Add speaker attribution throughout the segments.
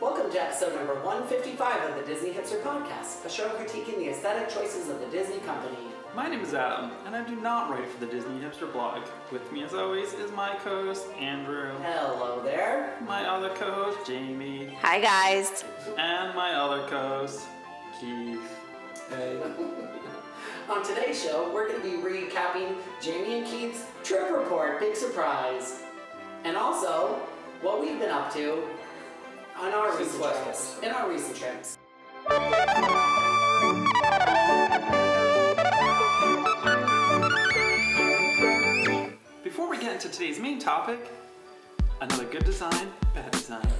Speaker 1: Welcome to episode number 155 of the Disney Hipster Podcast, a show critiquing the aesthetic choices of the Disney company.
Speaker 2: My name is Adam, and I do not write for the Disney Hipster blog. With me, as always, is my co host, Andrew,
Speaker 1: Hello there.
Speaker 2: my other co host, Jamie,
Speaker 3: Hi guys.
Speaker 2: and my other co host, Keith.
Speaker 1: On today's show, we're going to be recapping Jamie and Keith's trip report, big surprise, and also what we've been up to on our recent
Speaker 4: last
Speaker 1: trips. In our recent trips.
Speaker 2: Before we get into today's main topic, another good design, bad design.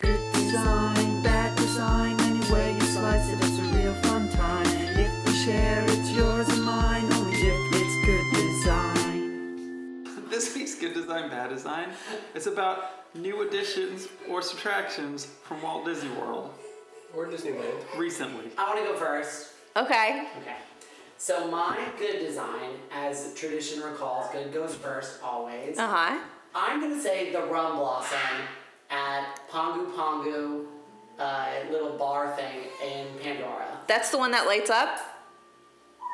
Speaker 5: Good design, bad design, any way you slice it, it's a real fun time. If we share, it's yours and mine, only if it's good design.
Speaker 2: This week's good design, bad design is about new additions or subtractions from Walt Disney World
Speaker 4: Or Disneyland.
Speaker 2: recently.
Speaker 1: I want to go first.
Speaker 3: Okay.
Speaker 1: Okay. So my good design, as tradition recalls, good goes first always.
Speaker 3: Uh huh.
Speaker 1: I'm gonna say the rum blossom at Pongu Pongu, uh, little bar thing in Pandora.
Speaker 3: That's the one that lights up.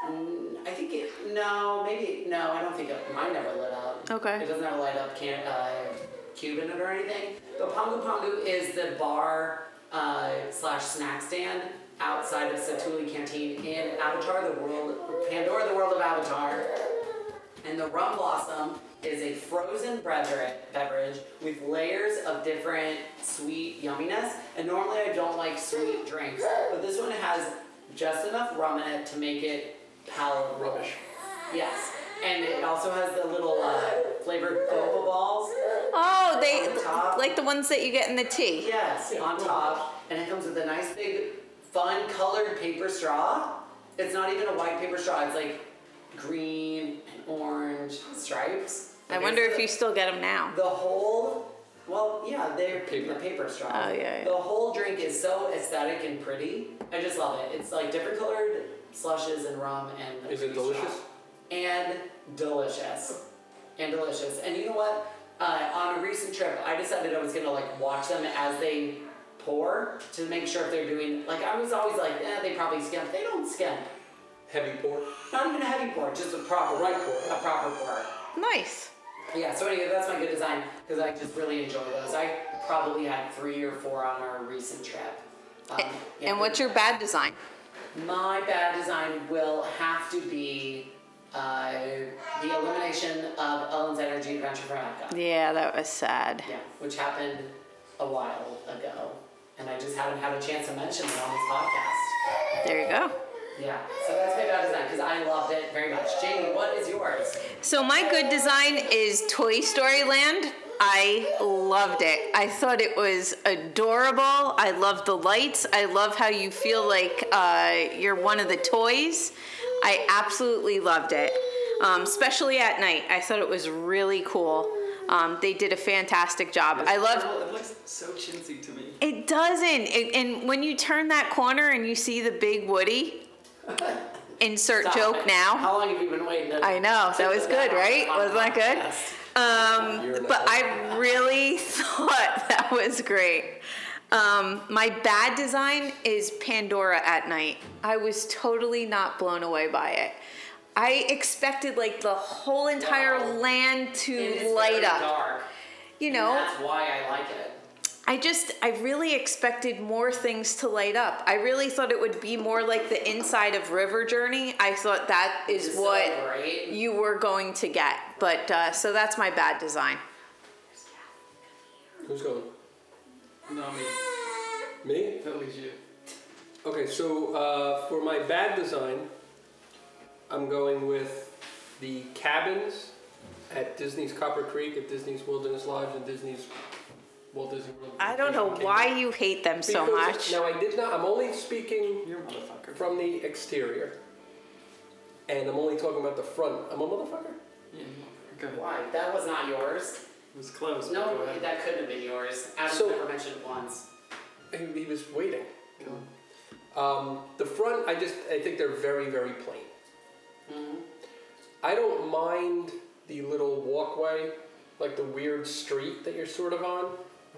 Speaker 1: I think it. No, maybe no. I don't think it. Mine never lit up.
Speaker 3: Okay.
Speaker 1: It doesn't have a light up can, uh, cube in it or anything. But Pongu Pongu is the bar uh, slash snack stand outside of Satuli Canteen in Avatar: The World, Pandora: The World of Avatar. And the rum blossom is a frozen beverage, beverage with layers of different sweet yumminess. And normally I don't like sweet drinks, but this one has just enough rum in it to make it palatable.
Speaker 4: Rubbish.
Speaker 1: Yes. And it also has the little uh, flavored boba balls.
Speaker 3: Oh,
Speaker 1: On the top.
Speaker 3: they like the ones that you get in the tea.
Speaker 1: Yes, on top. And it comes with a nice big, fun colored paper straw. It's not even a white paper straw, it's like green and orange stripes.
Speaker 3: I wonder if
Speaker 1: you.
Speaker 3: you still get them now.
Speaker 1: The whole, well, yeah, they're
Speaker 4: Paper.
Speaker 1: the paper straw.
Speaker 3: Oh, yeah, yeah.
Speaker 1: The whole drink is so aesthetic and pretty. I just love it. It's like different colored slushes and rum and.
Speaker 4: Is
Speaker 1: pretty
Speaker 4: it
Speaker 1: straw.
Speaker 4: delicious?
Speaker 1: And delicious, and delicious. And you know what? Uh, on a recent trip, I decided I was gonna like watch them as they pour to make sure if they're doing. Like I was always like, eh, they probably skimp. They don't skimp.
Speaker 4: Heavy pour.
Speaker 1: Not even a heavy pour, just a proper right pour, a proper pour.
Speaker 3: Nice.
Speaker 1: Yeah, so anyway, that's my good design because I just really enjoy those. I probably had three or four on our recent trip. Um, yeah,
Speaker 3: And what's your bad design?
Speaker 1: my bad design will have to be uh, the elimination of Ellen's Energy Adventure for Africa.
Speaker 3: Yeah, that was sad.
Speaker 1: Yeah, which happened a while ago, and I just haven't had a chance to mention it on this podcast.
Speaker 3: There you go.
Speaker 1: Yeah, so that's my bad design because I loved it very much. Jamie, what is yours?
Speaker 3: So my good design is Toy Story Land. I loved it. I thought it was adorable. I love the lights. I love how you feel like uh, you're one of the toys. I absolutely loved it, um, especially at night. I thought it was really cool. Um, they did a fantastic job. I love
Speaker 2: It looks so chintzy to me.
Speaker 3: it doesn't. It, and when you turn that corner and you see the big Woody, insert
Speaker 1: Stop
Speaker 3: joke
Speaker 1: it.
Speaker 3: now.
Speaker 1: How long have you been waiting? to-
Speaker 3: I know that was good, right? Wasn't that good?
Speaker 1: Yes.
Speaker 3: Um, but I really thought that was great. Um, my bad design is Pandora at night. I was totally not blown away by it. I expected like the whole entire
Speaker 1: Wow.
Speaker 3: land
Speaker 1: It
Speaker 3: to
Speaker 1: is
Speaker 3: light
Speaker 1: very
Speaker 3: up.
Speaker 1: Dark.
Speaker 3: You
Speaker 1: And
Speaker 3: know,
Speaker 1: that's why I like it.
Speaker 3: I just I really expected more things to light up. I really thought it would be more like the inside of River Journey. I thought that is
Speaker 1: It's so
Speaker 3: what
Speaker 1: great.
Speaker 3: you were going to get. But uh, so that's my bad design.
Speaker 4: Who's going?
Speaker 2: No, me.
Speaker 4: Me?
Speaker 2: That was you.
Speaker 4: Okay, so uh, for my bad design, I'm going with the cabins at Disney's Copper Creek, at Disney's Wilderness Lodge, and Disney's Walt Disney World.
Speaker 3: I don't know
Speaker 4: Vacation
Speaker 3: why
Speaker 4: Kingdom.
Speaker 3: you hate them so
Speaker 4: Because-
Speaker 3: much.
Speaker 4: Now I did not. I'm only speaking
Speaker 2: You're a motherfucker.
Speaker 4: from the exterior, and I'm only talking about the front. I'm a motherfucker.
Speaker 2: Yeah, go ahead.
Speaker 1: Why? That was not yours.
Speaker 2: It was close. but go
Speaker 1: No,
Speaker 2: ahead.
Speaker 1: that couldn't have been yours. Adam
Speaker 4: So-
Speaker 1: never mentioned it once.
Speaker 4: He, he was waiting.
Speaker 2: Go on.
Speaker 4: Um, the front, I just I think they're very very plain.
Speaker 1: Mm-hmm.
Speaker 4: I don't mind the little walkway, like the weird street that you're sort of on,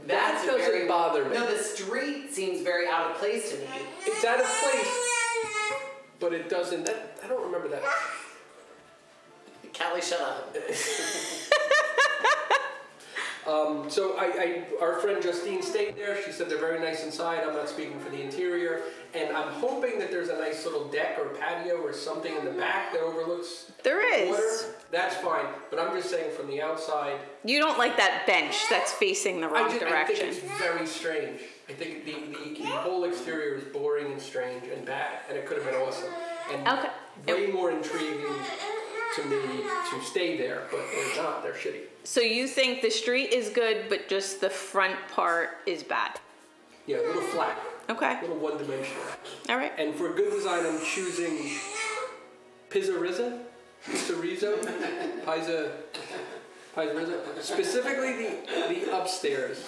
Speaker 1: That's
Speaker 4: That doesn't
Speaker 1: very,
Speaker 4: bother me.
Speaker 1: No, the street seems very out of place to me.
Speaker 4: It's out of place, but it doesn't. That, I don't remember that.
Speaker 1: Callie, shut up.
Speaker 4: Um, so I, I, our friend Justine stayed there. She said they're very nice inside. I'm not speaking for the interior, and I'm hoping that there's a nice little deck or patio or something in the back that overlooks
Speaker 3: There
Speaker 4: the
Speaker 3: is.
Speaker 4: water. That's fine, but I'm just saying from the outside.
Speaker 3: You don't like that bench that's facing the
Speaker 4: I,
Speaker 3: wrong
Speaker 4: just, I think
Speaker 3: direction.
Speaker 4: it's very strange. I think the, the, the whole exterior is boring and strange and bad, and it could have been awesome. And
Speaker 3: Okay.
Speaker 4: way more intriguing to me to stay there, but they're not. They're shitty.
Speaker 3: so you think the street is good, but just the front part is bad.
Speaker 4: Yeah, a little flat,
Speaker 3: Okay.
Speaker 4: a little one dimensional.
Speaker 3: All right.
Speaker 4: And for good design, I'm choosing Pizzariza, Pizzarizo, Pizza, Pizzarizo. Specifically the, the upstairs.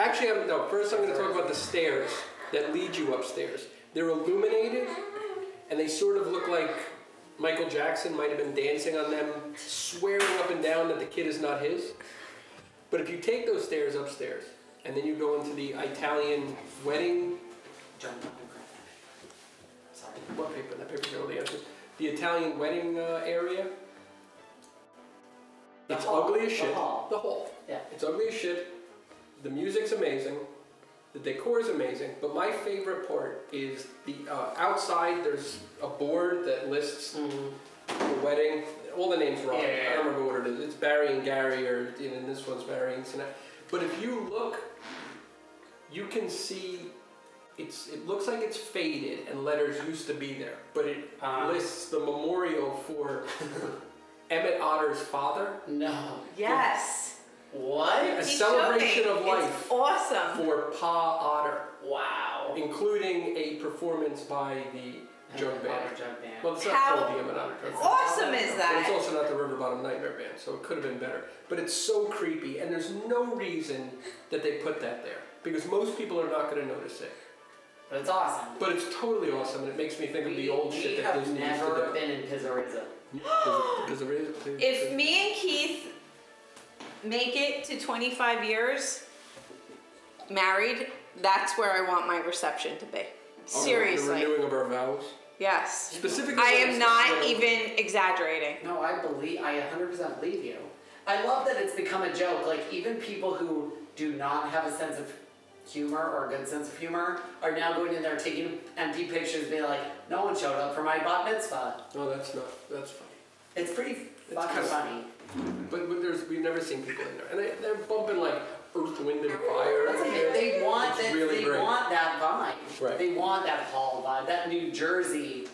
Speaker 4: Actually, I'm, no, first I'm going to talk about the stairs that lead you upstairs. They're illuminated, and they sort of look like Michael Jackson might have been dancing on them, swearing up and down that the kid is not his. But if you take those stairs upstairs, and then you go into the Italian wedding
Speaker 1: John, don't grab that. Sorry.
Speaker 4: what paper? That paper's all the answers. The Italian wedding uh, area.
Speaker 1: The
Speaker 4: it's
Speaker 1: hall.
Speaker 4: ugly as
Speaker 1: The
Speaker 4: shit.
Speaker 1: hall.
Speaker 4: The hall.
Speaker 1: Yeah.
Speaker 4: It's ugly as shit. The music's amazing. The decor is amazing. But my favorite part is the uh, outside. There's a board that lists the wedding. All the names wrong.
Speaker 1: Mm-hmm. Yeah, yeah,
Speaker 4: I
Speaker 1: yeah.
Speaker 4: don't remember what it is. It's Barry and Gary, or you know, this one's Barry and Sinatra. But if you look, you can see it's it looks like it's faded and letters used to be there, but it
Speaker 1: Uh.
Speaker 2: Ah.
Speaker 4: lists the memorial for Emmett Otter's father,
Speaker 1: No.
Speaker 3: Yes.
Speaker 4: a
Speaker 1: What?
Speaker 4: celebration of life
Speaker 3: awesome.
Speaker 4: for Pa Otter,
Speaker 1: Wow.
Speaker 4: including a performance by the jug band.
Speaker 1: Junk band.
Speaker 4: Well, it's not
Speaker 3: How
Speaker 4: called the Emmett Otter jug band.
Speaker 3: awesome is
Speaker 4: But it's
Speaker 3: that?
Speaker 4: also not the River Bottom Nightmare Band, so it could have been better. But it's so creepy, and there's no reason that they put that there because most people are not going to notice it.
Speaker 1: but it's awesome.
Speaker 4: But it's totally awesome, and it makes me think of
Speaker 1: we,
Speaker 4: the old
Speaker 1: we
Speaker 4: shit that
Speaker 1: have
Speaker 4: Disney used to
Speaker 1: never
Speaker 4: do.
Speaker 1: been in Pizzoriza.
Speaker 4: Because there is.
Speaker 3: If me and Keith make it to 25 years married, that's where I want my reception to be. Seriously.
Speaker 4: Oh, The renewing of our vows.
Speaker 3: Yes.
Speaker 4: Specifically.
Speaker 3: I
Speaker 4: when
Speaker 3: am
Speaker 4: it's
Speaker 3: not
Speaker 4: renewed.
Speaker 3: even exaggerating.
Speaker 1: No, I believe I 100% believe you. I love that it's become a joke. Like even people who do not have a sense of humor or a good sense of humor are now going in there taking empty pictures, being like, "No one showed up for my bat mitzvah."
Speaker 4: No, that's not. That's funny.
Speaker 1: It's pretty fucking
Speaker 4: kinda-
Speaker 1: funny.
Speaker 4: But, but there's we've never seen people in there, and they, they're bumping like Earth, Wind, and Fire.
Speaker 1: That's the thing, They want
Speaker 4: It's
Speaker 1: that.
Speaker 4: really
Speaker 1: they
Speaker 4: great.
Speaker 1: want that vibe.
Speaker 4: Right.
Speaker 1: They want that hall vibe. That New Jersey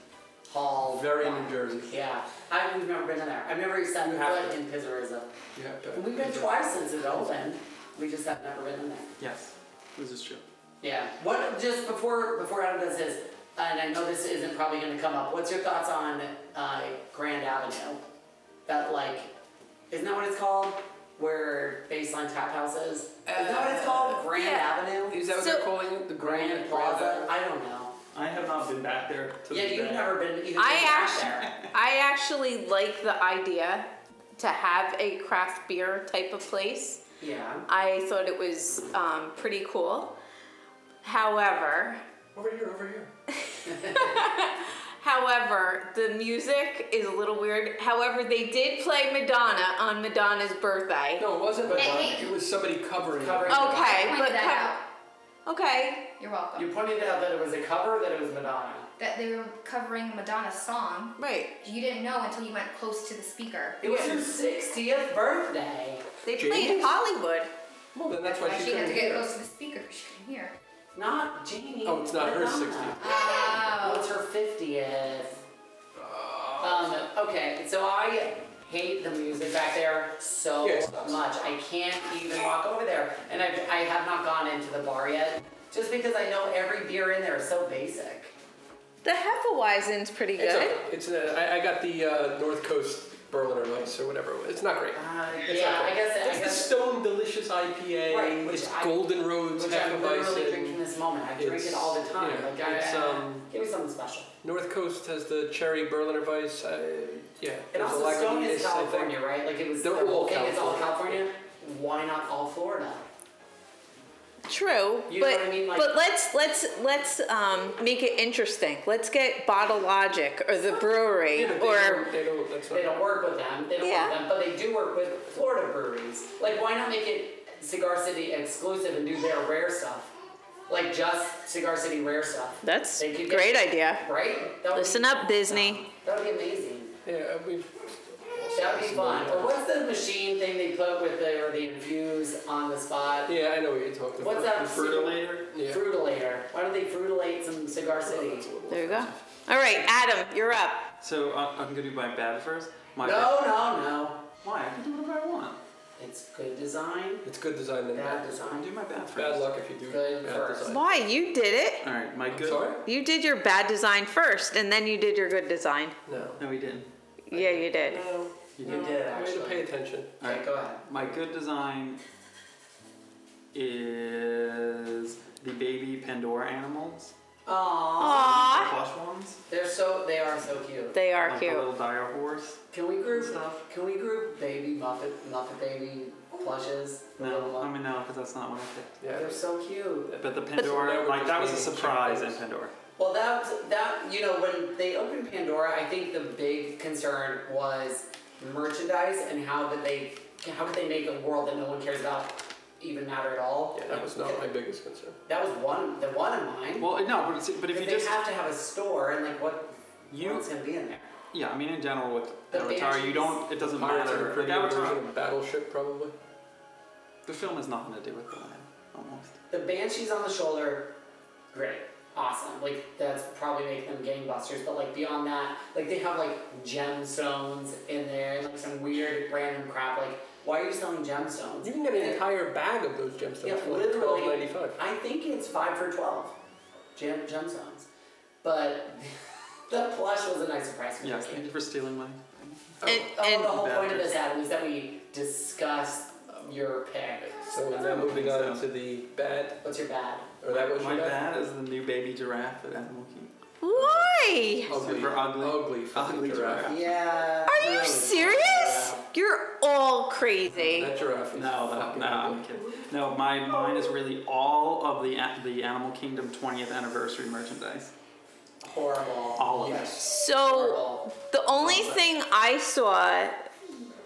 Speaker 1: hall.
Speaker 4: Very
Speaker 1: vibe.
Speaker 4: New Jersey.
Speaker 1: Yeah, I've never been in there. I've never set
Speaker 4: You have
Speaker 1: foot
Speaker 4: to.
Speaker 1: in Pizzoriza.
Speaker 4: You have to-
Speaker 1: And We've been twice since it opened. We just have never been in there.
Speaker 2: Yes, this is true.
Speaker 1: Yeah. What? Just before before Adam does this, and I know this isn't probably going to come up. What's your thoughts on uh, Grand Avenue? That like, isn't that what it's called? Where Baseline Tap House is? Is that what it's called? Grand
Speaker 3: yeah.
Speaker 1: Avenue.
Speaker 4: Is that what
Speaker 3: So-
Speaker 4: they're calling it? The
Speaker 1: Uh, Grand Plaza? I don't know.
Speaker 2: I have not been back there. To
Speaker 1: Yeah,
Speaker 2: this
Speaker 1: you've
Speaker 2: day.
Speaker 1: never been. You've
Speaker 3: I
Speaker 1: been out there.
Speaker 3: actually, I actually like the idea to have a craft beer type of place.
Speaker 1: Yeah.
Speaker 3: I thought it was um, pretty cool. However,
Speaker 4: Over here, over here.
Speaker 3: however, the music is a little weird. However, they did play Madonna on Madonna's birthday.
Speaker 4: No, it wasn't Madonna.
Speaker 6: hey.
Speaker 4: It was somebody covering. it.
Speaker 1: Covering-
Speaker 3: Okay,
Speaker 6: Pointed
Speaker 3: but
Speaker 6: that
Speaker 3: co- okay,
Speaker 6: out. You're welcome.
Speaker 1: You pointed out that it was a cover, that it was Madonna.
Speaker 6: that they were covering Madonna's song.
Speaker 3: right?
Speaker 6: You didn't know until you went close to the speaker.
Speaker 1: It was her 60th birthday.
Speaker 3: They played
Speaker 4: James?
Speaker 3: Hollywood.
Speaker 4: Well, then that's why
Speaker 6: Why
Speaker 4: she
Speaker 6: she had
Speaker 4: couldn't
Speaker 6: to get
Speaker 4: hear.
Speaker 6: close to the speaker because she couldn't hear.
Speaker 1: Not Jamie.
Speaker 4: Oh, it's not her
Speaker 1: Madonna.
Speaker 4: 60th.
Speaker 1: Well,
Speaker 6: Oh.
Speaker 1: it's her 50th.
Speaker 4: Oh.
Speaker 1: Um, okay, so I hate the music back there so
Speaker 4: Yeah, it sucks.
Speaker 1: much. I can't even walk over there. And I've, I have not gone into the bar yet, just because I know every beer in there is so basic.
Speaker 3: The Hefeweizen's pretty
Speaker 4: It's
Speaker 3: good.
Speaker 4: okay. It's uh, I, I got the uh, North Coast Berliner Weiss or whatever. it was. It's not great.
Speaker 1: Uh,
Speaker 4: It's
Speaker 1: yeah,
Speaker 4: not
Speaker 1: I
Speaker 4: great.
Speaker 1: guess I
Speaker 4: There's the
Speaker 1: guess,
Speaker 4: Stone Delicious IPA.
Speaker 1: Right, which
Speaker 4: it's
Speaker 1: I-
Speaker 4: Golden Roads
Speaker 1: which I'm literally drinking
Speaker 4: Hefeweizen.
Speaker 1: this moment. I drink it
Speaker 4: It's-
Speaker 1: all the time.
Speaker 4: yeah,
Speaker 1: like, I,
Speaker 4: it's, um,
Speaker 1: give me something special.
Speaker 4: North Coast has the Cherry Berliner Weiss. Uh, yeah.
Speaker 1: And
Speaker 4: there's a
Speaker 1: also, Stone
Speaker 4: Lagunitas, I
Speaker 1: is
Speaker 4: think.
Speaker 1: California, right? Like it was
Speaker 4: They're
Speaker 1: the whole
Speaker 4: all
Speaker 1: thing is all
Speaker 4: California.
Speaker 1: California. Why not all Florida?
Speaker 3: True,
Speaker 1: You know what
Speaker 3: but
Speaker 1: I mean? Like-
Speaker 3: but let's let's let's um, make it interesting. Let's get Bottle Logic or the brewery
Speaker 4: Yeah, but they
Speaker 3: or
Speaker 4: don't, they don't, that's not,
Speaker 1: They don't work with them. They don't work
Speaker 3: Yeah.
Speaker 1: with them, but they do work with Florida breweries. Like, why not make it Cigar City exclusive and do their rare stuff? Like just Cigar City rare stuff.
Speaker 3: that's
Speaker 1: They could
Speaker 3: a
Speaker 1: get-
Speaker 3: great idea.
Speaker 1: Right? That would
Speaker 3: Listen
Speaker 1: be,
Speaker 3: up, Disney.
Speaker 1: That would be amazing.
Speaker 4: yeah, I mean,
Speaker 1: That would be fun. Or what's the machine thing they put with the or the infuse on the spot?
Speaker 4: yeah, I know what you're talking
Speaker 1: What's
Speaker 4: about.
Speaker 1: that?
Speaker 2: Fertilator?
Speaker 4: Yeah. Oh,
Speaker 1: Frutilator. Why don't they frutilate some Cigar City?
Speaker 3: There you go. All right, Adam, you're up.
Speaker 2: So uh, I'm gonna do my bad first. My
Speaker 1: No, no, no.
Speaker 2: Why? I can do whatever I want.
Speaker 1: It's good design,
Speaker 4: It's good design
Speaker 1: bad
Speaker 4: and bad,
Speaker 2: I'll do
Speaker 1: design.
Speaker 2: my bad first.
Speaker 4: bad luck if you do
Speaker 1: Good
Speaker 4: bad
Speaker 1: first.
Speaker 4: design.
Speaker 3: Why you did it?
Speaker 2: All right, my
Speaker 4: I'm
Speaker 2: good.
Speaker 4: sorry?
Speaker 3: You did your bad design first, and then you did your good design.
Speaker 4: No.
Speaker 2: No, we didn't.
Speaker 3: Yeah, you did.
Speaker 4: No.
Speaker 1: You did
Speaker 4: I made
Speaker 1: actually.
Speaker 4: to pay attention.
Speaker 2: All
Speaker 1: Okay,
Speaker 2: right,
Speaker 1: go ahead.
Speaker 2: my good design is the baby Pandora animals,
Speaker 1: Aww.
Speaker 3: Aww,
Speaker 2: plush ones,
Speaker 1: They're so they are so cute.
Speaker 3: they are
Speaker 2: like a
Speaker 3: cute.
Speaker 2: little dire horse.
Speaker 1: Can we group stuff? Can we group baby Muppet Muppet baby plushes? Little
Speaker 2: No,
Speaker 1: Mupp-
Speaker 2: I mean no, because that's not what I picked.
Speaker 4: Yeah.
Speaker 1: they're so cute.
Speaker 2: But the Pandora, like that was a
Speaker 4: Just making
Speaker 2: surprise in
Speaker 4: things.
Speaker 2: Pandora.
Speaker 1: Well, that that you know when they opened Pandora, I think the big concern was merchandise and how that they how could they make a world that no one cares about even matter at all.
Speaker 4: Yeah, that was not my biggest concern.
Speaker 1: That was one the one of mine.
Speaker 2: Well, no, but, it's, but if
Speaker 1: Because
Speaker 2: you
Speaker 1: they
Speaker 2: just
Speaker 1: have to have a store and like what
Speaker 2: You-
Speaker 1: what's gonna be in there.
Speaker 2: yeah, I mean in general with
Speaker 1: The
Speaker 2: Avatar,
Speaker 1: Banshees.
Speaker 2: you don't. It doesn't
Speaker 4: Pirates of
Speaker 2: matter.
Speaker 4: the
Speaker 2: Like,
Speaker 4: Caribbean
Speaker 2: Avatar,
Speaker 4: version of Battleship, probably.
Speaker 2: the film has nothing to do with the land, almost.
Speaker 1: The banshees on the shoulder, great, awesome. Like that's probably making them gangbusters. But like beyond that, like they have like gemstones in there, like some weird random crap. Like why are you selling gemstones?
Speaker 4: You can get an
Speaker 1: And-
Speaker 4: entire bag of those gemstones
Speaker 1: Yeah,
Speaker 4: for like twelve
Speaker 1: literally.
Speaker 4: ninety five.
Speaker 1: I think it's five for twelve, gem gemstones. But the plush was a nice surprise for me.
Speaker 2: Yes, thank you for stealing mine.
Speaker 3: And,
Speaker 1: Oh,
Speaker 3: and
Speaker 1: the whole point of
Speaker 2: Badgers.
Speaker 1: this, Adam, is that we discuss your pick.
Speaker 4: So we're now moving
Speaker 2: think
Speaker 4: on
Speaker 2: so.
Speaker 4: to the bad,
Speaker 1: What's your bad?
Speaker 4: or that was
Speaker 2: My
Speaker 4: your
Speaker 2: bad is the new baby giraffe at Animal Kingdom.
Speaker 3: why?
Speaker 4: Ugly,
Speaker 2: Super ugly.
Speaker 4: ugly, fucking
Speaker 2: Ugly
Speaker 4: giraffe.
Speaker 2: giraffe.
Speaker 1: Yeah.
Speaker 3: Are you serious? You're all crazy.
Speaker 4: That giraffe is
Speaker 2: No, that,
Speaker 4: fucking
Speaker 2: no, I'm
Speaker 4: ugly.
Speaker 2: kidding. No, my mine is really all of the the Animal Kingdom 20th anniversary merchandise.
Speaker 1: Horrible.
Speaker 2: All of it.
Speaker 4: Yes.
Speaker 3: So the only thing I saw,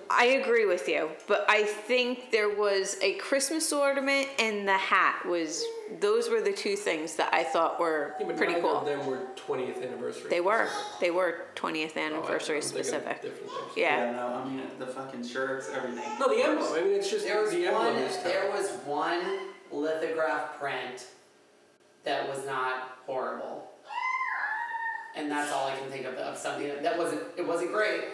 Speaker 3: I agree with you, but I think there was a Christmas ornament and the hat was. Those were the two things that I thought were
Speaker 4: Yeah, but
Speaker 3: pretty
Speaker 4: neither Of
Speaker 3: cool.
Speaker 4: them were twentieth anniversary.
Speaker 3: They were. They were 20th
Speaker 4: Oh, I-
Speaker 3: anniversary
Speaker 4: I'm thinking of
Speaker 3: specific.
Speaker 4: different things.
Speaker 3: Yeah.
Speaker 2: No, I mean the fucking shirts, everything.
Speaker 4: No, the emblem. I mean, it's just
Speaker 1: There was
Speaker 4: the emblem
Speaker 1: one.
Speaker 4: is tough.
Speaker 1: There was one lithograph print that was not horrible, and that's all I can think of of something that, that wasn't. It wasn't great.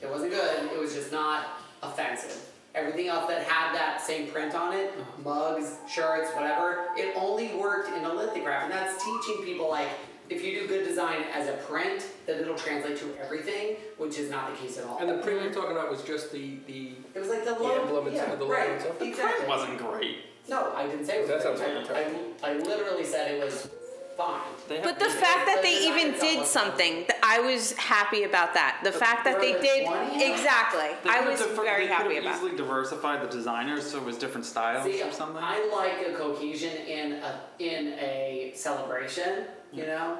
Speaker 1: It wasn't good. It was just not offensive. Everything else that had that same print on it,
Speaker 4: Uh-huh.
Speaker 1: mugs, shirts, whatever, it only worked in a lithograph, and that's teaching people like. If you do good design as a print, then it'll translate to everything, which is not the case at all.
Speaker 4: And the print you're talking about was just the the.
Speaker 1: It was like the
Speaker 4: The
Speaker 1: logo.
Speaker 4: emblem
Speaker 1: yeah,
Speaker 4: itself- the logo
Speaker 1: right,
Speaker 4: itself. The
Speaker 1: Exactly.
Speaker 2: It wasn't great.
Speaker 1: No, I didn't say it was.
Speaker 4: That sounds
Speaker 1: great.
Speaker 4: like
Speaker 1: I, I literally said it was fine.
Speaker 2: They have
Speaker 3: But the fact that they even did something, th- I was happy about that. The fact that they did exactly,
Speaker 2: they
Speaker 3: I
Speaker 2: could've
Speaker 3: was
Speaker 2: diver-
Speaker 3: very
Speaker 2: they could've
Speaker 3: happy about.
Speaker 2: easily diversified the designers so it was different styles
Speaker 1: See,
Speaker 2: or something.
Speaker 1: I like a cohesion in a in a celebration. You know,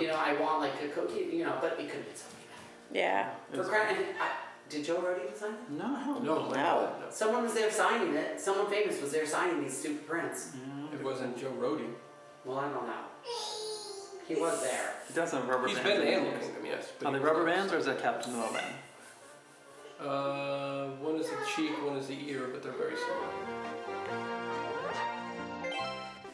Speaker 1: you know, I want like a cohesion. You know, but it could have been something better.
Speaker 3: Yeah.
Speaker 2: It
Speaker 1: For
Speaker 2: was-
Speaker 1: crying, I, did Joe Rody design it?
Speaker 2: no, hell
Speaker 4: No,
Speaker 2: no.
Speaker 4: my God, no.
Speaker 1: Someone was there signing it. Someone famous was there signing these stupid prints.
Speaker 4: It wasn't Joe Rody. Mm-hmm.
Speaker 1: Well, I don't know. He was there.
Speaker 2: He does have rubber
Speaker 4: He's
Speaker 2: bands.
Speaker 4: been
Speaker 2: in
Speaker 4: to
Speaker 2: his
Speaker 4: Animal
Speaker 2: ears.
Speaker 4: Kingdom, yes. but
Speaker 2: Are
Speaker 4: he
Speaker 2: they
Speaker 4: was
Speaker 2: rubber
Speaker 4: not-
Speaker 2: bands or is that Captain Little Band?
Speaker 4: Uh, one is the cheek, one is the ear, but they're very similar.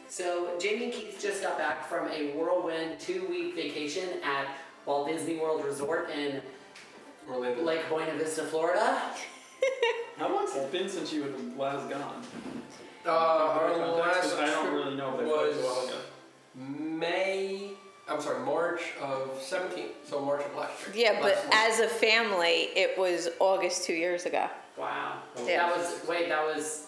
Speaker 1: So Jamie and Keith just got back from a whirlwind two-week vacation at Walt Disney World Resort in
Speaker 4: Orlando.
Speaker 1: Lake Buena Vista, Florida.
Speaker 2: How long has it been since you were last gone?
Speaker 4: uh, our last
Speaker 2: I don't
Speaker 4: trip
Speaker 2: really know. but it
Speaker 4: was
Speaker 2: a while ago.
Speaker 4: May. I'm sorry, March of 17. So March of last year.
Speaker 3: Yeah, but
Speaker 4: Last month.
Speaker 3: as a family, it was August two years ago.
Speaker 1: Wow.
Speaker 3: Yeah.
Speaker 1: That was wait. That was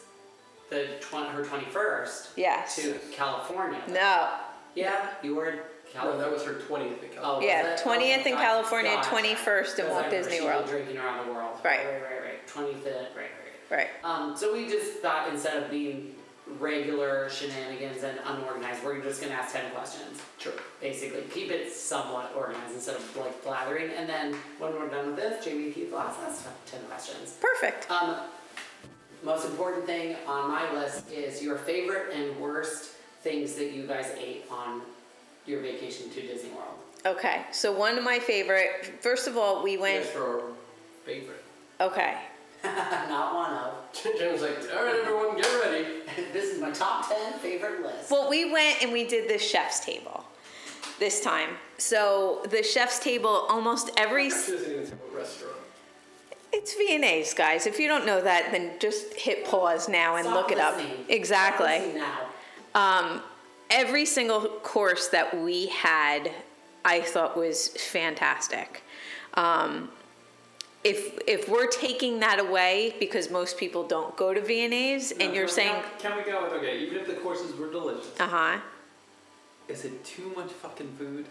Speaker 1: the twen- her twenty first
Speaker 3: Yes.
Speaker 1: to California.
Speaker 3: No.
Speaker 1: Yeah, you were in
Speaker 4: no,
Speaker 1: California.
Speaker 4: that was her 20th. account.
Speaker 1: oh, was
Speaker 3: Yeah,
Speaker 1: it?
Speaker 3: 20th in
Speaker 1: Oh,
Speaker 3: California,
Speaker 1: gotcha.
Speaker 3: 21st in
Speaker 1: Because I
Speaker 3: Walt
Speaker 1: remember
Speaker 3: Disney
Speaker 1: she was
Speaker 3: World.
Speaker 1: Drinking around the world.
Speaker 3: Right.
Speaker 1: Right. Right. Right. Twenty fifth. Right. Right.
Speaker 3: Right.
Speaker 1: Um, so we just thought instead of being regular shenanigans and unorganized. We're just gonna ask ten questions.
Speaker 4: Sure.
Speaker 1: Basically, keep it somewhat organized instead of like blathering. And then when we're done with this, Jamie and Keith will ask us ten questions.
Speaker 3: Perfect.
Speaker 1: Um, most important thing on my list is your favorite and worst things that you guys ate on your vacation to Disney World.
Speaker 3: Okay. So one of my favorite. First of all, we went.
Speaker 4: That's for our favorite.
Speaker 3: Okay.
Speaker 1: Not one of.
Speaker 4: Jen's like, all right, everyone, get ready.
Speaker 1: This is my top 10 favorite list.
Speaker 3: Well, we went and we did the chef's table this time. So the chef's table almost every.
Speaker 4: She doesn't even say what restaurant.
Speaker 3: It's V&A's, guys. If you don't know that, then just hit pause now and
Speaker 1: Stop
Speaker 3: look it up.
Speaker 1: listening.
Speaker 3: Exactly.
Speaker 1: Listen now.
Speaker 3: Um, every single course that we had, I thought was fantastic. Um, if if we're taking that away because most people don't go to V&A's, and
Speaker 1: Uh-huh.
Speaker 3: you're saying,
Speaker 2: Can we go with, okay, even if the courses were delicious,
Speaker 3: uh
Speaker 1: Uh-huh.
Speaker 3: huh.
Speaker 2: is it too much fucking food?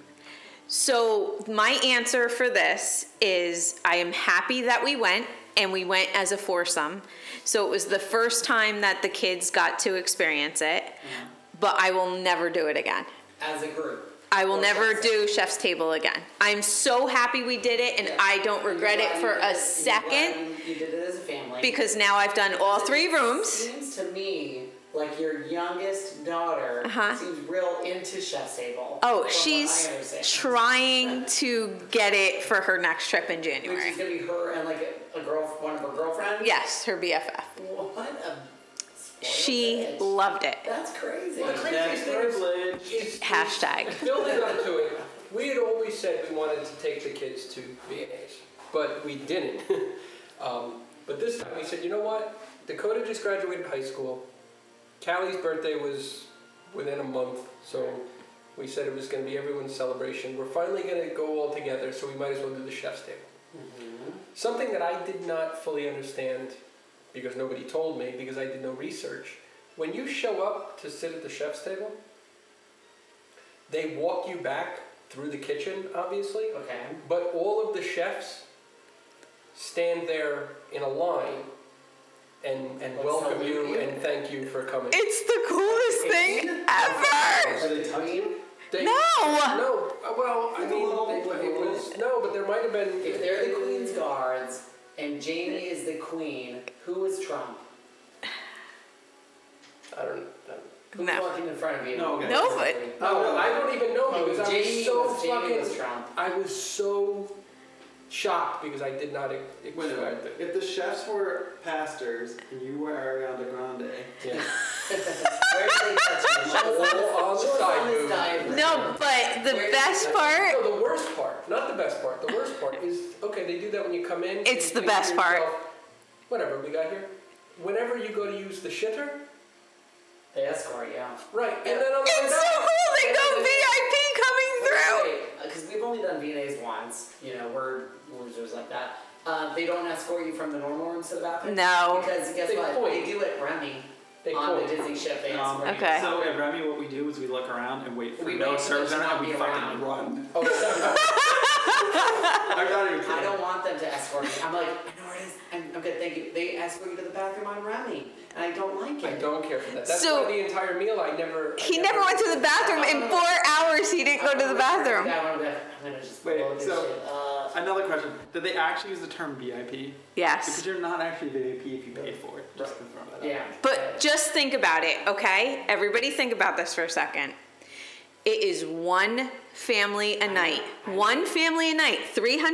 Speaker 3: So my answer for this is I am happy that we went and we went as a foursome. So it was the first time that the kids got to experience it,
Speaker 1: Mm-hmm.
Speaker 3: but I will never do it again.
Speaker 1: As a group.
Speaker 3: I will
Speaker 1: Or
Speaker 3: never
Speaker 1: chef's
Speaker 3: do chef's table again. I'm so happy we did it and
Speaker 1: Yeah.
Speaker 3: I don't regret
Speaker 1: You're glad
Speaker 3: it for
Speaker 1: you did it.
Speaker 3: a
Speaker 1: You're
Speaker 3: second
Speaker 1: glad You did it as a family.
Speaker 3: because now I've done all three rooms.
Speaker 1: Seems to me like your youngest daughter
Speaker 3: Uh-huh.
Speaker 1: seems real into chef's table. from
Speaker 3: Oh,
Speaker 1: what
Speaker 3: she's
Speaker 1: I understand.
Speaker 3: trying to get it for her next trip in
Speaker 1: Which
Speaker 3: January.
Speaker 1: is gonna be her and like a, a girl, one of her girlfriends.
Speaker 3: Yes, her BFF.
Speaker 1: What a. spoiled
Speaker 3: She
Speaker 1: bitch.
Speaker 3: loved it.
Speaker 1: That's crazy.
Speaker 2: That's privilege.
Speaker 4: It's-
Speaker 3: Hashtag.
Speaker 4: Building up to it, we had always said we wanted to take the kids to VAs, but we didn't. um, but this time we said, you know what? Dakota just graduated high school. Callie's birthday was within a month, so we said it was going to be everyone's celebration. We're finally going to go all together, so we might as well do the chef's table. Something that I did not fully understand because nobody told me, because I did no research. When you show up to sit at the chef's table, they walk you back through the kitchen, obviously,
Speaker 1: Okay.
Speaker 4: but all of the chefs stand there in a line and, and
Speaker 1: Like
Speaker 4: welcome
Speaker 1: salute
Speaker 4: you
Speaker 1: you.
Speaker 4: and thank you for coming.
Speaker 3: It's the coolest thing ever.
Speaker 1: Are they touching?
Speaker 4: They-
Speaker 3: No!
Speaker 4: No, uh, well, I
Speaker 1: It's a
Speaker 4: mean,
Speaker 1: little
Speaker 4: they-
Speaker 1: bit
Speaker 4: it was, no, but there might have been.
Speaker 1: If they're the Queen's guards and Jamie is the Queen, who is Trump?
Speaker 4: I don't know.
Speaker 1: Who's
Speaker 3: No.
Speaker 1: walking in front of you?
Speaker 2: No, okay.
Speaker 3: No, but-
Speaker 4: No, no, I don't even know
Speaker 1: Oh,
Speaker 4: because I
Speaker 1: Jamie
Speaker 4: was so
Speaker 1: was, Jamie
Speaker 4: fucking.
Speaker 1: was Trump.
Speaker 4: I was so shocked because I did not e-
Speaker 2: Wait a
Speaker 4: expect
Speaker 2: minute.
Speaker 4: it.
Speaker 2: If the chefs were pastors and you were Ariana Grande,
Speaker 4: Yeah.
Speaker 1: Where do they touch you? Show us-
Speaker 4: All on the
Speaker 1: show us
Speaker 4: side
Speaker 1: on this
Speaker 4: move.
Speaker 1: diagram.
Speaker 3: No, but the best part
Speaker 4: No, the worst part, not the best part. The worst part is okay. They do that when you come in. and
Speaker 3: It's
Speaker 4: you
Speaker 3: the
Speaker 4: think to
Speaker 3: best part.
Speaker 4: yourself, Whatever we got here. Whenever you go to use the shitter,
Speaker 1: They escort you.
Speaker 4: right? And then I'm like,
Speaker 3: It's so cool. They go VIP coming through.
Speaker 1: Because we've only done V&A's once. You know, we're losers like that. Uh, they don't escort you from the normal rooms to the bathroom.
Speaker 3: No.
Speaker 1: Because guess
Speaker 4: They
Speaker 1: what?
Speaker 4: point.
Speaker 1: They do it Remy
Speaker 4: They
Speaker 1: on
Speaker 4: point. Um,
Speaker 1: the Disney ship. They escort you.
Speaker 3: Okay.
Speaker 2: So at Remy, what we do is we look around and wait for
Speaker 1: um, We
Speaker 2: no
Speaker 1: wait for
Speaker 2: service
Speaker 1: them to
Speaker 2: and
Speaker 1: not
Speaker 2: we
Speaker 1: be
Speaker 2: fucking
Speaker 1: around.
Speaker 2: run.
Speaker 4: Oh, sorry.
Speaker 2: I'm not even
Speaker 1: I
Speaker 2: kidding.
Speaker 1: don't want them to escort me. I'm like, I know where it is. I'm, I'm good, thank you. They escort you to the bathroom on Remy, and I don't like
Speaker 4: I
Speaker 1: it.
Speaker 4: don't care for that. That's
Speaker 3: So-
Speaker 4: why the entire meal I never.
Speaker 3: He never went to the bathroom. In four hours, he didn't go to the bathroom.
Speaker 1: Yeah, I'm gonna, I'm gonna just
Speaker 2: Wait,
Speaker 1: blow this
Speaker 2: so-
Speaker 1: shit up.
Speaker 2: Another question. Did they actually use the term VIP? Because
Speaker 3: Yes.
Speaker 2: you're not actually VIP if you paid for it. Just to throw that out.
Speaker 1: Yeah.
Speaker 3: But just think about it, okay? Everybody think about this for a second. It is one family a night. One family a night.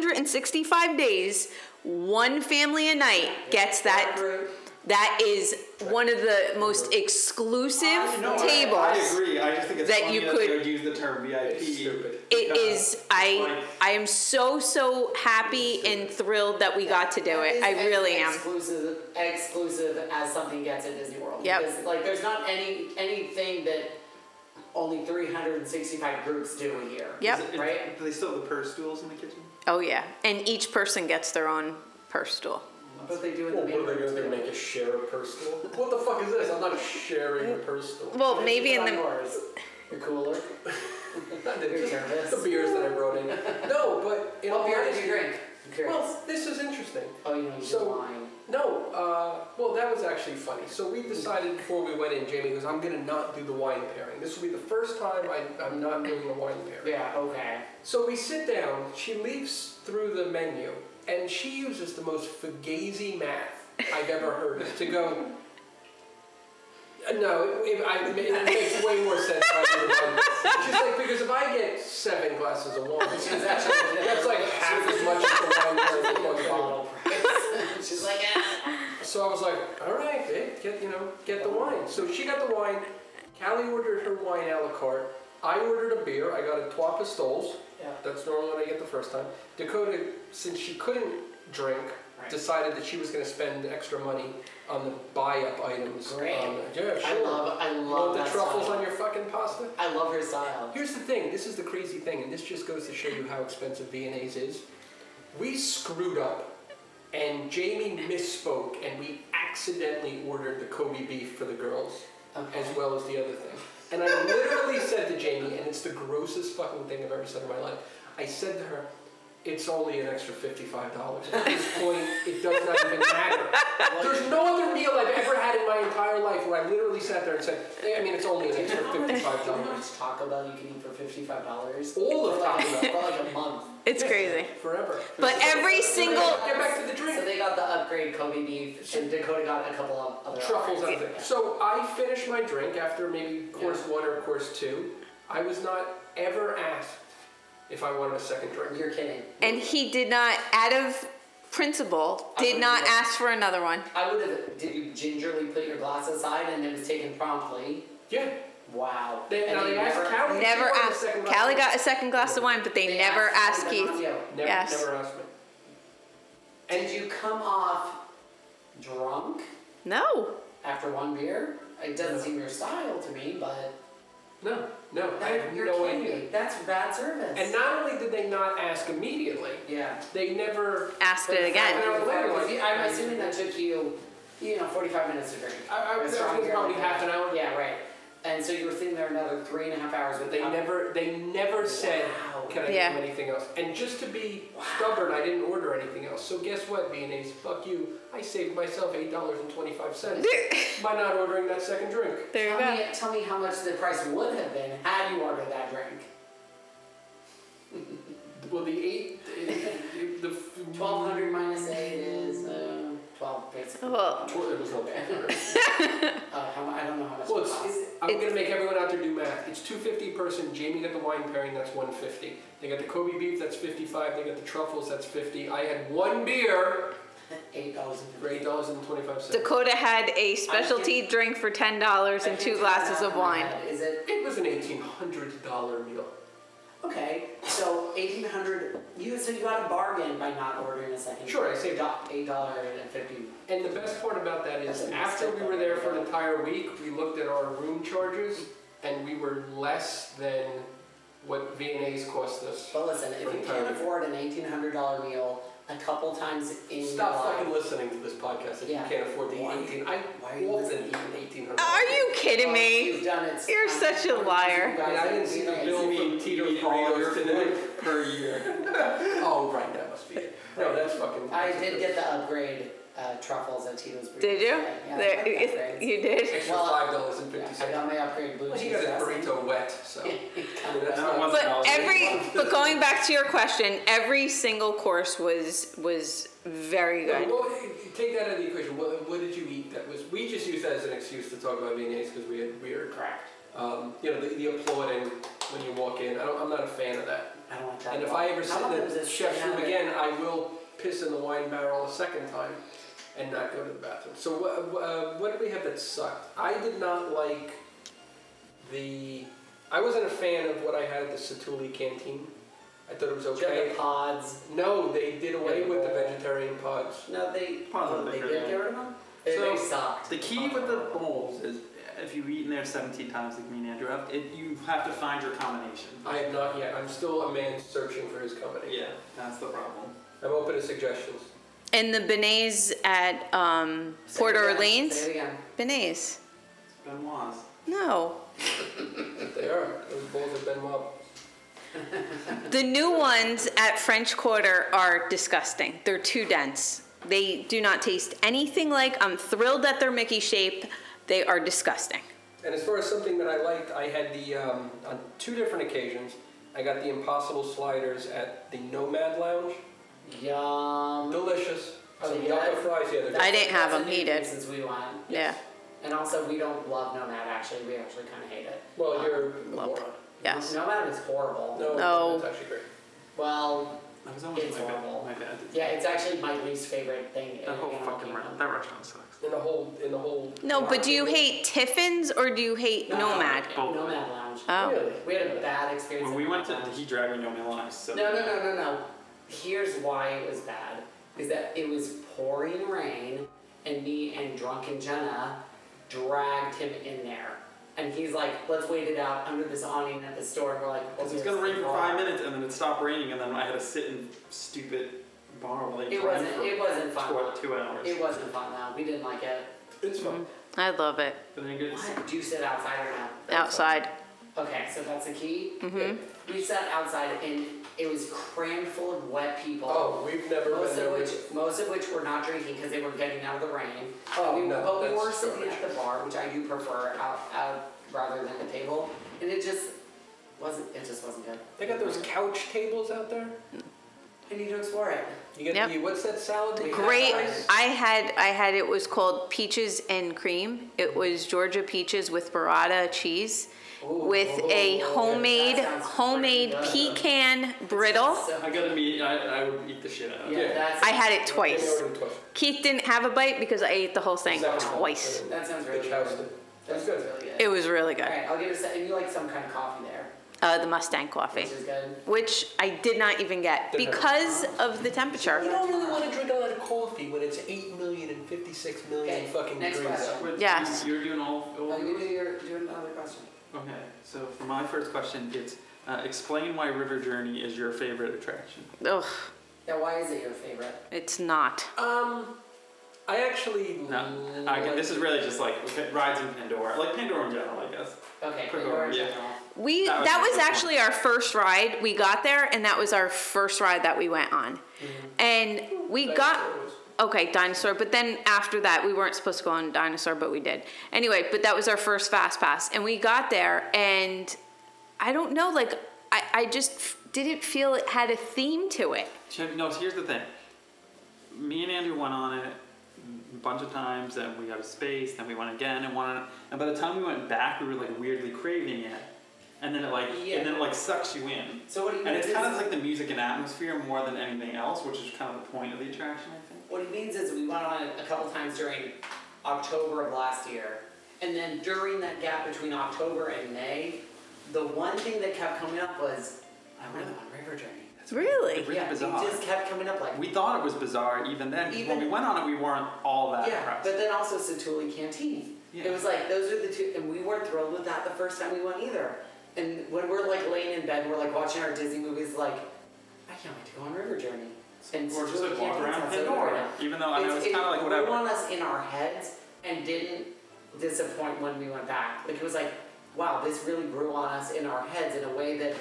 Speaker 3: 365 days, one family a night gets that
Speaker 1: Group.
Speaker 3: That is one of the most exclusive
Speaker 2: No, I-
Speaker 3: tables.
Speaker 2: I, agree. I just think it's
Speaker 3: that
Speaker 2: funny
Speaker 3: you
Speaker 2: that
Speaker 3: could-
Speaker 2: they would use the term VIP.
Speaker 4: It's stupid.
Speaker 3: It
Speaker 2: because
Speaker 3: is. I
Speaker 2: like-
Speaker 3: I am so so happy and thrilled that we got to do it.
Speaker 1: It's
Speaker 3: I
Speaker 1: as
Speaker 3: really am.
Speaker 1: Exclusive, exclusive as something gets at Disney World.
Speaker 3: Yep.
Speaker 1: Because, like, there's not any anything that only 365 groups do a year.
Speaker 3: Yep.
Speaker 2: Is it-
Speaker 1: Right?
Speaker 2: Do they still have the purse stools in the kitchen?
Speaker 3: Oh yeah. And each person gets their own purse stool.
Speaker 1: But they do in
Speaker 4: Well,
Speaker 1: the
Speaker 4: what
Speaker 1: main
Speaker 4: are they
Speaker 1: rooms,
Speaker 4: gonna do?
Speaker 1: too.
Speaker 4: Make us share a purse stool? What the fuck is this? I'm not sharing a purse stool.
Speaker 3: Well, maybe in
Speaker 1: Not
Speaker 3: the
Speaker 1: yours. Your cooler.
Speaker 4: Not the,
Speaker 1: You're
Speaker 4: just
Speaker 1: nervous.
Speaker 4: the beers that I brought in. No, but in
Speaker 1: What
Speaker 4: all
Speaker 1: beer did you
Speaker 4: honesty,
Speaker 1: drink? I'm curious.
Speaker 4: well, this is interesting.
Speaker 1: oh, you know, you
Speaker 4: so-
Speaker 1: wine.
Speaker 4: No, uh, well, that was actually funny. So we decided before we went in, Jamie goes, I'm going to not do the wine pairing. This will be the first time I, I'm not doing the wine pairing.
Speaker 1: Yeah, okay.
Speaker 4: So we sit down, she leaps through the menu, and she uses the most fugazi math I've ever heard to go. "Uh, No, it, it- I, it makes way more sense. if I do the wine." She's like, because if I get seven glasses of wine,
Speaker 1: She's actually
Speaker 4: that's like half as much as the wine pairing. that
Speaker 1: the
Speaker 4: goes on.
Speaker 1: bottle price. She's like, eh.
Speaker 4: So I was like, all right, eh, get you know, get the wine. So she got the wine. Callie ordered her wine a la carte. I ordered a beer. I got a trois pistoles.
Speaker 1: Yeah.
Speaker 4: That's normally what I get the first time. Dakota, since she couldn't drink,
Speaker 1: Right.
Speaker 4: decided that she was going to spend extra money on the buy-up items.
Speaker 1: Great.
Speaker 4: Um, yeah, sure.
Speaker 1: I love, I
Speaker 4: You
Speaker 1: love
Speaker 4: want the
Speaker 1: that
Speaker 4: truffles
Speaker 1: style.
Speaker 4: on your fucking pasta.
Speaker 1: I love her style.
Speaker 4: Here's the thing. This is the crazy thing, and this just goes to show you how expensive V&A's is. We screwed up, and Jamie misspoke, and we accidentally ordered the Kobe beef for the girls,
Speaker 1: Okay.
Speaker 4: as well as the other thing. And I literally said to Jamie, and it's the grossest fucking thing I've ever said in my life. I said to her, "It's only an extra fifty-five dollars." At this point, it does not even matter. There's no other meal I've ever had in my entire life where I literally sat there and said, "Eh, "I mean, it's only an extra fifty-five
Speaker 1: How
Speaker 4: dollars."
Speaker 1: much Taco Bell you can eat for fifty-five dollars?
Speaker 4: All of Taco Bell.
Speaker 1: for like a month.
Speaker 3: It's crazy.
Speaker 4: Forever.
Speaker 3: But every single
Speaker 4: Get back to the
Speaker 1: So
Speaker 4: drink.
Speaker 1: they got the upgrade Kobe beef, and Dakota got a couple of other
Speaker 4: Truffles out
Speaker 1: upgrades.
Speaker 4: there. So I finished my drink after maybe course one or course two. I was not ever asked if I wanted a second drink.
Speaker 1: You're kidding.
Speaker 3: and he did not, out of principle, did not ask for another one.
Speaker 1: I would have. Did you gingerly put your glass aside, and it was taken promptly?
Speaker 4: Yeah.
Speaker 1: Wow.
Speaker 4: They,
Speaker 1: And
Speaker 4: now
Speaker 1: they
Speaker 4: they asked
Speaker 1: never-
Speaker 4: Callie. if she
Speaker 3: Never
Speaker 4: wanted a
Speaker 3: asked.
Speaker 4: second glass.
Speaker 3: Callie got a second glass of wine, but they,
Speaker 1: they
Speaker 3: never
Speaker 1: asked
Speaker 3: asked
Speaker 1: them,
Speaker 3: Keith.
Speaker 1: not you.
Speaker 4: Never,
Speaker 3: Yes.
Speaker 4: never asked me.
Speaker 1: And you come off drunk
Speaker 3: No.
Speaker 1: after one beer? It doesn't seem your style to me, but
Speaker 4: No, no, I have
Speaker 1: you're
Speaker 4: no
Speaker 1: kidding
Speaker 4: idea.
Speaker 1: me. That's bad service.
Speaker 4: And not only did they not ask immediately,
Speaker 1: yeah.
Speaker 4: they never.
Speaker 3: Asked it
Speaker 1: Half an
Speaker 3: again.
Speaker 1: hour later, like, you- I'm assuming that took you, you know, 45 minutes to drink.
Speaker 4: I, I was
Speaker 1: Restaurant
Speaker 4: thinking
Speaker 1: beer,
Speaker 4: probably
Speaker 1: like
Speaker 4: half an
Speaker 1: that.
Speaker 4: hour.
Speaker 1: Oh, Yeah, right. And so you were sitting there another three and a half hours, but
Speaker 4: They never they never said
Speaker 1: Wow.
Speaker 4: can I
Speaker 3: Yeah.
Speaker 4: give you anything else. And just to be stubborn, I didn't order anything else. So guess what, Viennese? Fuck you. I saved myself eight dollars and twenty five cents by not ordering that second drink.
Speaker 3: There
Speaker 1: Tell
Speaker 3: you go.
Speaker 1: me, tell me how much the price would have been had you ordered that drink.
Speaker 4: Well, the eight the, the f-
Speaker 1: 1200 minus 8 is uh, 12, basically.
Speaker 3: Well,
Speaker 4: Well, there was no bad order.
Speaker 1: Uh, how, mu- I don't know how much
Speaker 4: Well,
Speaker 1: it costs.
Speaker 4: it's, I'm gonna make everyone out there do math. It's two fifty person. Jamie got the wine pairing. That's one fifty. They got the Kobe beef. That's fifty five. They got the truffles. That's fifty. I had one beer
Speaker 1: Eight dollars and
Speaker 4: for eight dollars and twenty five cents.
Speaker 3: Dakota had a specialty drink for ten dollars and two glasses of wine.
Speaker 1: Is it
Speaker 4: It was an eighteen hundred dollar meal.
Speaker 1: okay? So eighteen hundred. You so you got a bargain by not ordering a second.
Speaker 4: Sure, I saved
Speaker 1: up eight dollar and fifty.
Speaker 4: And the best part about that is,
Speaker 1: That's a
Speaker 4: after
Speaker 1: mistake.
Speaker 4: we were there for an entire week, we looked at our room charges, and we were less than what V&A's cost us.
Speaker 1: But listen, if you can't afford an eighteen hundred dollar meal a couple times in
Speaker 4: Stop
Speaker 1: your life,
Speaker 4: fucking listening to this podcast if
Speaker 1: Yeah.
Speaker 4: you can't afford the
Speaker 1: Why-
Speaker 4: 18. I
Speaker 1: why are you
Speaker 4: often
Speaker 1: listening?
Speaker 4: eat an 1800.
Speaker 3: Are you kidding
Speaker 1: You've
Speaker 3: me?
Speaker 1: done it.
Speaker 3: You're such a liar.
Speaker 4: I, mean, I didn't see the bill
Speaker 2: mean
Speaker 4: from Tito's
Speaker 2: $80
Speaker 4: Ballers today.
Speaker 2: per year.
Speaker 4: Oh, right, that must be it. No, that's fucking.
Speaker 1: I did get the upgrade uh, truffles at Tito's. Burritos
Speaker 3: Did you?
Speaker 1: today. Yeah, I
Speaker 3: There,
Speaker 1: got upgrades.
Speaker 3: you did.
Speaker 4: extra
Speaker 1: Well,
Speaker 4: five dollars and fifty
Speaker 1: Yeah, I
Speaker 4: cents.
Speaker 1: got my upgrade blue
Speaker 4: uh, Well, he
Speaker 1: cheese
Speaker 4: got his
Speaker 1: dressing.
Speaker 4: burrito wet, so. I mean,
Speaker 2: That
Speaker 4: that's not-
Speaker 2: was-
Speaker 3: But every but going back to your question, every single course was was very
Speaker 4: Yeah,
Speaker 3: good.
Speaker 4: well, take that out of the equation. What, what did you eat? That was we just used that as an excuse to talk about mayonnaise because we had weird.
Speaker 1: Correct.
Speaker 4: Um, you know the, the applauding when you walk in. I don't, I'm not a fan of that.
Speaker 1: I don't like that.
Speaker 4: And if
Speaker 1: at all.
Speaker 4: I ever sit
Speaker 1: How about
Speaker 4: in
Speaker 1: it was
Speaker 4: the
Speaker 1: a
Speaker 4: chef's room
Speaker 1: habit?
Speaker 4: again, I will piss in the wine barrel a second time and not go to the bathroom. So what, uh, what did we have that sucked? I did not like the. I wasn't a fan of what I had at the Satuli canteen. I thought it was
Speaker 1: Did you have
Speaker 4: okay.
Speaker 1: the pods.
Speaker 4: No, they did away
Speaker 1: Yeah, the
Speaker 4: with the
Speaker 1: bowl.
Speaker 4: vegetarian pods.
Speaker 1: No, they.
Speaker 2: Pods are
Speaker 1: they
Speaker 2: bigger
Speaker 1: did
Speaker 2: than-
Speaker 1: get rid of them. They,
Speaker 2: So,
Speaker 1: they stopped.
Speaker 2: The key with the bowls is if you've eaten there 17 times, like me and Andrew, have, it, you have to find your combination.
Speaker 4: I have not yet. I'm still a man searching for his company.
Speaker 2: Yeah, that's the problem.
Speaker 4: I'm open to suggestions.
Speaker 3: And the beignets at um,
Speaker 1: Say
Speaker 3: Port
Speaker 1: it again,
Speaker 3: Orleans,
Speaker 1: Say it again.
Speaker 3: beignets.
Speaker 2: Benoit's.
Speaker 3: No,
Speaker 4: They are. Those bowls have been well.
Speaker 3: the new ones at French Quarter are disgusting. They're too dense. They do not taste anything like. I'm thrilled that they're Mickey shape. They are disgusting.
Speaker 4: And as far as something that I liked, I had the um, on two different occasions. I got the Impossible sliders at the Nomad Lounge.
Speaker 1: Yum.
Speaker 4: Delicious. I
Speaker 1: So
Speaker 4: mean,
Speaker 1: you
Speaker 4: y'all
Speaker 1: had-
Speaker 4: got fries the other day.
Speaker 3: I didn't have
Speaker 1: That's a
Speaker 3: them.
Speaker 1: new
Speaker 3: He did.
Speaker 1: Since we went,
Speaker 3: Yeah.
Speaker 1: and also we don't love Nomad. Actually, we actually kind of hate it.
Speaker 4: Well,
Speaker 1: Um,
Speaker 4: you're a
Speaker 3: Love
Speaker 4: moron.
Speaker 3: it. Yes.
Speaker 1: Nomad is horrible.
Speaker 4: No,
Speaker 3: No.
Speaker 4: that's actually great.
Speaker 1: Well,
Speaker 2: That was almost
Speaker 1: It's
Speaker 2: my
Speaker 1: horrible.
Speaker 2: dad. My dad did.
Speaker 1: yeah, it's actually my least favorite thing.
Speaker 2: That
Speaker 1: in
Speaker 2: whole
Speaker 1: Animal
Speaker 2: fucking
Speaker 1: Kingdom.
Speaker 2: restaurant. That restaurant sucks.
Speaker 4: In the whole, in the whole.
Speaker 3: No, but do you hate Tiffins or do you hate
Speaker 1: No,
Speaker 3: Nomad?
Speaker 2: Both.
Speaker 1: Nomad Lounge.
Speaker 3: Oh.
Speaker 4: Really?
Speaker 1: We had a bad experience.
Speaker 2: When
Speaker 1: at
Speaker 2: we went to,
Speaker 1: Nomad Lounge.
Speaker 2: he dragged me to Milan. So
Speaker 1: No, no, no, no, no. Here's why it was bad. Is that it was pouring rain, and me and drunken Jenna dragged him in there. And he's like, let's wait it out under this awning at the store. And we're like, well,
Speaker 2: Because it was
Speaker 1: there's
Speaker 2: gonna rain for
Speaker 1: the bar.
Speaker 2: five minutes and then it stopped raining and then I had to sit in stupid bar while they
Speaker 1: It
Speaker 2: dried
Speaker 1: wasn't,
Speaker 2: for
Speaker 1: it wasn't fun.
Speaker 2: tw- two hours.
Speaker 1: It wasn't fun though. We didn't like it.
Speaker 4: It's fun.
Speaker 3: I love it.
Speaker 2: But then you get
Speaker 1: Why do you sit outside or no?
Speaker 3: Outside.
Speaker 1: Okay, so that's the key. Mm-hmm. We sat outside and it was crammed full of wet people.
Speaker 4: Oh, we've never
Speaker 1: Most
Speaker 4: been
Speaker 1: of
Speaker 4: there.
Speaker 1: which, most of which were not drinking because they were getting out of the rain.
Speaker 4: Oh,
Speaker 1: we,
Speaker 4: no,
Speaker 1: but we
Speaker 4: that's
Speaker 1: were sitting
Speaker 4: garbage.
Speaker 1: at the bar, which I do prefer out, out rather than the table, and it just wasn't. It just wasn't good.
Speaker 4: They got those couch tables out there.
Speaker 1: I need to explore it.
Speaker 4: You get
Speaker 3: Yep.
Speaker 4: the what's that salad? we had?
Speaker 3: Great.
Speaker 4: Fries?
Speaker 3: I had I had it was called peaches and cream. It was Georgia peaches with burrata cheese with
Speaker 4: Oh,
Speaker 3: a homemade
Speaker 1: sounds freaking
Speaker 3: homemade
Speaker 1: good.
Speaker 3: pecan brittle.
Speaker 1: So,
Speaker 2: I gotta be I, I would eat the shit out of
Speaker 1: yeah,
Speaker 2: it.
Speaker 4: Yeah.
Speaker 1: That's,
Speaker 3: I had it
Speaker 4: They
Speaker 3: twice.
Speaker 4: ordered twice.
Speaker 3: Keith didn't have a bite because I ate the whole thing
Speaker 4: Exactly.
Speaker 3: twice.
Speaker 1: That sounds
Speaker 4: They
Speaker 1: really good.
Speaker 4: choused it.
Speaker 1: That
Speaker 4: That's
Speaker 1: sounds
Speaker 4: good.
Speaker 1: really good.
Speaker 3: It was really
Speaker 1: All
Speaker 3: good.
Speaker 1: right, I'll get a set. And you like some kind of coffee there,
Speaker 3: Uh, the Mustang coffee,
Speaker 1: which is good.
Speaker 3: which I did not even get
Speaker 4: Didn't have it.
Speaker 3: because of the
Speaker 4: You
Speaker 3: temperature.
Speaker 4: don't really want to drink a lot of coffee when it's 8 million and 56 million
Speaker 1: Okay,
Speaker 4: fucking
Speaker 1: next
Speaker 4: degrees
Speaker 1: question.
Speaker 4: out.
Speaker 2: But
Speaker 3: Yes.
Speaker 2: You, you're doing all. all
Speaker 1: Oh,
Speaker 2: of
Speaker 1: you
Speaker 2: yours?
Speaker 1: do your do another question.
Speaker 2: Okay. So for my first question, it's uh, explain why River Journey is your favorite attraction.
Speaker 3: Ugh,
Speaker 1: Yeah, why is it your favorite?
Speaker 3: it's not.
Speaker 4: Um, I actually.
Speaker 2: No, I can, this is really just like okay, rides in Pandora, like Pandora in general, I guess.
Speaker 1: Okay,
Speaker 2: Quick
Speaker 1: Pandora
Speaker 2: overview.
Speaker 1: General.
Speaker 3: We
Speaker 2: That was
Speaker 3: that
Speaker 2: the
Speaker 3: was
Speaker 2: first
Speaker 3: actually our first ride. We got there and that was our first ride that we went on. And we got okay, dinosaur, but then after that we weren't supposed to go on dinosaur, but we did. Anyway, but that was our first fast pass and we got there and I don't know like I I just f- didn't feel it had a theme to it.
Speaker 2: Jim, no, so here's the thing. Me and Andrew went on it a bunch of times, and we got a space, then we went again and went on. And by the time we went back, we were like weirdly craving it, and then it like
Speaker 1: Yeah.
Speaker 2: and then it like sucks you in.
Speaker 1: So what do you
Speaker 2: And
Speaker 1: mean?
Speaker 2: it's kind of like the music and atmosphere more than anything else, which is kind of the point of the attraction, I think.
Speaker 1: What it means is we went on it a couple times during October of last year. And then during that gap between October and May, the one thing that kept coming up was, I went on River Journey.
Speaker 3: Really?
Speaker 2: Really
Speaker 1: yeah,
Speaker 2: bizarre.
Speaker 1: it just kept coming up like,
Speaker 2: We thought it was bizarre even then. 'cause when
Speaker 1: Even-
Speaker 2: we went on it, we weren't all that
Speaker 1: yeah.
Speaker 2: impressed.
Speaker 1: But then also Satuli Canteen.
Speaker 2: Yeah.
Speaker 1: It was like, those are the two, and we weren't thrilled with that the first time we went either. And when we're like laying in bed, we're like watching our Disney movies, like, I can't wait to go on River Journey. And
Speaker 2: or just
Speaker 1: Satuli
Speaker 2: like walk
Speaker 1: Canteen
Speaker 2: around
Speaker 1: sounds so good right
Speaker 2: Pandora,
Speaker 1: now.
Speaker 2: even though I know it's kind of like
Speaker 1: it grew
Speaker 2: whatever.
Speaker 1: on us in our heads and didn't disappoint when we went back. Like it was like, wow, this really grew on us in our heads in a way that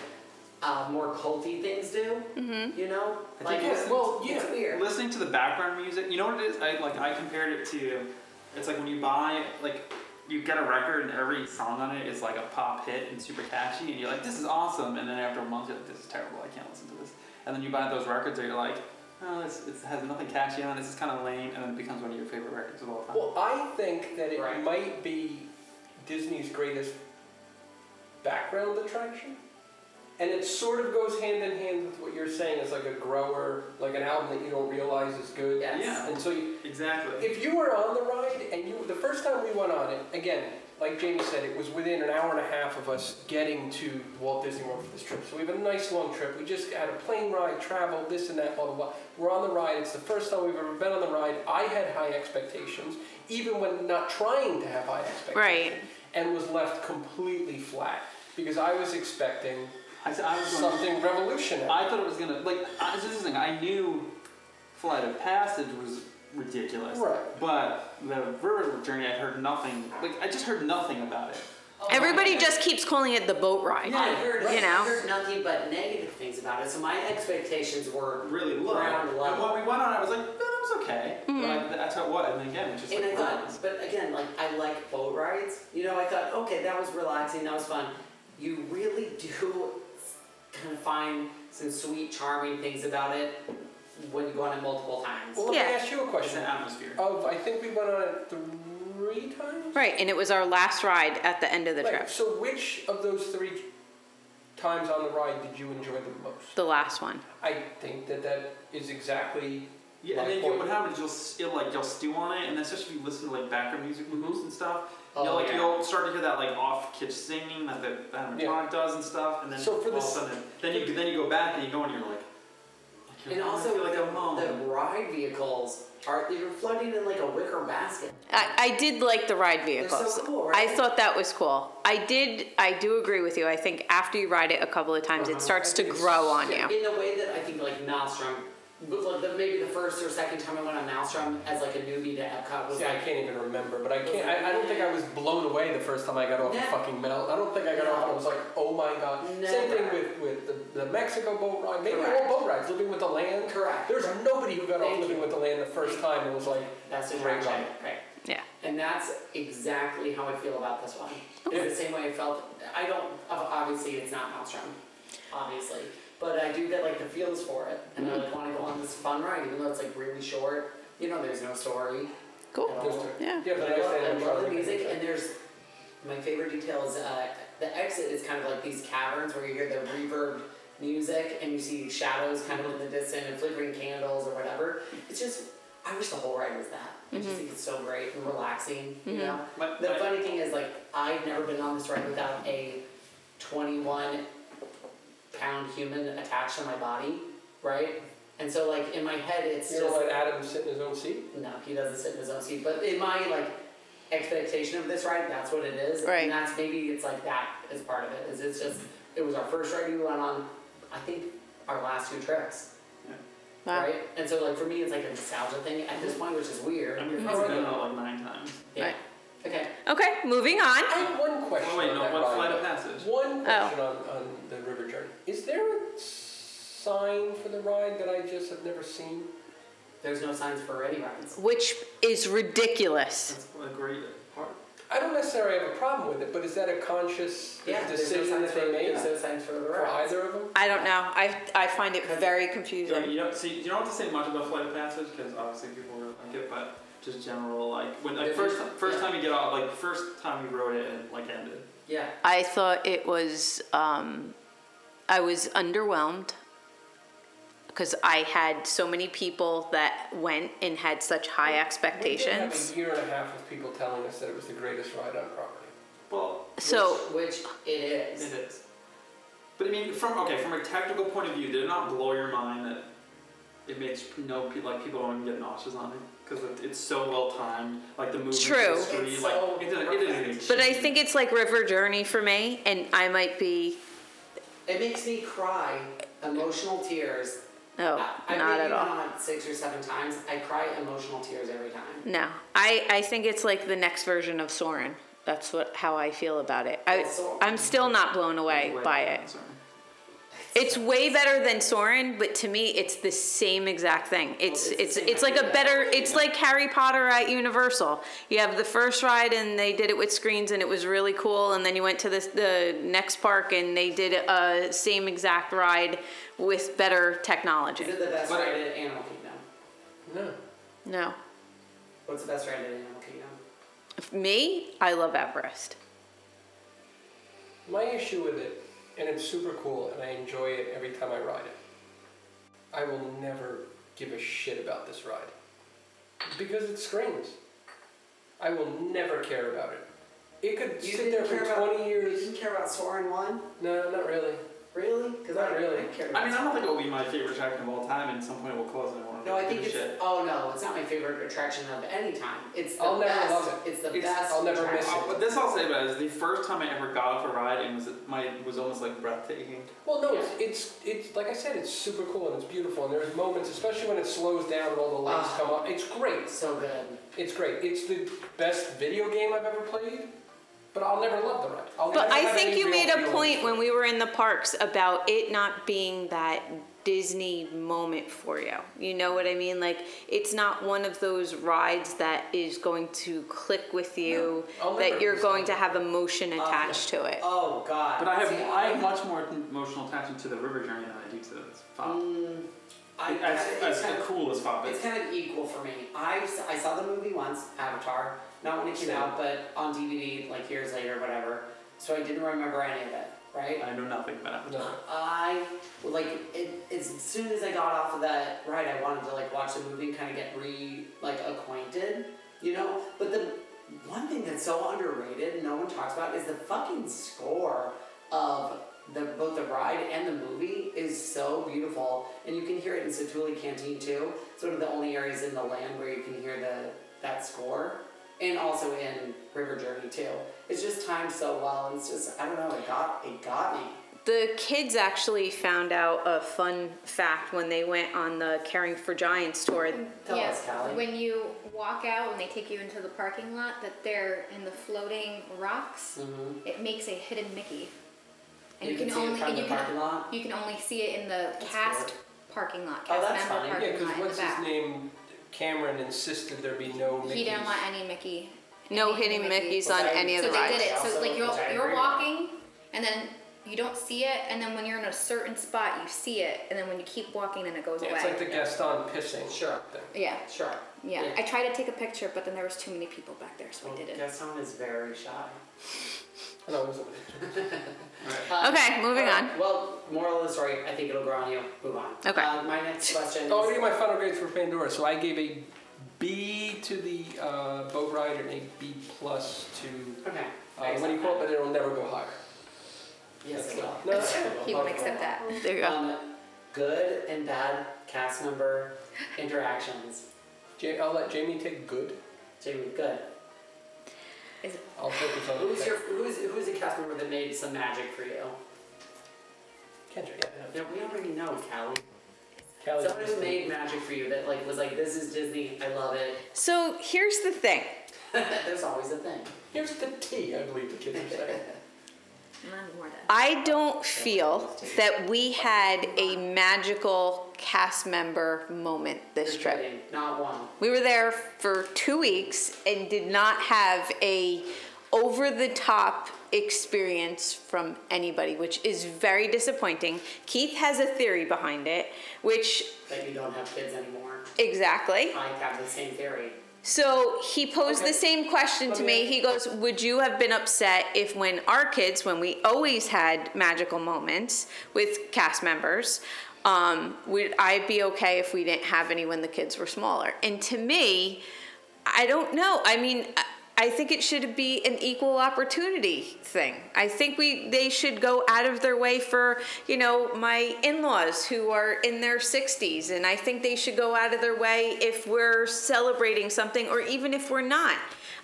Speaker 1: uh, more culty things do. Mm-hmm. You know,
Speaker 2: I
Speaker 1: like
Speaker 2: think
Speaker 1: it's,
Speaker 2: it's-
Speaker 1: well,
Speaker 4: yeah,
Speaker 1: it's weird.
Speaker 2: listening to the background music you know what it is i like i compared it to it's like when you buy like you get a record and every song on it is like a pop hit and super catchy and you're like this is awesome and then after a month you're like this is terrible i can't listen to this and then you buy those records and you're like oh it's, it has nothing catchy on it this is kind of lame and then it becomes one of your favorite records of all time
Speaker 4: Well, I think that it
Speaker 1: Right.
Speaker 4: might be Disney's greatest background attraction. And it sort of goes hand in hand with what you're saying. It's like a grower, like an album that you don't realize is good.
Speaker 1: Yes.
Speaker 2: Yeah.
Speaker 4: And so you,
Speaker 2: exactly
Speaker 4: If you were on the ride and you, the first time we went on it, again, like Jamie said, it was within an hour and a half of us getting to Walt Disney World for this trip. So we have a nice long trip. We just had a plane ride, travel, this and that, blah blah blah. We're on the ride. It's the first time we've ever been on the ride. I had high expectations, even when not trying to have high expectations,
Speaker 3: Right.
Speaker 4: and was left completely flat because I was expecting
Speaker 2: I, s- I was gonna-
Speaker 4: something revolutionary.
Speaker 2: I thought it was gonna like. I, this is the thing. I knew Flight of Passage was ridiculous,
Speaker 4: Right.
Speaker 2: But the River Journey, I heard nothing. Like I just heard nothing about it.
Speaker 3: Everybody just keeps calling it the boat ride.
Speaker 1: I heard,
Speaker 3: You
Speaker 1: I
Speaker 3: know.
Speaker 1: heard nothing but negative things about it, so my expectations were
Speaker 2: Really low.
Speaker 1: ground
Speaker 2: And
Speaker 1: level.
Speaker 2: when we went on, I was like, "Man, I'm was okay. Like, that's how it was. And again, it's just
Speaker 1: And I
Speaker 2: like,
Speaker 1: thought, but again, like I like boat rides. You know, I thought, okay, that was relaxing, that was fun. You really do kind of find some sweet, charming things about it when you go on it multiple times.
Speaker 4: Well, let me
Speaker 3: Yeah.
Speaker 4: ask you a
Speaker 2: it's
Speaker 4: question.
Speaker 2: an atmosphere.
Speaker 4: Of, I think we went on it three times?
Speaker 3: Right, and it was our last ride at the end of the
Speaker 4: Right,
Speaker 3: trip.
Speaker 4: so which of those three times on the ride did you enjoy the most?
Speaker 3: The last one.
Speaker 4: I think that that is exactly
Speaker 2: Yeah,
Speaker 4: Like
Speaker 2: and then
Speaker 4: what-
Speaker 2: you, what happens? You'll s- you'll like you'll stew on it, and especially if you listen to like background music
Speaker 4: Mm-hmm.
Speaker 2: loops and stuff.
Speaker 1: Oh,
Speaker 2: you'll like
Speaker 1: yeah.
Speaker 2: you'll start to hear that like off kitsch singing that the that
Speaker 4: Yeah.
Speaker 2: electronic does and stuff, and then
Speaker 4: So for
Speaker 2: all
Speaker 4: the
Speaker 2: of a
Speaker 4: s-
Speaker 2: sudden, then you then you go back and you go and you're like, I
Speaker 1: And also,
Speaker 2: I feel like I'm home.
Speaker 1: the ride vehicles are you're floating in like a wicker basket.
Speaker 3: I, I did like the ride vehicles.
Speaker 1: cool,
Speaker 3: I
Speaker 1: right?
Speaker 3: thought that was cool. I did. I do agree with you. I think after you ride it a couple of times,
Speaker 1: Uh-huh.
Speaker 3: it starts to grow on you.
Speaker 1: In a way that I think like Nostrum, but, like, the- maybe the first or second time I went on Nostrum as like a newbie to Epcot was
Speaker 4: See, I
Speaker 1: like,
Speaker 4: can't even remember, but I can't. I, I don't think I was blown away the first time I got off the
Speaker 1: No.
Speaker 4: fucking melt. I don't think I got off and I was like, oh my god. Same thing with, with the, the Mexico boat ride. Maybe
Speaker 1: Correct.
Speaker 4: all boat rides, living with the land.
Speaker 1: Correct.
Speaker 4: There's nobody who got off
Speaker 1: Thank
Speaker 4: living
Speaker 1: you.
Speaker 4: with the land the first time and was like,
Speaker 1: that's a
Speaker 4: great
Speaker 1: great
Speaker 4: ride.
Speaker 1: right?
Speaker 3: Yeah.
Speaker 1: And that's exactly how I feel about this one. It's the same way I felt. I don't. Obviously, it's not Maelstrom, obviously, but I do get like the feels for it, and I like want to go on this fun ride, even though it's like really short. You know, there's no story.
Speaker 3: Cool.
Speaker 4: There's-
Speaker 3: Yeah.
Speaker 4: Yeah,
Speaker 1: But
Speaker 4: but
Speaker 1: I
Speaker 4: I guess
Speaker 1: love,
Speaker 4: they
Speaker 1: I
Speaker 4: didn't try
Speaker 1: love the
Speaker 4: to make it
Speaker 1: music,
Speaker 4: better.
Speaker 1: and there's my favorite detail is uh, the exit is kind of like these caverns where you hear the reverb music and you see shadows kind of in
Speaker 4: Mm-hmm.
Speaker 1: the distance and flickering candles or whatever. It's just I wish the whole ride was that. I
Speaker 4: Mm-hmm.
Speaker 1: just think it's so great and relaxing. You know,
Speaker 2: But-
Speaker 1: the
Speaker 2: but-
Speaker 1: funny thing is like I've never been on this ride without a twenty-one pound human attached to my body, right? And so like in my head, it's
Speaker 4: You
Speaker 1: just
Speaker 4: don't let Adam sit in his own seat?
Speaker 1: no, he doesn't sit in his own seat. But in my like expectation of this ride, that's what it is.
Speaker 3: Right.
Speaker 1: And that's maybe it's like that is part of it. Is it's just it was our first ride we went on. I think our last two trips.
Speaker 3: Wow.
Speaker 1: Right. And so like for me, it's like a nostalgia thing at this point, which is weird.
Speaker 2: I mean,
Speaker 1: because-
Speaker 2: I've been out like nine times.
Speaker 1: yeah.
Speaker 3: Right.
Speaker 1: Okay.
Speaker 3: Okay. Moving
Speaker 4: I
Speaker 3: on.
Speaker 4: have one question.
Speaker 2: Oh wait,
Speaker 4: on
Speaker 2: no,
Speaker 4: that
Speaker 2: one
Speaker 4: ride.
Speaker 2: flight of passage.
Speaker 4: One question on, on the river journey. Is there a sign for the ride that I just have never seen?
Speaker 1: There's no signs for any rides.
Speaker 3: Which is ridiculous.
Speaker 2: That's a great part.
Speaker 4: I don't necessarily have a problem with it, but is that a conscious
Speaker 1: Yeah. There's no
Speaker 4: decision
Speaker 1: signs
Speaker 4: that
Speaker 1: for
Speaker 4: they made
Speaker 1: there's no signs for the
Speaker 4: for
Speaker 1: rides.
Speaker 4: either of them?
Speaker 3: I don't know. I I find it very
Speaker 2: You don't,
Speaker 3: confusing.
Speaker 2: you don't see. You don't have to say much about flight of passage because obviously people really like it, but just general like when like
Speaker 1: Yeah,
Speaker 2: first
Speaker 1: yeah.
Speaker 2: first time you get off, like first time you rode it and like ended.
Speaker 1: Yeah.
Speaker 3: I thought it was. Um, I was underwhelmed because I had so many people that went and had such high expectations.
Speaker 4: We did have a year and a half of people telling us that it was the greatest ride on property.
Speaker 2: Well,
Speaker 3: So
Speaker 1: Which, which it
Speaker 2: it
Speaker 1: is.
Speaker 2: is. But I mean, from okay, from a technical point of view, did it not blow your mind that it makes no pe- like people don't even get nauseous on it because it, it's so well timed, like the movement,
Speaker 3: True.
Speaker 2: the screen,
Speaker 1: It's
Speaker 2: like
Speaker 1: so
Speaker 2: it, doesn't- it is.
Speaker 3: But I think it's like River Journey for me, and I might be.
Speaker 1: It makes me cry emotional tears
Speaker 3: Oh,
Speaker 1: I- I've
Speaker 3: not
Speaker 1: maybe
Speaker 3: at all.
Speaker 1: gone six or seven times. I cry emotional tears every time.
Speaker 3: No, I, I think it's like the next version of Soren. That's what how I feel about it. I,
Speaker 1: Soarin'.
Speaker 3: I'm still not blown away by it.
Speaker 2: Sorry.
Speaker 3: It's way better than Soren, but to me, it's the same exact thing. It's
Speaker 1: it's the
Speaker 3: it's
Speaker 1: same
Speaker 3: it's like a
Speaker 1: idea.
Speaker 3: better. It's like Harry Potter at Universal. You have the first ride, and they did it with screens, and it was really cool. And then you went to the the next park, and they did a same exact ride with better technology.
Speaker 1: Is it the best
Speaker 2: But-
Speaker 1: ride at Animal Kingdom?
Speaker 4: No.
Speaker 3: No.
Speaker 1: What's the best ride at Animal Kingdom?
Speaker 3: Me, I love Everest.
Speaker 4: My issue with it, and it's super cool, and I enjoy it every time I ride it. I will never give a shit about this ride because it screams. I will never care about it. It could
Speaker 1: You
Speaker 4: sit
Speaker 1: didn't
Speaker 4: there for
Speaker 1: care about-
Speaker 4: 20
Speaker 1: You
Speaker 4: years.
Speaker 1: didn't care about Soren One,
Speaker 4: No, not really.
Speaker 1: really? Because I
Speaker 4: Not really.
Speaker 1: I care about
Speaker 2: I mean, I don't think it'll be my favorite attraction of all time, and at some point it will close and I won't
Speaker 1: No, I
Speaker 2: give
Speaker 1: think
Speaker 2: a
Speaker 1: it's.
Speaker 2: shit.
Speaker 1: Oh no, it's not my favorite attraction of any time. It's the
Speaker 4: I'll never
Speaker 1: best.
Speaker 4: love it.
Speaker 1: It's the
Speaker 2: It's-
Speaker 1: best.
Speaker 4: I'll never miss
Speaker 1: attraction.
Speaker 2: Uh, but this I'll say about it is the first time I ever got off a ride and was my was almost like breathtaking.
Speaker 4: Well, no,
Speaker 1: Yeah.
Speaker 4: it's, it's it's like I said, it's super cool and it's beautiful. And there's moments, especially when it slows down and all the lights
Speaker 1: Ah.
Speaker 4: come up. It's great.
Speaker 1: So good.
Speaker 4: It's great. It's the best video game I've ever played, But I'll never love the ride. I'll
Speaker 3: But
Speaker 4: never
Speaker 3: I
Speaker 4: have
Speaker 3: think
Speaker 4: any
Speaker 3: you
Speaker 4: real
Speaker 3: made a
Speaker 4: feeling
Speaker 3: point
Speaker 4: for
Speaker 3: when
Speaker 4: it.
Speaker 3: we were in the parks about it not being that Disney moment for you. You know what I mean? Like it's not one of those rides that is going to click with you
Speaker 4: I'll
Speaker 3: that
Speaker 4: never
Speaker 3: you're
Speaker 4: lose
Speaker 3: going
Speaker 4: that.
Speaker 3: to have emotion attached to it.
Speaker 1: Oh God.
Speaker 2: But I have
Speaker 1: See,
Speaker 2: I have much more emotional attachment to the river journey than I do to this fop.
Speaker 1: Mm, I,
Speaker 2: as
Speaker 1: I-
Speaker 2: as
Speaker 1: it's kind of-
Speaker 2: cool as fop
Speaker 1: It's
Speaker 2: is.
Speaker 1: kind of equal for me. I I saw the movie once, Avatar, not when it came out, but on DVD like years later, whatever. So I didn't remember any of it, right?
Speaker 2: I know nothing about it.
Speaker 4: No.
Speaker 1: I like it, as soon as I got off of that ride, I wanted to like watch the movie and kind of get re like acquainted, you know. But the one thing that's so underrated, and no one talks about, is the fucking score of the both the ride and the movie is so beautiful, and you can hear it in Satuli Canteen too. It's one of the only areas in the land where you can hear the that score. And also in River Journey too. It's just timed so well, and it's just I don't know. It got it got me.
Speaker 3: The kids actually found out a fun fact when they went on the Caring for Giants tour.
Speaker 1: Tell
Speaker 6: yeah,
Speaker 1: us, Callie.
Speaker 6: when you walk out and they take you into the parking lot, that they're in the floating rocks, it makes a hidden Mickey.
Speaker 1: Mm-hmm. You
Speaker 6: And you,
Speaker 1: can see it
Speaker 6: only
Speaker 1: from
Speaker 6: and
Speaker 1: the
Speaker 6: you can,
Speaker 1: parking lot?
Speaker 6: you can only see it in the
Speaker 1: That's
Speaker 6: cast
Speaker 1: cool.
Speaker 6: parking lot,
Speaker 1: Oh,
Speaker 6: cast
Speaker 1: that's
Speaker 6: member
Speaker 1: funny.
Speaker 6: parking
Speaker 4: Yeah,
Speaker 6: lot
Speaker 4: because
Speaker 6: in the
Speaker 4: what's
Speaker 6: back.
Speaker 4: his name? Cameron insisted there be no Mickey's.
Speaker 6: He didn't want any Mickey.
Speaker 3: No
Speaker 6: any
Speaker 3: hidden Mickeys
Speaker 1: Well,
Speaker 3: on
Speaker 1: that-
Speaker 3: any of
Speaker 6: So
Speaker 3: the
Speaker 6: they
Speaker 1: Right.
Speaker 6: did
Speaker 3: rides.
Speaker 6: it. So
Speaker 1: Also,
Speaker 6: like you're
Speaker 1: which I
Speaker 6: you're
Speaker 1: agree with.
Speaker 6: walking, and then you don't see it, and then when you're in a certain spot, you see it, and then when you keep walking, then it goes
Speaker 4: Yeah,
Speaker 6: away.
Speaker 4: it's like the Gaston pissing.
Speaker 1: Sure.
Speaker 4: thing.
Speaker 6: yeah,
Speaker 1: Sure.
Speaker 6: yeah. I tried to take a picture, but then there was too many people back there, so I didn't.
Speaker 1: Gaston is very shy.
Speaker 4: No, it wasn't.
Speaker 3: Okay, moving on.
Speaker 1: Um, Well, moral of the story, I think it'll grow on you. Move on.
Speaker 3: Okay.
Speaker 1: Uh, my next question
Speaker 4: Oh, I
Speaker 1: is
Speaker 4: gave my final grades for Pandora, so I gave a B to the uh, boat ride and a B plus to
Speaker 1: Okay.
Speaker 4: uh, what do you call it? But it'll never go higher.
Speaker 1: Yes, it will.
Speaker 4: No,
Speaker 6: He won't accept that.
Speaker 3: There you go.
Speaker 1: Um, good and bad cast member interactions.
Speaker 4: Ja- I'll let Jamie take good.
Speaker 1: Jamie, good.
Speaker 6: Is it
Speaker 4: I'll focus on
Speaker 1: Who's
Speaker 4: the-
Speaker 1: your who's who's a cast member that made some magic for you?
Speaker 4: Kendra. Yeah,
Speaker 1: Yeah, we already know, Callie.
Speaker 4: yeah. Callie.
Speaker 1: Someone who made magic for you that like was like, this is Disney, I love it.
Speaker 3: So here's the thing.
Speaker 1: There's always a thing.
Speaker 4: Here's the T, I believe the kids are saying.
Speaker 6: not more than?
Speaker 3: I don't feel that we had a magical cast member moment this
Speaker 1: Just
Speaker 3: trip.
Speaker 1: kidding. Not one.
Speaker 3: We were there for 2 weeks and did not have a over the top experience from anybody, which is very disappointing. Keith has a theory behind it, which
Speaker 1: That you don't have kids anymore.
Speaker 3: exactly.
Speaker 1: I have the same theory.
Speaker 3: So he posed the same question to me. He goes, Would you have been upset if, when our kids, when we always had magical moments with cast members, um, would I be okay if we didn't have any when the kids were smaller? And to me, I don't know. I mean, I- I think it should be an equal opportunity thing. I think we they should go out of their way for, you know, my in-laws who are in their 60s and I think they should go out of their way if we're celebrating something or even if we're not.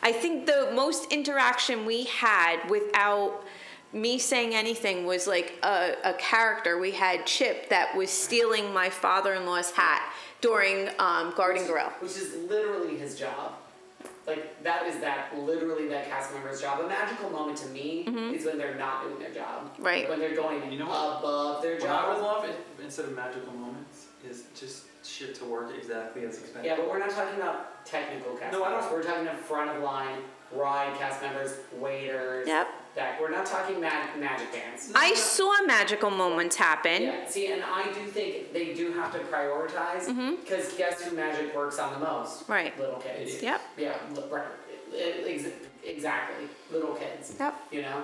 Speaker 3: I think the most interaction we had without me saying anything was like a, a character we had Chip that was stealing my father-in-law's hat during um, Garden Grill.
Speaker 1: Which is literally his job. Like that is that literally that cast member's job. A magical moment to me is when they're not doing their job.
Speaker 3: Mm-hmm. Right.
Speaker 1: When they're going
Speaker 2: You know what?
Speaker 1: above their
Speaker 2: What I
Speaker 1: job.
Speaker 2: would love i- instead of magical moments is just shit to work exactly as expected.
Speaker 1: yeah, but we're not talking about technical cast
Speaker 2: No, I don't-
Speaker 1: members. We're talking about front of line, ride cast members, waiters.
Speaker 3: Yep.
Speaker 1: That we're not talking mag- magic bands.
Speaker 3: I saw magical moments happen.
Speaker 1: Yeah, see, and I do think they do have to prioritize
Speaker 3: Mm-hmm.
Speaker 1: because guess who magic works on the most?
Speaker 3: Right.
Speaker 1: Little kids.
Speaker 3: Yep.
Speaker 1: Yeah, li- right. Ex- exactly. Little kids.
Speaker 3: Yep.
Speaker 1: You know?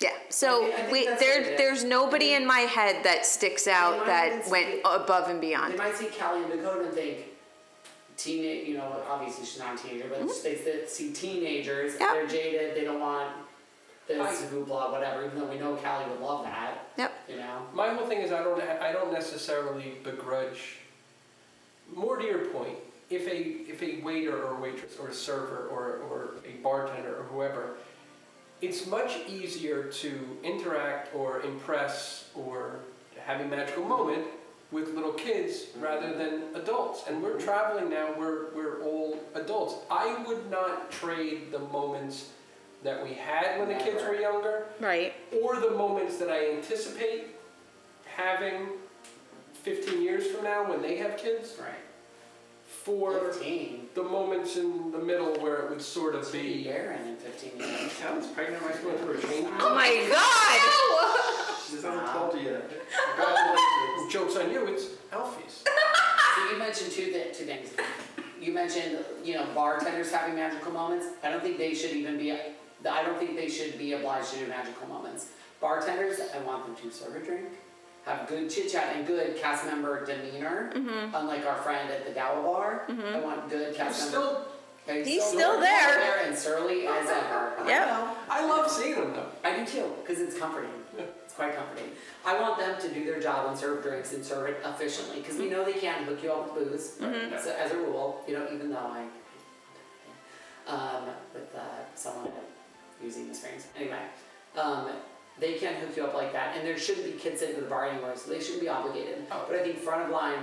Speaker 3: Yeah. So
Speaker 1: I think- I think
Speaker 3: we
Speaker 1: that's what it
Speaker 3: there
Speaker 1: is.
Speaker 3: there's nobody in my head that sticks out
Speaker 1: might
Speaker 3: that
Speaker 1: even
Speaker 3: went
Speaker 1: see-
Speaker 3: above and
Speaker 1: They
Speaker 3: beyond.
Speaker 1: might see Callie and Dakota and think, teenage, you know, obviously she's not a teenager, but they th- see teenagers,
Speaker 3: Yep.
Speaker 1: they're jaded, they don't want this
Speaker 4: I-
Speaker 1: hoopla, whatever, even though we know Callie would love that,
Speaker 3: Yep.
Speaker 1: you know?
Speaker 4: My whole thing is I don't I don't necessarily begrudge. More to your point, if a if a waiter or waitress or a server or or a bartender or whoever, it's much easier to interact or impress or have a magical moment with little kids rather than adults. And we're traveling now. We're we're all adults. I would not trade the moments that we had when the kids were younger,
Speaker 3: Right.
Speaker 4: or the moments that I anticipate having 15 years from now when they have kids,
Speaker 1: Right.
Speaker 4: for
Speaker 1: Fifteen.
Speaker 4: the moments in the middle where it would sort of
Speaker 1: Be
Speaker 4: be.
Speaker 1: barren in fifteen years.
Speaker 2: Sounds pregnant
Speaker 4: Am I going for a change?
Speaker 3: Oh my God.
Speaker 2: She just hasn't told you yet.
Speaker 4: Joke's on you, it's Alfie's.
Speaker 1: So you mentioned two, th- two things. You mentioned, you know, bartenders having magical moments. I don't think they should even be, I don't think they should be obliged to do magical moments. Bartenders, I want them to serve a drink, have good chit chat and good cast member demeanor,
Speaker 3: Mm-hmm.
Speaker 1: unlike our friend at the Dawa Bar. I want good cast
Speaker 4: He's
Speaker 1: member.
Speaker 4: still,
Speaker 3: He's still there.
Speaker 1: and surly as ever.
Speaker 3: Yep.
Speaker 4: I love seeing him though.
Speaker 1: I do too, because it's comforting. It's quite comforting. I want them to do their job and serve drinks and serve it efficiently, because we know they can't hook you up with booze. So as a rule, you know, even though I, um, with uh, someone using the strings. Anyway, um, they can't hook you up like that, and there shouldn't be kids sitting at the bar anywhere, so they shouldn't be obligated. But I think front of line,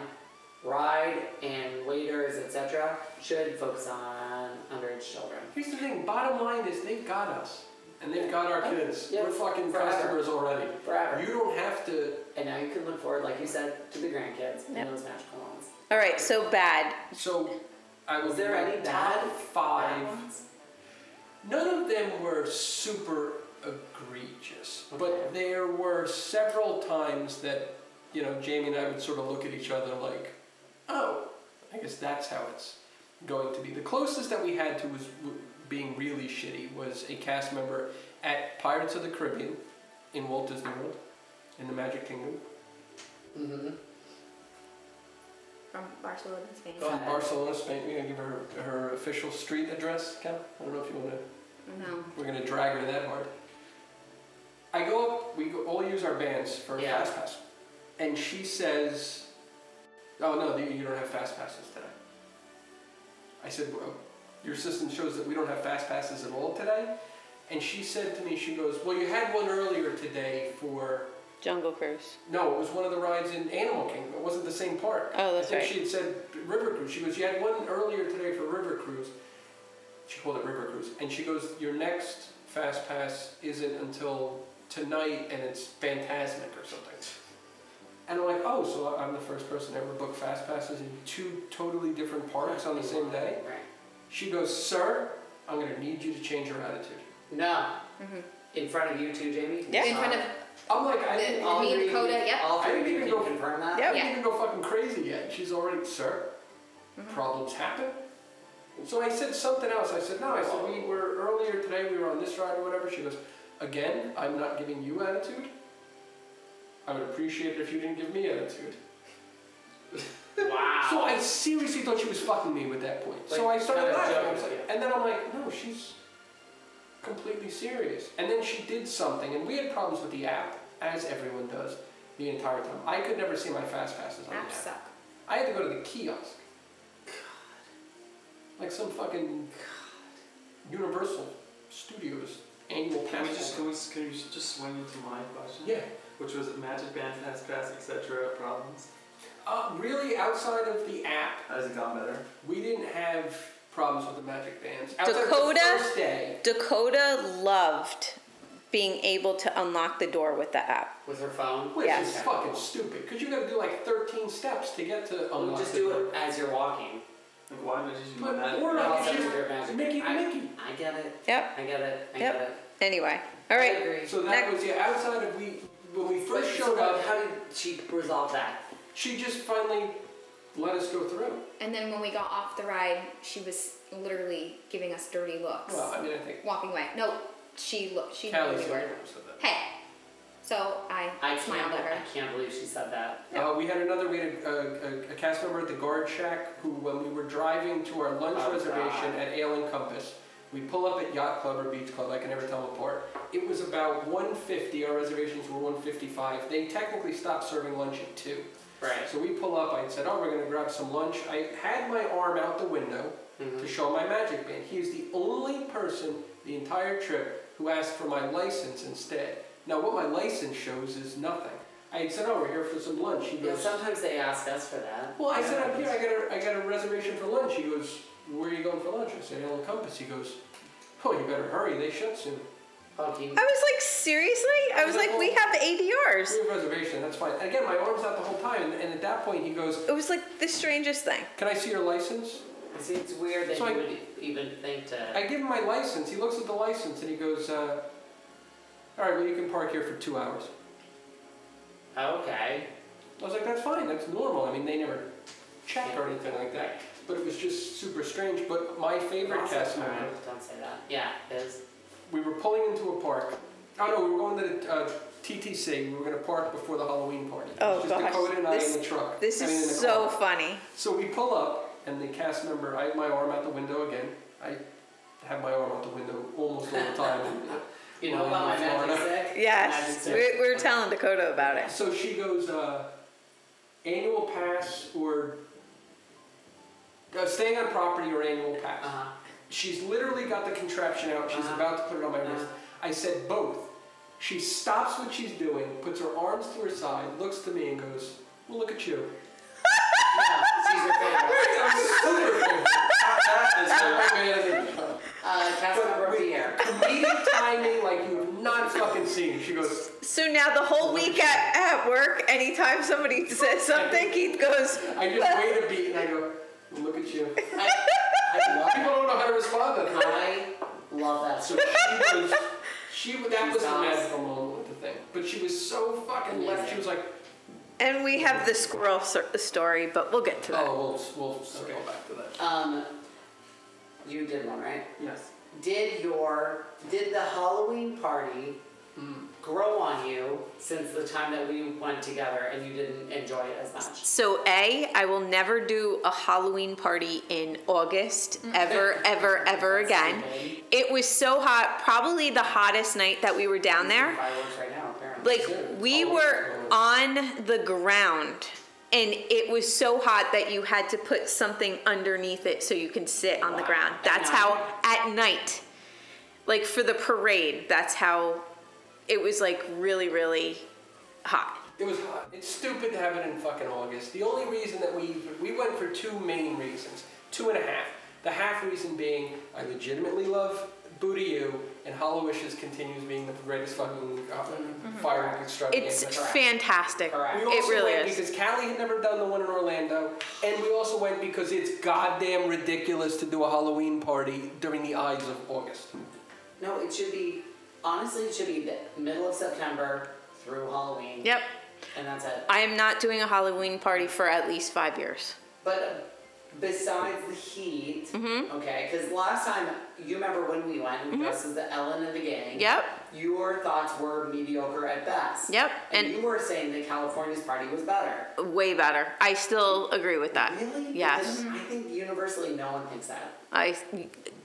Speaker 1: ride and waiters, etc., should focus on underage children.
Speaker 4: Here's the thing. Bottom line is they've got us, and they've got our kids.
Speaker 1: Yeah.
Speaker 4: We're fucking
Speaker 1: Forever.
Speaker 4: customers already.
Speaker 1: Forever.
Speaker 4: You don't have to.
Speaker 1: And now you can look forward, like you said, to the grandkids and those magical moments.
Speaker 3: All right. So bad.
Speaker 4: So, I was
Speaker 1: Was there any bad
Speaker 4: five.
Speaker 1: bad ones?
Speaker 4: None of them were super egregious, but there were several times that you know Jamie and I would sort of look at each other like, "Oh, I guess that's how it's going to be." The closest that we had to was w- being really shitty was a cast member at Pirates of the Caribbean in Walt Disney World in the Magic Kingdom
Speaker 1: Mm-hmm.
Speaker 6: From Barcelona, Spain.
Speaker 1: Go
Speaker 4: from
Speaker 1: ahead.
Speaker 4: Barcelona, Spain. We're gonna give her her official street address, Cal. I don't know if you wanna.
Speaker 6: No.
Speaker 4: We're gonna drag her that hard. I go up. We go, all use our bands for a
Speaker 1: Yeah.
Speaker 4: fast pass, and she says, "Oh no, you you don't have fast passes today." I said, "Well, your system shows that we don't have fast passes at all today." And she said to me, "She goes, well, you had one earlier today for."
Speaker 3: Jungle Cruise.
Speaker 4: No, it was one of the rides in Animal Kingdom. It wasn't the same park.
Speaker 3: Oh, that's
Speaker 4: I think
Speaker 3: right.
Speaker 4: she had said River Cruise. She goes, you had one earlier today for River Cruise. She called it River Cruise, and she goes, your next Fast Pass isn't until tonight, and it's Fantasmic or something. And I'm like, oh, so I'm the first person to ever book Fast Passes in two totally different parks on the same day.
Speaker 1: Right.
Speaker 4: She goes, sir, I'm going to need you to change your attitude.
Speaker 1: No. In front of you too, Jamie.
Speaker 3: Yeah.
Speaker 6: Mm-hmm. In front of
Speaker 4: I'm like, I didn't,
Speaker 6: the, me and
Speaker 1: three-
Speaker 6: Coda, yep.
Speaker 1: All
Speaker 4: I
Speaker 1: three of
Speaker 4: didn't
Speaker 1: you
Speaker 4: even
Speaker 1: can
Speaker 4: go-
Speaker 1: confirm that.
Speaker 3: Yep.
Speaker 4: I
Speaker 6: Yeah.
Speaker 4: didn't even go fucking crazy yet. She's already, sir,
Speaker 1: Mm-hmm.
Speaker 4: problems happen. So I said something else. I said, no, I said, we were earlier today, we were on this ride or whatever. She goes, again, I'm not giving you attitude. I would appreciate it if you didn't give me attitude.
Speaker 1: Wow.
Speaker 4: So I seriously thought she was fucking me with that point. so
Speaker 1: Ah.
Speaker 4: I
Speaker 1: Like,
Speaker 4: started
Speaker 1: kinda
Speaker 4: laughing. I
Speaker 1: joking
Speaker 4: was like-
Speaker 1: with you.
Speaker 4: and then I'm like, no, she's completely serious. And then she did something, and we had problems with the app, as everyone does, the entire time. I could never see my fast passes on the
Speaker 6: apps
Speaker 4: app.
Speaker 6: suck.
Speaker 4: I had to go to the kiosk. God. Like some fucking Universal Studios annual
Speaker 2: Can
Speaker 4: pass.
Speaker 2: we just
Speaker 4: holder.
Speaker 2: can we, can we just swing into my question?
Speaker 4: Yeah.
Speaker 2: Which was Magic Band, Fast Pass, etc. Problems.
Speaker 4: Uh, really, outside of the app,
Speaker 2: Has it gone better?
Speaker 4: we didn't have problems with the magic bands. Outside of the
Speaker 3: Dakota?
Speaker 4: first day.
Speaker 3: Dakota loved being able to unlock the door with the app.
Speaker 1: With her phone.
Speaker 4: Which
Speaker 3: Yes.
Speaker 4: is fucking stupid, because you gotta do like 13 steps to get to
Speaker 1: Well,
Speaker 4: unlock
Speaker 1: just
Speaker 4: the
Speaker 1: do
Speaker 4: door.
Speaker 1: it as you're walking.
Speaker 2: Like why did you do
Speaker 4: But-
Speaker 2: that?
Speaker 4: or
Speaker 1: Not
Speaker 4: like-
Speaker 1: set
Speaker 4: you-
Speaker 1: with your magic.
Speaker 4: Mickey,
Speaker 1: I,
Speaker 4: Mickey.
Speaker 1: I get it.
Speaker 3: Yep.
Speaker 1: I get it. I
Speaker 3: Yep.
Speaker 1: get it.
Speaker 3: Anyway. All
Speaker 1: I
Speaker 3: right.
Speaker 1: agree.
Speaker 4: So that
Speaker 3: Next-
Speaker 4: was, yeah, outside of we, when we
Speaker 1: But
Speaker 4: first
Speaker 1: so
Speaker 4: showed
Speaker 1: what-
Speaker 4: up,
Speaker 1: How did she resolve that?
Speaker 4: she just finally let us go through.
Speaker 6: And then when we got off the ride, she was literally giving us dirty looks.
Speaker 4: Well, I mean, I think
Speaker 6: walking away. No, she looked. She
Speaker 4: Callie
Speaker 6: knew we were.
Speaker 4: said said that.
Speaker 6: Hey. So I,
Speaker 1: I
Speaker 6: smiled
Speaker 1: can't.
Speaker 6: at her.
Speaker 1: I can't believe she said that.
Speaker 4: Uh, we had another, we had a, a, a cast member at the guard shack who, when we were driving to our lunch
Speaker 1: Oh,
Speaker 4: reservation
Speaker 1: God.
Speaker 4: at Ale and Compass, we pull up at Yacht Club or Beach Club, I can never tell them apart. It was about 150, our reservations were 155. They technically stopped serving lunch at 2.
Speaker 1: Right.
Speaker 4: So we pull up, I said, oh, we're going to grab some lunch. I had my arm out the window to show my magic band. He is the only person the entire trip who asked for my license instead. Now, what my license shows is nothing. I had said, oh, we're here for some lunch. He
Speaker 1: Yeah,
Speaker 4: goes,
Speaker 1: sometimes they ask us for that.
Speaker 4: well, I said, I'm here, I got, a, I got a reservation for lunch. He goes, where are you going for lunch? I said, I'll Compass. He goes, Oh, you better hurry. They shut soon.
Speaker 1: Fucking.
Speaker 3: I was like, seriously? I was like, we have ADRs.
Speaker 4: We have reservation. That's fine. And again, my arm's out the whole time. And at that point, he goes,
Speaker 3: It was like the strangest thing.
Speaker 4: "Can I see your license?"
Speaker 1: It seems weird that
Speaker 4: So
Speaker 1: you
Speaker 4: I-
Speaker 1: would even think to.
Speaker 4: I give him my license. He looks at the license and he goes, uh, "All right, well, you can park here for two hours."
Speaker 1: oh, okay.
Speaker 4: I was like, "That's fine. That's normal. I mean, they never check or anything like that." But it was just super strange. But my favorite
Speaker 1: Awesome.
Speaker 4: cast member.
Speaker 1: Alright, Don't say that. Yeah, it is.
Speaker 4: we were pulling into a park. Oh no, we were going to the uh, TTC. We were going to park before the Halloween party. It was
Speaker 3: Oh,
Speaker 4: just
Speaker 3: gosh.
Speaker 4: Dakota and I
Speaker 3: This-
Speaker 4: in the truck.
Speaker 3: This
Speaker 4: I mean, in the
Speaker 3: is so
Speaker 4: car.
Speaker 3: funny.
Speaker 4: So we pull up, and the cast member. I had my arm out the window again. I have my arm out the window almost all the time.
Speaker 1: You know
Speaker 4: Well,
Speaker 1: about my
Speaker 4: in
Speaker 1: magic
Speaker 4: Florida.
Speaker 1: stick? Magic
Speaker 3: Yes.
Speaker 1: stick.
Speaker 3: We, we were telling Dakota about it.
Speaker 4: so she goes, uh, annual pass or uh, staying on property or annual pass.
Speaker 1: Uh-huh.
Speaker 4: She's literally got the contraption out. She's
Speaker 1: Uh-huh.
Speaker 4: about to put it on my wrist.
Speaker 1: Uh-huh.
Speaker 4: I said both. She stops what she's doing, puts her arms to her side, looks to me, and goes, "Well, look at you."
Speaker 1: Yeah, she's your favorite.
Speaker 4: That was super cool. That is amazing.
Speaker 1: Uh, cast member of the year.
Speaker 4: Comedic timing, like you have not fucking seen. She goes,
Speaker 3: So now the whole week at, at work, anytime somebody says something, Keith goes,
Speaker 4: "I just wait a beat," and I go, "Well, "Look at you."
Speaker 1: I, I love
Speaker 4: People don't know how to respond to that.
Speaker 1: I love that
Speaker 4: So
Speaker 1: story.
Speaker 4: she was, she was- that was the
Speaker 1: She's
Speaker 4: magical moment with the thing. But she was so fucking left. She was like,
Speaker 3: and we have the squirrel cer- story, but we'll get to that.
Speaker 4: oh, we'll we'll circle back to that.
Speaker 1: Um, you did one, right?
Speaker 2: Yes.
Speaker 1: Did your did the Halloween party grow on you since the time that we went together and you didn't enjoy it as much?
Speaker 3: So, A, I will never do a Halloween party in August ever, ever, ever again.
Speaker 1: Stupid.
Speaker 3: It was so hot, probably the hottest night that we were down there.
Speaker 1: Fireworks right now, apparently.
Speaker 3: Like, we were on the ground, and it was so hot that you had to put something underneath it so you can sit on the
Speaker 1: Wow.
Speaker 3: ground.
Speaker 1: At
Speaker 3: That's
Speaker 1: night?
Speaker 3: how, at night, like for the parade, that's how it was like really, really hot.
Speaker 4: It was hot. It's stupid to have it in fucking August. The only reason that we we went for two main reasons, two and a half. The half reason being, I legitimately love Booty You, and Hollow Wishes continues being the greatest fucking uh, firework
Speaker 3: It's
Speaker 4: extravaganza.
Speaker 3: fantastic.
Speaker 1: Correct.
Speaker 4: We
Speaker 3: It
Speaker 4: also
Speaker 3: really
Speaker 4: went
Speaker 3: is.
Speaker 4: because Callie had never done the one in Orlando, and we also went because it's goddamn ridiculous to do a Halloween party during the Ides of August.
Speaker 1: No, it should be honestly it should be the middle of September through Halloween.
Speaker 3: Yep.
Speaker 1: And that's it.
Speaker 3: I am not doing a Halloween party for at least five years.
Speaker 1: But besides the heat,
Speaker 3: Mm-hmm.
Speaker 1: okay, because last time you remember when we went, we dressed as the Ellen of the gang.
Speaker 3: Yep.
Speaker 1: Your thoughts were mediocre at best.
Speaker 3: Yep,
Speaker 1: And,
Speaker 3: and-
Speaker 1: you were saying that California's party was better.
Speaker 3: Way better. I still agree with that.
Speaker 1: Really?
Speaker 3: Yes.
Speaker 1: Because I think universally no one thinks that.
Speaker 3: I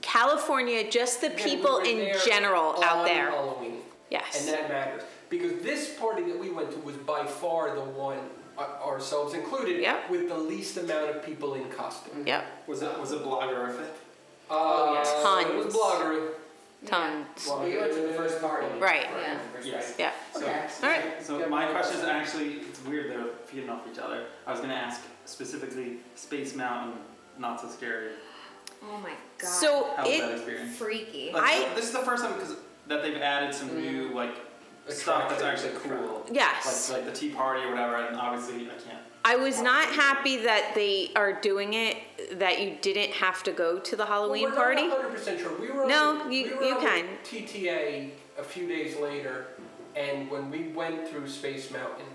Speaker 3: California, just the
Speaker 4: Again, we
Speaker 3: people
Speaker 4: were
Speaker 3: in
Speaker 4: there
Speaker 3: general out
Speaker 4: on
Speaker 3: there.
Speaker 4: Halloween.
Speaker 3: Yes.
Speaker 4: And that matters. Because this party that we went to was by far the one, uh, ourselves included,
Speaker 3: Yep.
Speaker 4: with the least amount of people in costume.
Speaker 3: Yep.
Speaker 2: Was it was it bloggerific?
Speaker 4: Uh,
Speaker 1: yes.
Speaker 4: It was
Speaker 3: Oh, Tons.
Speaker 4: bloggery.
Speaker 3: Tons.
Speaker 1: Well, you went to the first party.
Speaker 3: Right.
Speaker 6: Yeah.
Speaker 1: The first
Speaker 2: Yes.
Speaker 1: party.
Speaker 3: Yeah.
Speaker 1: Okay.
Speaker 2: So,
Speaker 3: Alright.
Speaker 2: so
Speaker 1: Good
Speaker 2: my
Speaker 1: one.
Speaker 2: question is actually it's weird they're feeding off each other. I was gonna ask specifically Space Mountain, not so scary.
Speaker 6: Oh my god.
Speaker 3: So
Speaker 2: How was that
Speaker 3: it
Speaker 2: experience?
Speaker 6: freaky.
Speaker 2: Like,
Speaker 3: I-
Speaker 2: this is the first time 'cause- that they've added some
Speaker 3: Mm.
Speaker 2: new like stuff that's
Speaker 4: Attractions
Speaker 2: actually
Speaker 4: and crap.
Speaker 2: cool.
Speaker 3: Yes.
Speaker 2: Like, like the Tea Party or whatever, and obviously I can't.
Speaker 3: I was not happy that they are doing it that you didn't have to go to the
Speaker 4: Well,
Speaker 3: Halloween
Speaker 4: we're
Speaker 3: party.
Speaker 4: Not 100% sure. We were
Speaker 3: No,
Speaker 4: on,
Speaker 3: you-
Speaker 4: we were
Speaker 3: you
Speaker 4: on
Speaker 3: can.
Speaker 4: TTA a few days later, and when we went through Space Mountain,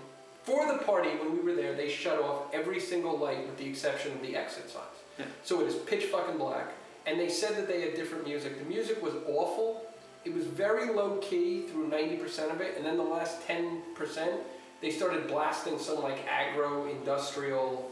Speaker 4: for the party, when we were there, they shut off every single light with the exception of the exit signs.
Speaker 2: Yeah.
Speaker 4: So it is pitch fucking black. And they said that they had different music. The music was awful. It was very low key through 90% of it, and then the last 10%, they started blasting some like agro industrial,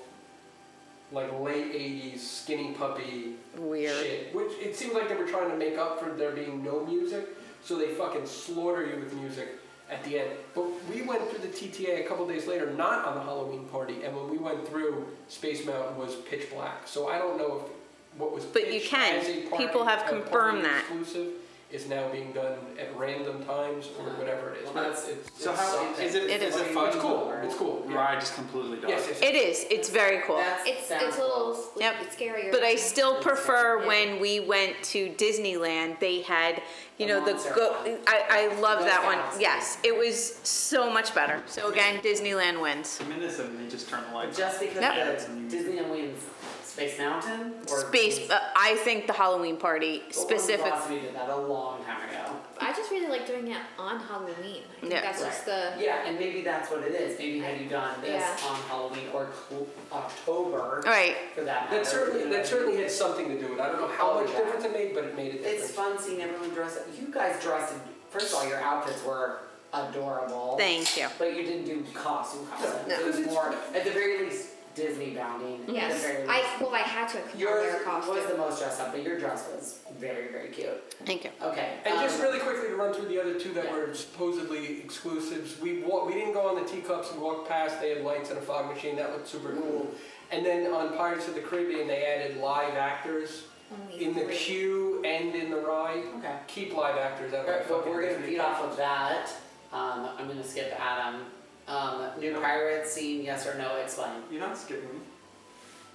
Speaker 4: like late 80s skinny puppy
Speaker 3: Weird.
Speaker 4: shit. Which it seems like they were trying to make up for there being no music, so they fucking slaughter you with music at the end. But we went through the TTA a couple days later, not on the Halloween party, and when we went through, Space Mountain was pitch black. So I don't know if what was.
Speaker 3: But you
Speaker 4: pitched
Speaker 3: can.
Speaker 4: as a party,
Speaker 3: People have
Speaker 4: a party
Speaker 3: confirmed that.
Speaker 4: Exclusive is now being done at random times or whatever it
Speaker 1: Well,
Speaker 4: is.
Speaker 1: that's-
Speaker 4: it's,
Speaker 2: So
Speaker 4: it's
Speaker 2: how
Speaker 4: something.
Speaker 2: is it?
Speaker 3: It
Speaker 2: is
Speaker 3: is.
Speaker 2: it fun?
Speaker 4: It's cool. It's cool.
Speaker 2: Or I just completely don't.
Speaker 4: Yes, yes, yes.
Speaker 3: It is. It's very cool.
Speaker 1: That's
Speaker 6: It's
Speaker 1: sounds
Speaker 6: it's a little
Speaker 1: cool.
Speaker 6: s-
Speaker 3: Yep.
Speaker 6: it's scarier.
Speaker 3: But I still prefer
Speaker 6: Yeah.
Speaker 3: when we went to Disneyland. They had, you
Speaker 1: The
Speaker 3: know, the
Speaker 1: monster
Speaker 3: go.
Speaker 1: one.
Speaker 3: I, I love
Speaker 1: Those
Speaker 3: that
Speaker 1: guys.
Speaker 3: one. Yes, it was so much better. So again, Disneyland wins.
Speaker 2: I mean, this and they just turn the lights.
Speaker 1: Just because
Speaker 3: Yep.
Speaker 1: the Disneyland wins Space Mountain or
Speaker 3: Space. Uh, I think the Halloween party specific.
Speaker 1: We did that a long time ago.
Speaker 6: I just really like doing that on Halloween. I think
Speaker 3: Yeah.
Speaker 6: that's just the
Speaker 1: yeah, and maybe that's what it is. Maybe had you done this
Speaker 6: Yeah.
Speaker 1: on Halloween or cl- October
Speaker 3: Right.
Speaker 1: for that matter.
Speaker 4: That certainly that certainly had something to do with. it. I don't know how
Speaker 1: Oh,
Speaker 4: much
Speaker 1: yeah.
Speaker 4: difference it made, but it made a difference.
Speaker 1: It's fun seeing everyone dress up. You guys dressed. In, first of all, your outfits were adorable.
Speaker 3: Thank you.
Speaker 1: But you didn't do costume costumes.
Speaker 3: No.
Speaker 1: It was more, at the very least, Disney bounding. At the
Speaker 6: yes.
Speaker 1: very least.
Speaker 6: I well I had to come
Speaker 1: Yours
Speaker 6: their costume.
Speaker 1: was the most dressed up, but your dress was very, very cute.
Speaker 3: Thank you.
Speaker 1: Okay.
Speaker 4: And just
Speaker 1: um,
Speaker 4: really quickly to run through the other two that were supposedly exclusives, we wa- we didn't go on the teacups. We walked past. They had lights and a fog machine. That looked super
Speaker 1: Mm-hmm.
Speaker 4: cool. And then on Pirates of the Caribbean, they added live actors
Speaker 6: Only
Speaker 4: in the
Speaker 6: three.
Speaker 4: queue and in the ride.
Speaker 1: Okay.
Speaker 4: Keep live actors out of
Speaker 1: Alright,
Speaker 4: that.
Speaker 1: but we're gonna feed off of that. Um, I'm gonna skip Adam. Um, new pirate scene, yes or no? Explain.
Speaker 2: You're not skipping me.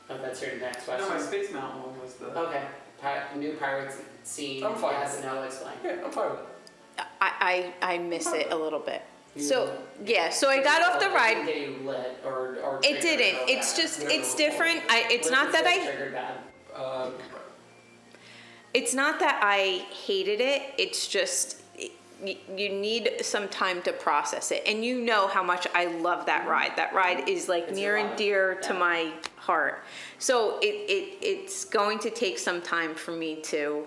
Speaker 1: Oh, that's your next
Speaker 2: No,
Speaker 1: question.
Speaker 2: my Space Mountain one was the.
Speaker 1: okay. Pi- new pirate scene,
Speaker 4: I'm fine
Speaker 1: yes,
Speaker 4: with
Speaker 1: no? Explain.
Speaker 4: Yeah, I'm fine with
Speaker 3: I, I I miss it a little bit. So yeah. So I
Speaker 1: It
Speaker 3: got off the ride.
Speaker 1: Get you lit or or.
Speaker 3: It
Speaker 1: triggered
Speaker 3: didn't.
Speaker 1: real
Speaker 3: It's
Speaker 1: bad.
Speaker 3: just it's different. I it's not that I
Speaker 1: Triggered bad.
Speaker 4: it. Um,
Speaker 3: It's not that I hated it. It's just y- you need some time to process it. And you know how much I love that ride. That ride is like
Speaker 1: It's
Speaker 3: near
Speaker 1: a
Speaker 3: and
Speaker 1: lot.
Speaker 3: dear to
Speaker 1: Yeah.
Speaker 3: my heart. So it, it it's going to take some time for me to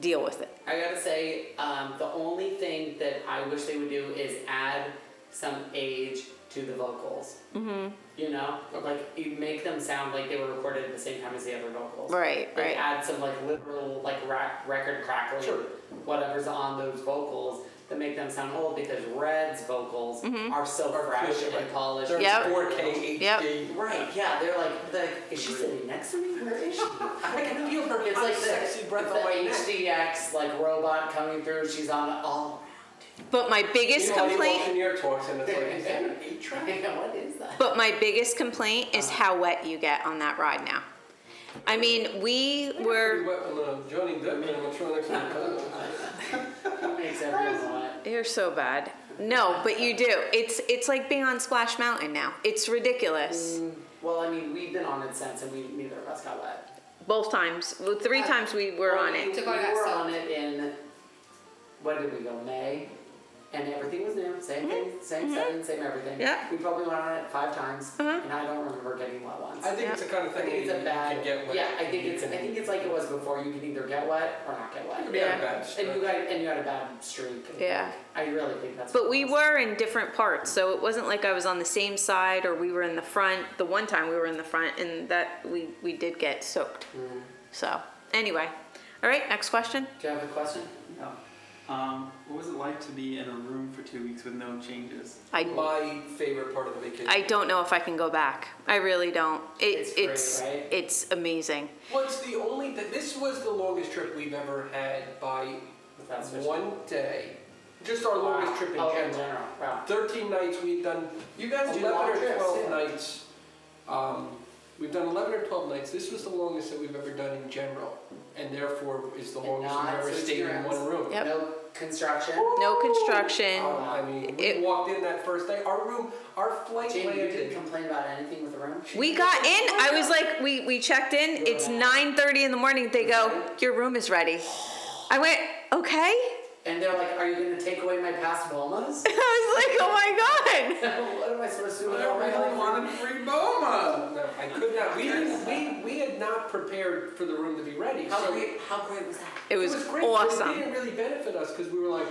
Speaker 3: deal with it.
Speaker 1: I gotta say, um, the only thing that I wish they would do is add some age to the vocals. Mm-hmm. You know, like you make them sound like they were recorded at the same time as the other vocals.
Speaker 3: Right,
Speaker 1: Like
Speaker 3: right.
Speaker 1: add some like literal like rack, record crackling,
Speaker 4: Sure.
Speaker 1: whatever's on those vocals that make them sound old because Red's vocals are so
Speaker 4: Are
Speaker 1: fresh
Speaker 4: clear,
Speaker 1: and
Speaker 4: right.
Speaker 1: polished.
Speaker 4: they're
Speaker 3: Yep.
Speaker 4: 4K HD.
Speaker 3: Yep.
Speaker 1: Right, yeah, they're like, they're like, is she sitting next to me? Where is she? I can feel her. It's like the,
Speaker 4: sexy breath
Speaker 1: it's
Speaker 4: on my neck.
Speaker 1: the HDX like robot coming through. She's on all.
Speaker 3: But my biggest
Speaker 4: You know, he walks
Speaker 3: complaint
Speaker 4: in your talks and it's like, is that an
Speaker 1: eight track? what is that?
Speaker 3: but my biggest complaint is how wet you get on that ride now. I mean, we
Speaker 4: pretty
Speaker 3: were
Speaker 4: wet when uh, Johnny Depp man was throwing next to the
Speaker 1: Makes everyone wet.
Speaker 3: You're so bad. No, but you do. It's it's like being on Splash Mountain now. It's ridiculous.
Speaker 1: Mm. Well, I mean, we've been on it since, and we neither of us got wet.
Speaker 3: Both times, well, three times we were on
Speaker 1: We,
Speaker 3: it.
Speaker 1: we
Speaker 6: Took our guts
Speaker 1: were
Speaker 6: out.
Speaker 1: on it in when did we go? May, and everything was new. Same thing, same setting, same everything.
Speaker 3: Mm-hmm. Yeah.
Speaker 1: We probably went on it five times,
Speaker 3: Uh-huh.
Speaker 1: and I don't remember getting wet once.
Speaker 4: I think it's the kind of
Speaker 1: I
Speaker 4: thing
Speaker 1: think it's
Speaker 4: that
Speaker 1: a
Speaker 4: you
Speaker 1: bad.
Speaker 4: can get wet.
Speaker 1: yeah, I think
Speaker 4: You
Speaker 1: it's.
Speaker 4: can-
Speaker 1: I think it's like it was before. You can either get wet or not get
Speaker 4: you
Speaker 1: wet.
Speaker 4: can have a
Speaker 3: Yeah.
Speaker 4: bad
Speaker 1: And
Speaker 4: stretch.
Speaker 1: you got and you had a bad streak.
Speaker 3: Yeah.
Speaker 1: I really think that's.
Speaker 3: But we were in different parts, so it wasn't like I was on the same side or we were in the front. The one time we were in the front, and that we we did get soaked. So anyway, all right. Next question.
Speaker 1: Do you have a question?
Speaker 2: Yeah. Um, what was it like to be in a room for two weeks with no changes?
Speaker 3: I
Speaker 4: My favorite part of the vacation.
Speaker 3: I don't know if I can go back. I really don't. It,
Speaker 1: It's great,
Speaker 3: it's
Speaker 1: right?
Speaker 3: it's amazing.
Speaker 4: What's the only that this was the longest trip we've ever had by
Speaker 1: Without switching.
Speaker 4: one day. Just our longest trip in
Speaker 1: oh, in
Speaker 4: general.
Speaker 1: general. Wow.
Speaker 4: Thirteen nights we've done. You guys
Speaker 1: do long
Speaker 4: eleven or
Speaker 1: trips,
Speaker 4: twelve
Speaker 1: yeah.
Speaker 4: nights. Um, we've done eleven or twelve nights. This was the longest that we've ever done in general, and therefore is the
Speaker 1: And
Speaker 4: longest we've
Speaker 1: not
Speaker 4: ever
Speaker 1: switching
Speaker 4: stayed in
Speaker 1: rooms.
Speaker 4: one room.
Speaker 3: Yep.
Speaker 1: No construction.
Speaker 3: No construction.
Speaker 4: Um, I mean, we
Speaker 3: It-
Speaker 4: walked in that first day. Our room, our flight
Speaker 1: Jamie, you didn't
Speaker 4: landed.
Speaker 1: complain about anything with the room.
Speaker 3: We got in. I was like, we we checked in. It's nine thirty in the morning. They go, your room is ready. I went, okay.
Speaker 1: And they're like, "Are you going to take away my past bomas?
Speaker 3: I was like, oh my god.
Speaker 1: what am I supposed to do with
Speaker 4: I
Speaker 1: all my
Speaker 4: really
Speaker 1: own
Speaker 4: wanted free Boma. No, I could not. We, we, we had not prepared for the room to be ready.
Speaker 1: How
Speaker 4: so
Speaker 1: great? How great was that?
Speaker 3: It was,
Speaker 4: great. but It
Speaker 3: awesome.
Speaker 4: didn't really benefit us because we were like,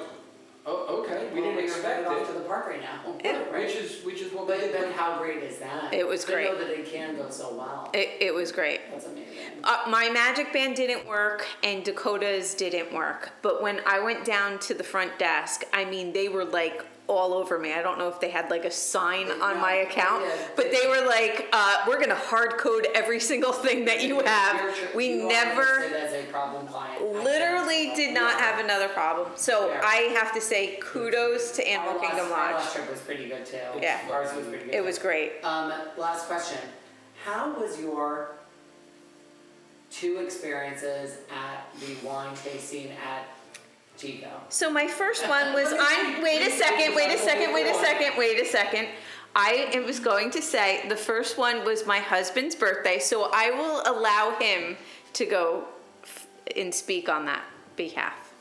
Speaker 4: oh, okay, we
Speaker 1: Well, we're
Speaker 4: didn't
Speaker 1: headed
Speaker 4: expect
Speaker 1: off to
Speaker 4: it.
Speaker 1: the park right now.
Speaker 4: Which is which is what we
Speaker 1: But
Speaker 4: did.
Speaker 1: then, how great is that?
Speaker 3: It was
Speaker 1: To
Speaker 3: great.
Speaker 1: know that it can go so well.
Speaker 3: It, it was great.
Speaker 1: That's amazing.
Speaker 3: Uh, my magic band didn't work and Dakota's didn't work. But when I went down to the front desk, I mean, they were like all over me. I don't know if they had like a sign on my account,
Speaker 1: Yeah.
Speaker 3: but they were like, uh, we're going to hard code every single thing that you
Speaker 1: Your trip-
Speaker 3: have. We
Speaker 1: you are
Speaker 3: never.
Speaker 1: listed as a problem client. I
Speaker 3: Literally
Speaker 1: can't-
Speaker 3: did not have another problem. So
Speaker 1: Yeah.
Speaker 3: I have to say kudos to
Speaker 1: Our
Speaker 3: Animal
Speaker 1: last-
Speaker 3: Kingdom
Speaker 1: Our
Speaker 3: Lodge.
Speaker 1: last trip was pretty good too.
Speaker 3: Yeah.
Speaker 1: Ours was pretty good.
Speaker 3: It
Speaker 1: too.
Speaker 3: was great.
Speaker 1: Um, last question. How was your two experiences at the wine tasting at Chico?
Speaker 3: So my first one was
Speaker 1: Let me see.
Speaker 3: I'm wait a second, wait a second, wait a second, wait a second. I it was going to say the first one was my husband's birthday, so I will allow him to go f- and speak on that behalf.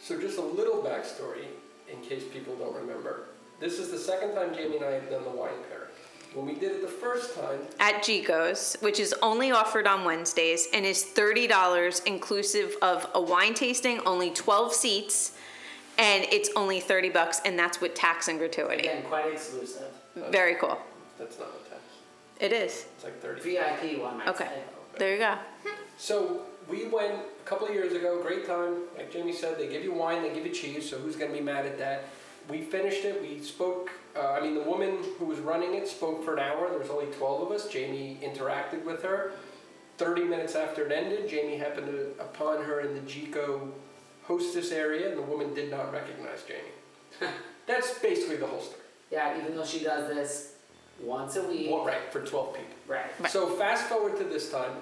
Speaker 4: So just a little backstory in case people don't remember. This is the second time Jamie and I have done the wine pairing. When we did it the first time,
Speaker 3: At Gico's, which is only offered on Wednesdays and is $30 inclusive of a wine tasting, only 12 seats, and it's only 30 bucks and that's with tax and gratuity.
Speaker 1: Again, quite exclusive.
Speaker 3: Very cool.
Speaker 4: that's not what tax.
Speaker 3: It is.
Speaker 4: It's like thirty.
Speaker 1: VIP one might
Speaker 3: Okay.
Speaker 1: say.
Speaker 3: There you go.
Speaker 4: So we went a couple of years ago, great time. Like Jamie said, they give you wine, they give you cheese, so who's going to be mad at that? We finished it, we spoke, uh, I mean, the woman who was running it spoke for an hour. There was only 12 of us. Jamie interacted with her. 30 minutes after it ended, Jamie happened to, upon her in the Gico hostess area, and the woman did not recognize Jamie. That's basically the whole story.
Speaker 1: Yeah, even though she does this once a week.
Speaker 4: Well, right, for 12 people.
Speaker 1: Right.
Speaker 4: So fast forward to this time,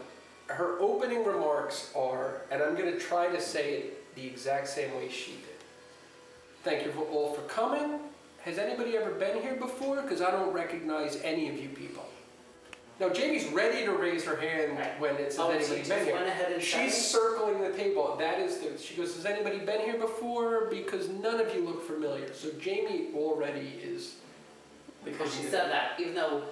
Speaker 4: her opening remarks are, and I'm going to try to say it the exact same way she did. Thank you for all for coming. Has anybody ever been here before? Because I don't recognize any of you people. Now Jamie's ready to raise her hand
Speaker 1: Right.
Speaker 4: when it says
Speaker 1: Oh, she
Speaker 4: anybody
Speaker 1: just
Speaker 4: been here.
Speaker 1: went ahead and said
Speaker 4: She's
Speaker 1: it?
Speaker 4: circling the table. That is the. She goes, "Has anybody been here before?" Because none of you look familiar. So Jamie already is.
Speaker 1: Because she said that, even though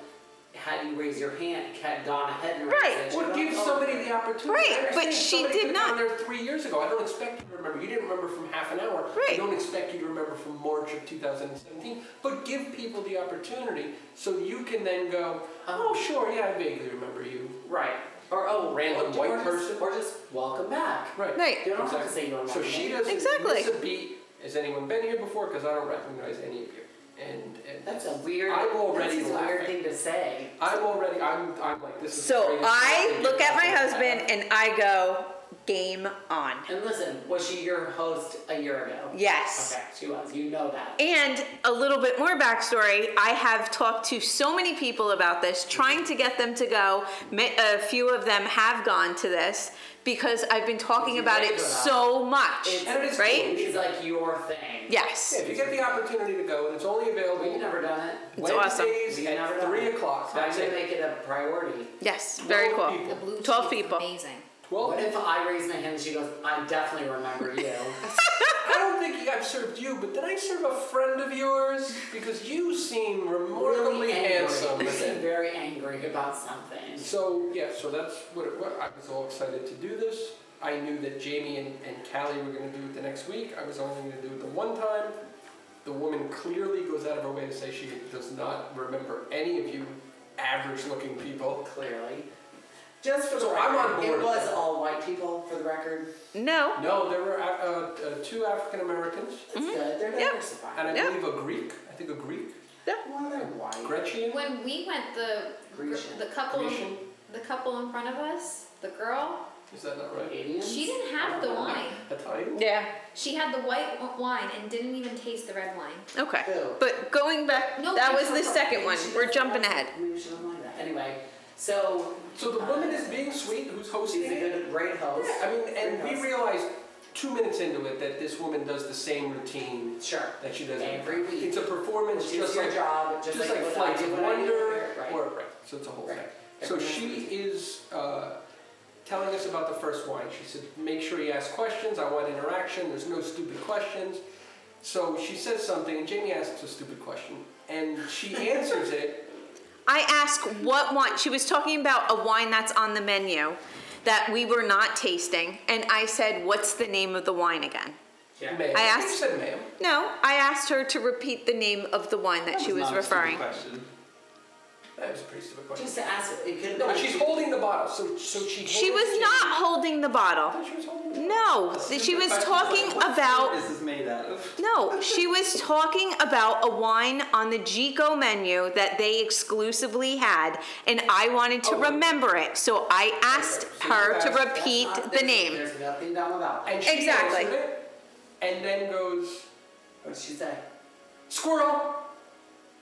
Speaker 1: had you raised your hand, had gone ahead and
Speaker 3: Right.
Speaker 1: raised it.
Speaker 4: Well,
Speaker 1: she'd
Speaker 4: give
Speaker 1: go,
Speaker 4: somebody the opportunity.
Speaker 3: Right,
Speaker 4: I
Speaker 3: but
Speaker 4: understand
Speaker 3: she
Speaker 4: somebody
Speaker 3: did
Speaker 4: could've gone
Speaker 3: not.
Speaker 4: there three years ago. I don't expect you to remember. You didn't remember from half an hour. I
Speaker 3: Right.
Speaker 4: don't expect you to remember from March of 2017. But give people the opportunity so you can then go, oh, sure, yeah, I vaguely remember you.
Speaker 1: "Oh." Right. Or oh,
Speaker 4: Random
Speaker 1: or,
Speaker 4: white
Speaker 1: or just-
Speaker 4: person.
Speaker 1: Or just welcome back.
Speaker 4: Right.
Speaker 3: Right.
Speaker 1: You don't have to say you don't
Speaker 4: So
Speaker 1: remember
Speaker 4: she
Speaker 1: me.
Speaker 4: doesn't
Speaker 3: Exactly.
Speaker 4: miss a beat. Has anyone been here before? Because I don't recognize any of you. And, and
Speaker 1: That's a weird.
Speaker 4: I'm already
Speaker 1: that's a weird
Speaker 4: laughing.
Speaker 1: thing to say.
Speaker 4: I'm already, I'm, I'm like, this is the
Speaker 3: So
Speaker 4: greatest
Speaker 3: I
Speaker 4: thing
Speaker 3: look at my
Speaker 4: I've ever had.
Speaker 3: husband and I go, game on.
Speaker 1: And listen, was she your host a year ago?
Speaker 3: Yes.
Speaker 1: Okay, she was. You know that.
Speaker 3: And a little bit more backstory I have talked to so many people about this, trying to get them to go. Ma- A few of them have gone to this because I've been talking
Speaker 1: You
Speaker 3: about
Speaker 1: like
Speaker 3: it
Speaker 1: that.
Speaker 3: so much.
Speaker 1: It's-
Speaker 4: And it is
Speaker 3: Right?
Speaker 1: It's like your thing.
Speaker 3: Yes.
Speaker 4: Yeah, if you get the opportunity to go, and it's only available
Speaker 1: We've never done it.
Speaker 3: It's awesome.
Speaker 4: Wednesdays
Speaker 1: We've never
Speaker 4: at
Speaker 1: done
Speaker 4: three
Speaker 1: it.
Speaker 4: o'clock.
Speaker 1: I'm
Speaker 4: That's
Speaker 1: gonna
Speaker 4: it.
Speaker 1: make it a priority.
Speaker 3: Yes. Very
Speaker 4: Twelve
Speaker 3: cool.
Speaker 6: The
Speaker 4: people.
Speaker 6: blue
Speaker 3: Twelve
Speaker 6: cheese is
Speaker 3: people.
Speaker 6: Amazing.
Speaker 1: What
Speaker 4: Twelve.
Speaker 1: if I raise my hand and she goes, I definitely remember you?
Speaker 4: I don't think I've served you, but did I serve a friend of yours? Because you seem remarkably
Speaker 1: Really angry.
Speaker 4: handsome.
Speaker 1: You seem very angry about something.
Speaker 4: so yeah, so that's what, it, what I was all excited to do this. I knew that Jamie and, and Callie were going to do it the next week. I was only going to do it the one time. The woman clearly goes out of her way to say she does not remember any of you average-looking people.
Speaker 1: Clearly. Just for the
Speaker 4: So
Speaker 1: record,
Speaker 4: I'm on board.
Speaker 1: it was all white people, for the record.
Speaker 3: No.
Speaker 4: No, there were uh, uh, two African Americans.
Speaker 1: It's good. They're
Speaker 3: Yep.
Speaker 1: diversified.
Speaker 4: And I
Speaker 3: Yeah.
Speaker 4: believe a Greek. I think a Greek.
Speaker 1: Well, they're white.
Speaker 4: Gretchen.
Speaker 6: When we went, the
Speaker 1: Grecian.
Speaker 6: the couple
Speaker 4: Grecian.
Speaker 6: the couple in front of us, the girl,
Speaker 4: Is that not right?
Speaker 1: Aliens?
Speaker 6: she didn't have the wine.
Speaker 4: Italian.
Speaker 3: Yeah.
Speaker 6: She had the white w- wine and didn't even taste the red wine.
Speaker 3: Okay.
Speaker 1: Ew.
Speaker 3: But going back,
Speaker 6: No,
Speaker 3: that
Speaker 6: we
Speaker 3: was the
Speaker 6: talked-
Speaker 3: second
Speaker 1: Maybe
Speaker 3: one.
Speaker 1: she
Speaker 3: We're
Speaker 1: doesn't
Speaker 3: jumping
Speaker 1: like-
Speaker 3: ahead.
Speaker 1: Maybe she doesn't like that. Anyway, so
Speaker 4: So the woman is being sweet. Who's hosting?
Speaker 1: she's a
Speaker 4: it?
Speaker 1: good, great host.
Speaker 4: I mean,
Speaker 1: Great
Speaker 4: and we
Speaker 1: host.
Speaker 4: realized two minutes into it that this woman does the same routine
Speaker 1: Sure.
Speaker 4: that she does
Speaker 1: Every week.
Speaker 4: It's a performance,
Speaker 1: Which
Speaker 4: just
Speaker 1: is your
Speaker 4: like
Speaker 1: job, just
Speaker 4: just,
Speaker 1: like
Speaker 4: like,
Speaker 1: what I
Speaker 4: Flight
Speaker 1: do,
Speaker 4: of
Speaker 1: what I do,
Speaker 4: Wonder.
Speaker 1: right, right.
Speaker 4: Or, right. So it's a whole
Speaker 1: Right.
Speaker 4: thing. So
Speaker 1: Every
Speaker 4: she
Speaker 1: week.
Speaker 4: is uh, telling us about the first wine. She said, "Make sure you ask questions. I want interaction. There's no stupid questions." So she says something, and Jamie asks a stupid question, and she answers it.
Speaker 3: I ask what wine. She was talking about a wine that's on the menu that we were not tasting, and I said, "What's the name of the wine again?"
Speaker 1: Yeah.
Speaker 4: Ma'am.
Speaker 3: I
Speaker 4: She
Speaker 3: asked-
Speaker 4: said, "Ma'am."
Speaker 3: No, I asked her to repeat the name of the wine that, she was
Speaker 2: not a stupid
Speaker 3: referring.
Speaker 2: Question.
Speaker 4: That was a pretty stupid question.
Speaker 1: Just to ask, it could
Speaker 4: No, but she's holding the bottle, so so she.
Speaker 3: She
Speaker 4: holds-
Speaker 3: was not holding the bottle.
Speaker 4: She was holding. the
Speaker 3: No, that she was talking
Speaker 2: What
Speaker 3: about.
Speaker 2: is this made out of?
Speaker 3: No, she was talking about a wine on the Gico menu that they exclusively had, and I wanted
Speaker 2: Oh.
Speaker 3: to remember it, so I asked her to repeat the name.
Speaker 1: There's nothing down without.
Speaker 4: And she
Speaker 3: Exactly.
Speaker 4: goes with it, and then goes
Speaker 1: What'd she say?
Speaker 4: squirrel.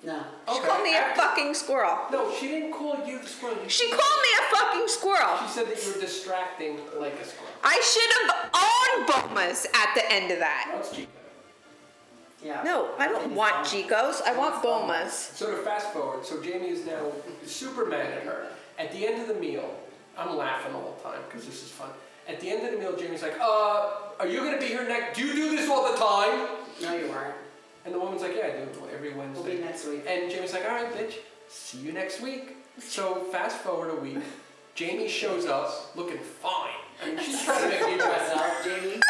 Speaker 1: No.
Speaker 3: She called me a fucking squirrel.
Speaker 4: No, she didn't call you the squirrel. She,
Speaker 3: She called me a fucking
Speaker 4: she
Speaker 3: squirrel.
Speaker 4: said that you were distracting like a squirrel.
Speaker 3: I should have owned Bomas at the end of that.
Speaker 4: That's Chico.
Speaker 1: Yeah.
Speaker 3: No, I don't want Gicos. I want Bomas.
Speaker 4: So to fast forward, so Jamie is now super mad at her. At the end of the meal, I'm laughing the whole time because this is fun. At the end of the meal, Jamie's like, "Uh, are you gonna be here next? Do you do this all the time?"
Speaker 1: No, you weren't.
Speaker 4: And the woman's like, "Yeah, I do it every Wednesday."
Speaker 1: We'll be next week.
Speaker 4: And Jamie's like, all right, bitch, see you next week. So fast forward a week, Jamie shows up looking fine. I mean, she's trying to make me dress up.
Speaker 1: Myself, Jamie.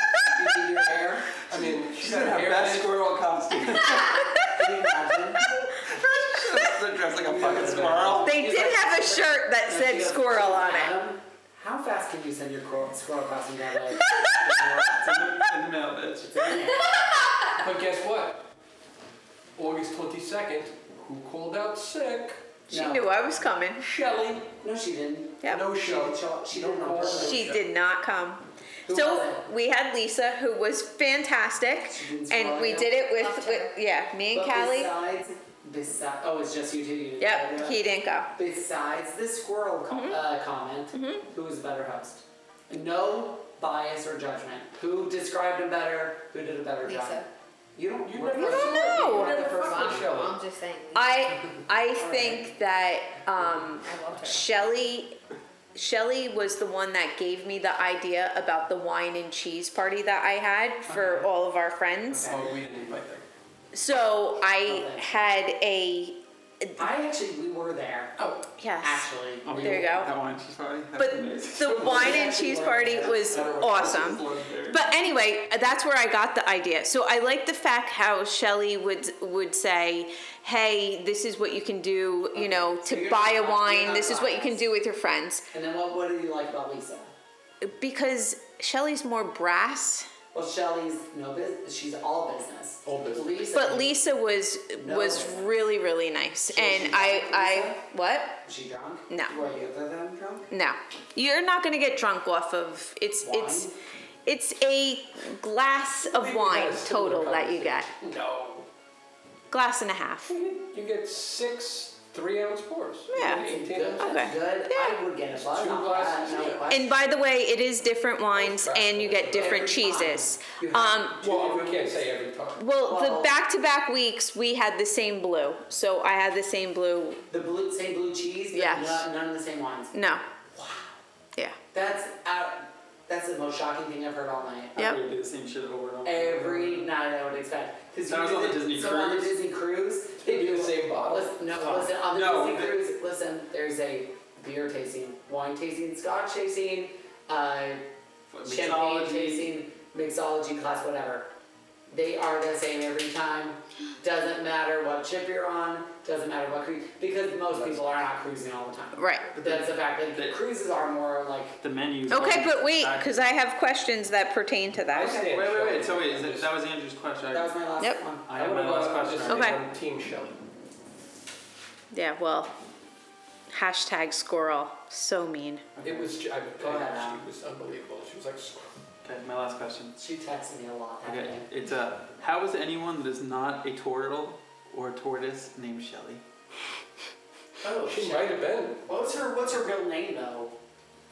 Speaker 1: You do your hair.
Speaker 4: I mean, she's
Speaker 2: She's
Speaker 4: got
Speaker 2: in
Speaker 4: her
Speaker 2: her
Speaker 4: hair
Speaker 2: best
Speaker 4: done.
Speaker 2: squirrel costume.
Speaker 1: Can you imagine?
Speaker 2: They're dressed like a fucking squirrel.
Speaker 3: They did have a shirt that said squirrel on it.
Speaker 1: Adam, how fast can you send your squirrel, squirrel costume down like?
Speaker 2: It's in the- in the middle, bitch.
Speaker 4: But guess what? August 22nd, who called out sick?
Speaker 3: She knew I was coming.
Speaker 4: Shelly.
Speaker 1: No, she didn't. Oh,
Speaker 3: Yep.
Speaker 4: No
Speaker 1: She
Speaker 4: show.
Speaker 1: didn't show up. She didn't
Speaker 4: No
Speaker 1: know.
Speaker 4: call.
Speaker 3: She
Speaker 4: Yeah.
Speaker 3: did not come.
Speaker 1: Who
Speaker 3: so
Speaker 1: was it?
Speaker 3: we had Lisa, who was fantastic,
Speaker 1: She didn't
Speaker 3: and
Speaker 1: swallow
Speaker 3: we
Speaker 1: it.
Speaker 3: did it with,
Speaker 1: Loved
Speaker 3: with
Speaker 1: her.
Speaker 3: yeah, me and
Speaker 1: But
Speaker 3: Callie.
Speaker 1: Besides, besides, oh, it's just you two. You didn't
Speaker 3: Yep,
Speaker 1: know that.
Speaker 3: he Mm-hmm. didn't go.
Speaker 1: Besides this squirrel co- uh, comment,
Speaker 3: Mm-hmm.
Speaker 1: who was a better host? No bias or judgment. Who described him better? Who did a better job?
Speaker 6: Lisa.
Speaker 1: You don't.
Speaker 4: You
Speaker 1: we're
Speaker 4: never-
Speaker 1: not
Speaker 3: don't
Speaker 1: sure.
Speaker 3: know.
Speaker 1: You were the first
Speaker 4: Fuck
Speaker 1: one.
Speaker 4: with Shelly.
Speaker 6: I'm just saying.
Speaker 3: I I think that um,
Speaker 6: I loved her.
Speaker 3: Shelly Shelly was the one that gave me the idea about the wine and cheese party that I had for all of our friends.
Speaker 4: Oh, we didn't invite them.
Speaker 3: So I
Speaker 1: Okay.
Speaker 3: had a
Speaker 1: I actually, we were there.
Speaker 4: Oh,
Speaker 3: yes.
Speaker 1: Actually.
Speaker 2: Oh, we-
Speaker 3: There you go.
Speaker 2: That wine cheese party. That's
Speaker 3: But
Speaker 2: amazing.
Speaker 3: the wine and cheese party was awesome. But anyway, that's where I got the idea. So I like the fact how Shelly would would say, "Hey, this is what you can do, you know,
Speaker 1: So
Speaker 3: to
Speaker 1: you're
Speaker 3: buy
Speaker 1: not-
Speaker 3: a
Speaker 1: you're
Speaker 3: wine.
Speaker 1: not
Speaker 3: This is what you can
Speaker 1: biased.
Speaker 3: do with your friends."
Speaker 1: And then what? What did you like about Lisa?
Speaker 3: Because Shelly's more brass,
Speaker 1: Well, Shelly's no business. She's all business.
Speaker 4: All business.
Speaker 1: Lisa.
Speaker 3: but Lisa was
Speaker 1: No.
Speaker 3: was really really nice.
Speaker 1: she
Speaker 3: And I
Speaker 1: like
Speaker 3: I
Speaker 1: Lisa?
Speaker 3: what?
Speaker 1: Was she drunk?
Speaker 3: No.
Speaker 1: Were you other than drunk?
Speaker 3: No. You're not going to get drunk off of it's it's
Speaker 1: Wine?
Speaker 3: it's a glass
Speaker 4: I
Speaker 3: of
Speaker 4: think we had a
Speaker 3: wine
Speaker 4: similar
Speaker 3: total that you get.
Speaker 4: conversation. No.
Speaker 3: Glass and a half.
Speaker 4: You get six three ounce pours.
Speaker 3: Yeah.
Speaker 4: You get 18
Speaker 1: Good.
Speaker 4: ounce
Speaker 3: Okay.
Speaker 1: Good. I would get a buzz
Speaker 4: Two
Speaker 1: off
Speaker 4: glasses,
Speaker 1: that.
Speaker 4: yeah.
Speaker 1: No question.
Speaker 3: And by the way, it is different wines and you get different
Speaker 1: Every time.
Speaker 3: cheeses.
Speaker 1: You have
Speaker 3: Um,
Speaker 1: two
Speaker 4: Well, we
Speaker 1: different
Speaker 4: can't
Speaker 1: ones.
Speaker 4: say every time.
Speaker 3: well, the
Speaker 1: Well-
Speaker 3: back to back weeks, we had the same blue. So I had the same blue.
Speaker 1: The blue, same blue cheese, but
Speaker 3: Yes.
Speaker 1: no- none of the same wines.
Speaker 3: No. Yeah.
Speaker 1: That's out. That's the most shocking thing I've heard all night.
Speaker 2: Yep.
Speaker 3: Yep.
Speaker 2: We would do the same shit over and over.
Speaker 1: Every night I would expect. Because
Speaker 2: That was on the Disney
Speaker 1: so on the
Speaker 2: cruise?
Speaker 1: Disney cruise,
Speaker 4: They
Speaker 1: they
Speaker 4: do
Speaker 1: do
Speaker 4: the same bottle.
Speaker 1: Listen, no,
Speaker 2: Oh.
Speaker 1: listen. On the
Speaker 2: No,
Speaker 1: Disney
Speaker 2: the-
Speaker 1: cruise, listen. There's a beer tasting, wine tasting, scotch tasting, uh, champagne
Speaker 2: Mixology.
Speaker 1: tasting, mixology class, whatever. They are the same every time. Doesn't matter what chip you're on. Doesn't matter what cruise. Because most people are not cruising all the time.
Speaker 3: Right.
Speaker 1: But that's the fact that the
Speaker 2: They-
Speaker 1: cruises are more like
Speaker 2: The menu.
Speaker 3: Okay, but wait, because I have questions that pertain to that.
Speaker 4: Okay.
Speaker 2: Wait, wait, wait. So wait, is that, that was Andrew's question.
Speaker 1: that was my last
Speaker 3: Yep.
Speaker 1: one.
Speaker 2: I have my last question.
Speaker 3: Okay.
Speaker 4: I'm Team Shelly.
Speaker 3: Yeah, well, hashtag squirrel. So mean.
Speaker 4: It was. ju- I,
Speaker 1: Go ahead,
Speaker 4: I,
Speaker 1: Al.
Speaker 4: she was unbelievable. She was like, "Squ-
Speaker 2: Okay, my last question.
Speaker 1: She texted me a lot. that
Speaker 2: Okay,
Speaker 1: day.
Speaker 2: it's uh, how is anyone that is not a turtle or a tortoise named Shelly?
Speaker 1: Oh,
Speaker 4: she
Speaker 1: shit.
Speaker 4: might have been.
Speaker 1: What's her What's her real name though?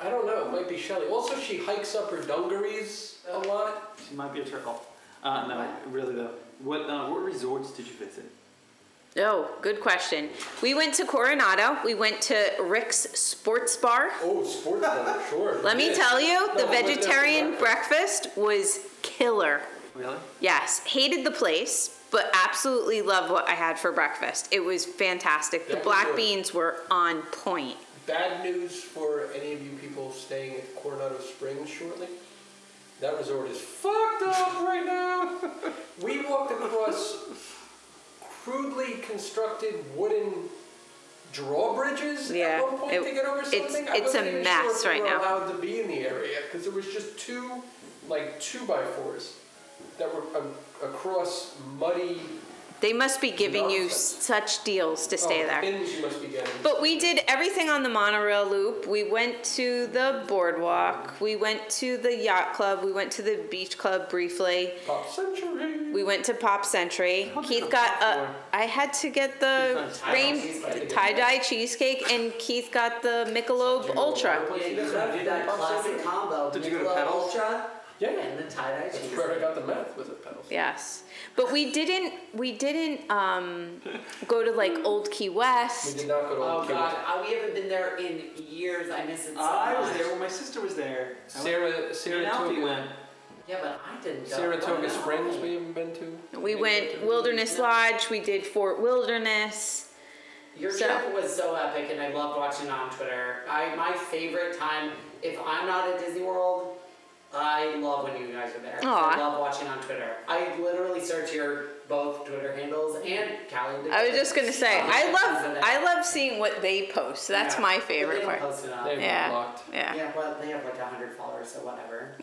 Speaker 4: I don't know. It might be Shelly. Also, she hikes up her dungarees a lot.
Speaker 2: She might be a turtle. Uh, no, really though. What uh, what resorts did you visit?
Speaker 3: Oh, good question. We went to Coronado. We went to Rick's Sports Bar.
Speaker 4: Oh, sports bar, sure.
Speaker 3: Let me
Speaker 4: Yeah.
Speaker 3: tell you, the
Speaker 4: No, I went there for
Speaker 3: vegetarian breakfast was killer.
Speaker 2: Really?
Speaker 3: Yes, hated the place, but absolutely loved what I had for breakfast. It was fantastic. The
Speaker 4: That
Speaker 3: black
Speaker 4: was-
Speaker 3: beans were on point.
Speaker 4: Bad news for any of you people staying at Coronado Springs shortly. That resort is fucked up right now. we walked across crudely constructed wooden drawbridges
Speaker 3: Yeah,
Speaker 4: at one point
Speaker 3: it-
Speaker 4: to get over something.
Speaker 3: it's-
Speaker 4: I
Speaker 3: it's a
Speaker 4: wasn't even
Speaker 3: mess
Speaker 4: sure if we
Speaker 3: right
Speaker 4: were
Speaker 3: now.
Speaker 4: allowed to be in the area because there was just two, like two by fours, that were a across muddy.
Speaker 3: They must be giving you
Speaker 4: Nonsense.
Speaker 3: such deals to stay
Speaker 4: oh,
Speaker 3: there.
Speaker 4: Pins you must be getting.
Speaker 3: But we did everything on the monorail loop. We went to the boardwalk. We went to the yacht club. We went to the beach club briefly.
Speaker 4: Pop century.
Speaker 3: We went to Pop Century. Keith got a. I had to get the
Speaker 1: Tie-dye
Speaker 3: rain
Speaker 1: cheesecake.
Speaker 3: tie dye cheesecake, and Keith got the Michelob Ultra.
Speaker 1: Yeah, you have that classic combo.
Speaker 2: Oh, Did you go to
Speaker 1: Michelob
Speaker 2: Pedals?
Speaker 1: Ultra
Speaker 4: Yeah.
Speaker 1: and the tie-dye
Speaker 4: That's
Speaker 1: cheese.
Speaker 4: where I got the meth with it, pedals.
Speaker 3: Yes, but we didn't. We didn't um, go to like Old Key
Speaker 4: We
Speaker 3: West.
Speaker 4: did not go to
Speaker 1: Oh
Speaker 4: Old Key West.
Speaker 1: god, I, we haven't been there in years. I miss it so
Speaker 2: I was
Speaker 1: much.
Speaker 2: there when my sister was there.
Speaker 4: Sarah,
Speaker 2: Alfie
Speaker 4: Saratoga,
Speaker 2: went.
Speaker 1: Yeah, but I didn't. go.
Speaker 4: Saratoga
Speaker 1: Why not?
Speaker 4: Springs. We haven't been to.
Speaker 3: We went Wilderness Lodge. We did Fort Wilderness.
Speaker 1: Your
Speaker 3: So-
Speaker 1: trip was so epic, and I loved watching it on Twitter. I my favorite time. If I'm not at Disney World, I love when you guys are there.
Speaker 3: Aw.
Speaker 1: I love watching on Twitter. I literally search your both Twitter handles and Callie.
Speaker 3: I was just gonna say,
Speaker 1: Uh,
Speaker 3: I
Speaker 1: and
Speaker 3: love
Speaker 1: then-
Speaker 3: I love seeing what they post. That's
Speaker 2: Yeah.
Speaker 3: my
Speaker 1: but they
Speaker 3: favorite
Speaker 1: don't
Speaker 3: part.
Speaker 1: post it on-
Speaker 4: They were
Speaker 3: Yeah.
Speaker 4: blocked.
Speaker 3: Yeah.
Speaker 1: Yeah, well, they have like a hundred followers, so whatever.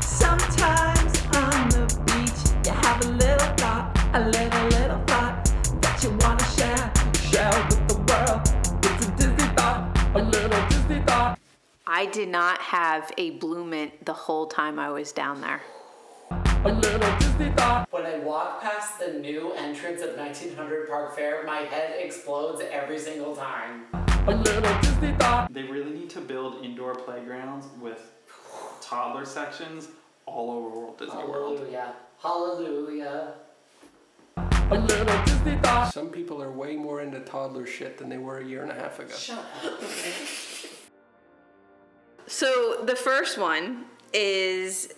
Speaker 5: Sometimes on the beach, you have a little thought, a little, little thought that you want to share, share with the world. It's a Disney thought, a little Disney thought.
Speaker 3: I did not have a bloomint the whole time I was down there.
Speaker 5: A little Disney thought.
Speaker 1: When I walk past the new entrance of 1900 Park Fair, my head explodes every single time.
Speaker 5: A little Disney thought.
Speaker 2: They really need to build indoor playgrounds with toddler sections all over Walt Disney World.
Speaker 1: Hallelujah. Hallelujah.
Speaker 5: A little Disney thought.
Speaker 4: Some people are way more into toddler shit than they were a year and a half ago.
Speaker 3: So the first one is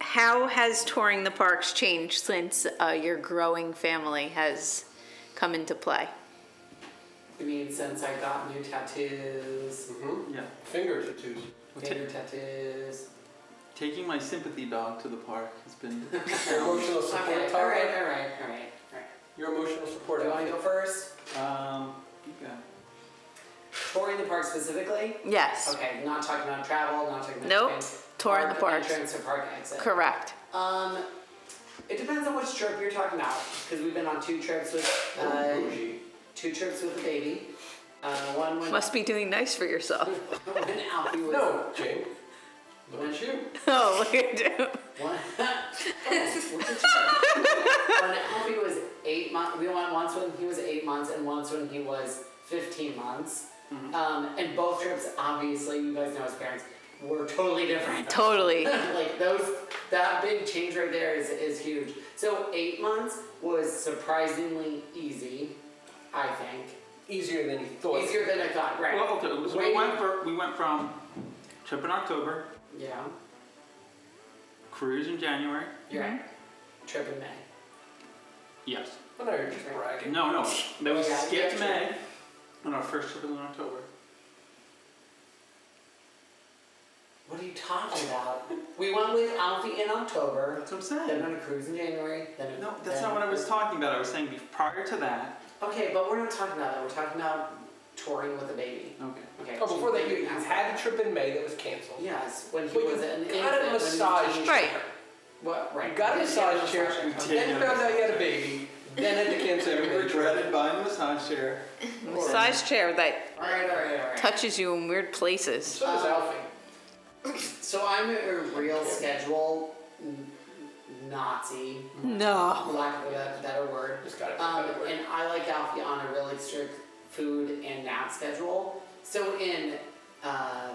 Speaker 3: how has touring the parks changed since uh, your growing family has come into play?
Speaker 1: You mean since I got new tattoos?
Speaker 2: Yeah.
Speaker 4: Mm-hmm. Finger tattoos.
Speaker 1: Finger tattoos.
Speaker 2: Taking my sympathy dog to the park has been.
Speaker 4: Your emotional support,
Speaker 1: Oh. Okay, Uh, alright,
Speaker 4: Tara?
Speaker 1: alright, alright, alright.
Speaker 4: Your emotional support.
Speaker 1: Do you want to go first?
Speaker 2: um, okay.
Speaker 1: Touring the park specifically?
Speaker 3: Yes.
Speaker 1: Okay, not talking about travel, not talking about
Speaker 3: Nope,
Speaker 1: things.
Speaker 3: touring the parks.
Speaker 1: Entrance or park exit.
Speaker 3: Correct.
Speaker 1: Um, it depends on which trip you're talking about, because we've been on two trips with uh, two trips with a baby. Uh, one when,
Speaker 3: Must be doing nice for yourself.
Speaker 1: when Alfie was
Speaker 4: No, Jane. Look at you.
Speaker 3: oh, look at you.
Speaker 1: One, when Alfie was eight months, we went once when he was eight months and once when he was 15 months. Um, and both trips, obviously, you guys know as parents, were totally different.
Speaker 3: Totally.
Speaker 1: like those, that big change right there is, is huge. So eight months was surprisingly easy, I think.
Speaker 4: Easier than you thought.
Speaker 1: Easier than I thought, right?
Speaker 2: Well, okay. So
Speaker 1: Way-
Speaker 2: we went, for, we went from trip in October,
Speaker 1: yeah,
Speaker 2: cruise in January.
Speaker 1: you're right. Trip in May.
Speaker 2: Yes.
Speaker 4: Oh, no, you're just bragging.
Speaker 2: No, no. Then we
Speaker 1: Yeah,
Speaker 2: skipped
Speaker 1: yeah,
Speaker 2: May, and our first trip was in October.
Speaker 1: What are you talking about? we went with Alfie in October.
Speaker 2: That's what I'm saying.
Speaker 1: Then on a cruise in January. Then
Speaker 2: No, that's not what I was talking about. I was saying bef- prior to that.
Speaker 1: talking. Okay, but we're not talking about that. We're talking about touring with a baby.
Speaker 2: Okay.
Speaker 1: Okay.
Speaker 4: Oh,
Speaker 1: so
Speaker 4: before that,
Speaker 1: baby
Speaker 4: you, you
Speaker 1: has-
Speaker 4: had a trip in May that was canceled.
Speaker 1: Yes, when he
Speaker 4: But you
Speaker 1: was an
Speaker 4: got a
Speaker 1: infant. when he was
Speaker 4: massage
Speaker 1: teeny-
Speaker 3: Right.
Speaker 1: What? Right.
Speaker 4: You got a
Speaker 1: Yes, yeah,
Speaker 4: massage chair,
Speaker 1: okay.
Speaker 2: Yeah.
Speaker 4: then found out you had a baby, then had to cancel
Speaker 2: We
Speaker 4: every trip.
Speaker 2: regretted buying a massage chair.
Speaker 3: Massage chair that
Speaker 1: All right, all right, all right.
Speaker 3: touches you in weird places.
Speaker 4: So does Alfie.
Speaker 1: So I'm a real schedule n- Nazi,
Speaker 3: No.
Speaker 1: lack of a better word.
Speaker 4: Just gotta be a
Speaker 1: Um,
Speaker 4: better word.
Speaker 1: and I like Alfie on a really strict food and nap schedule. So in uh,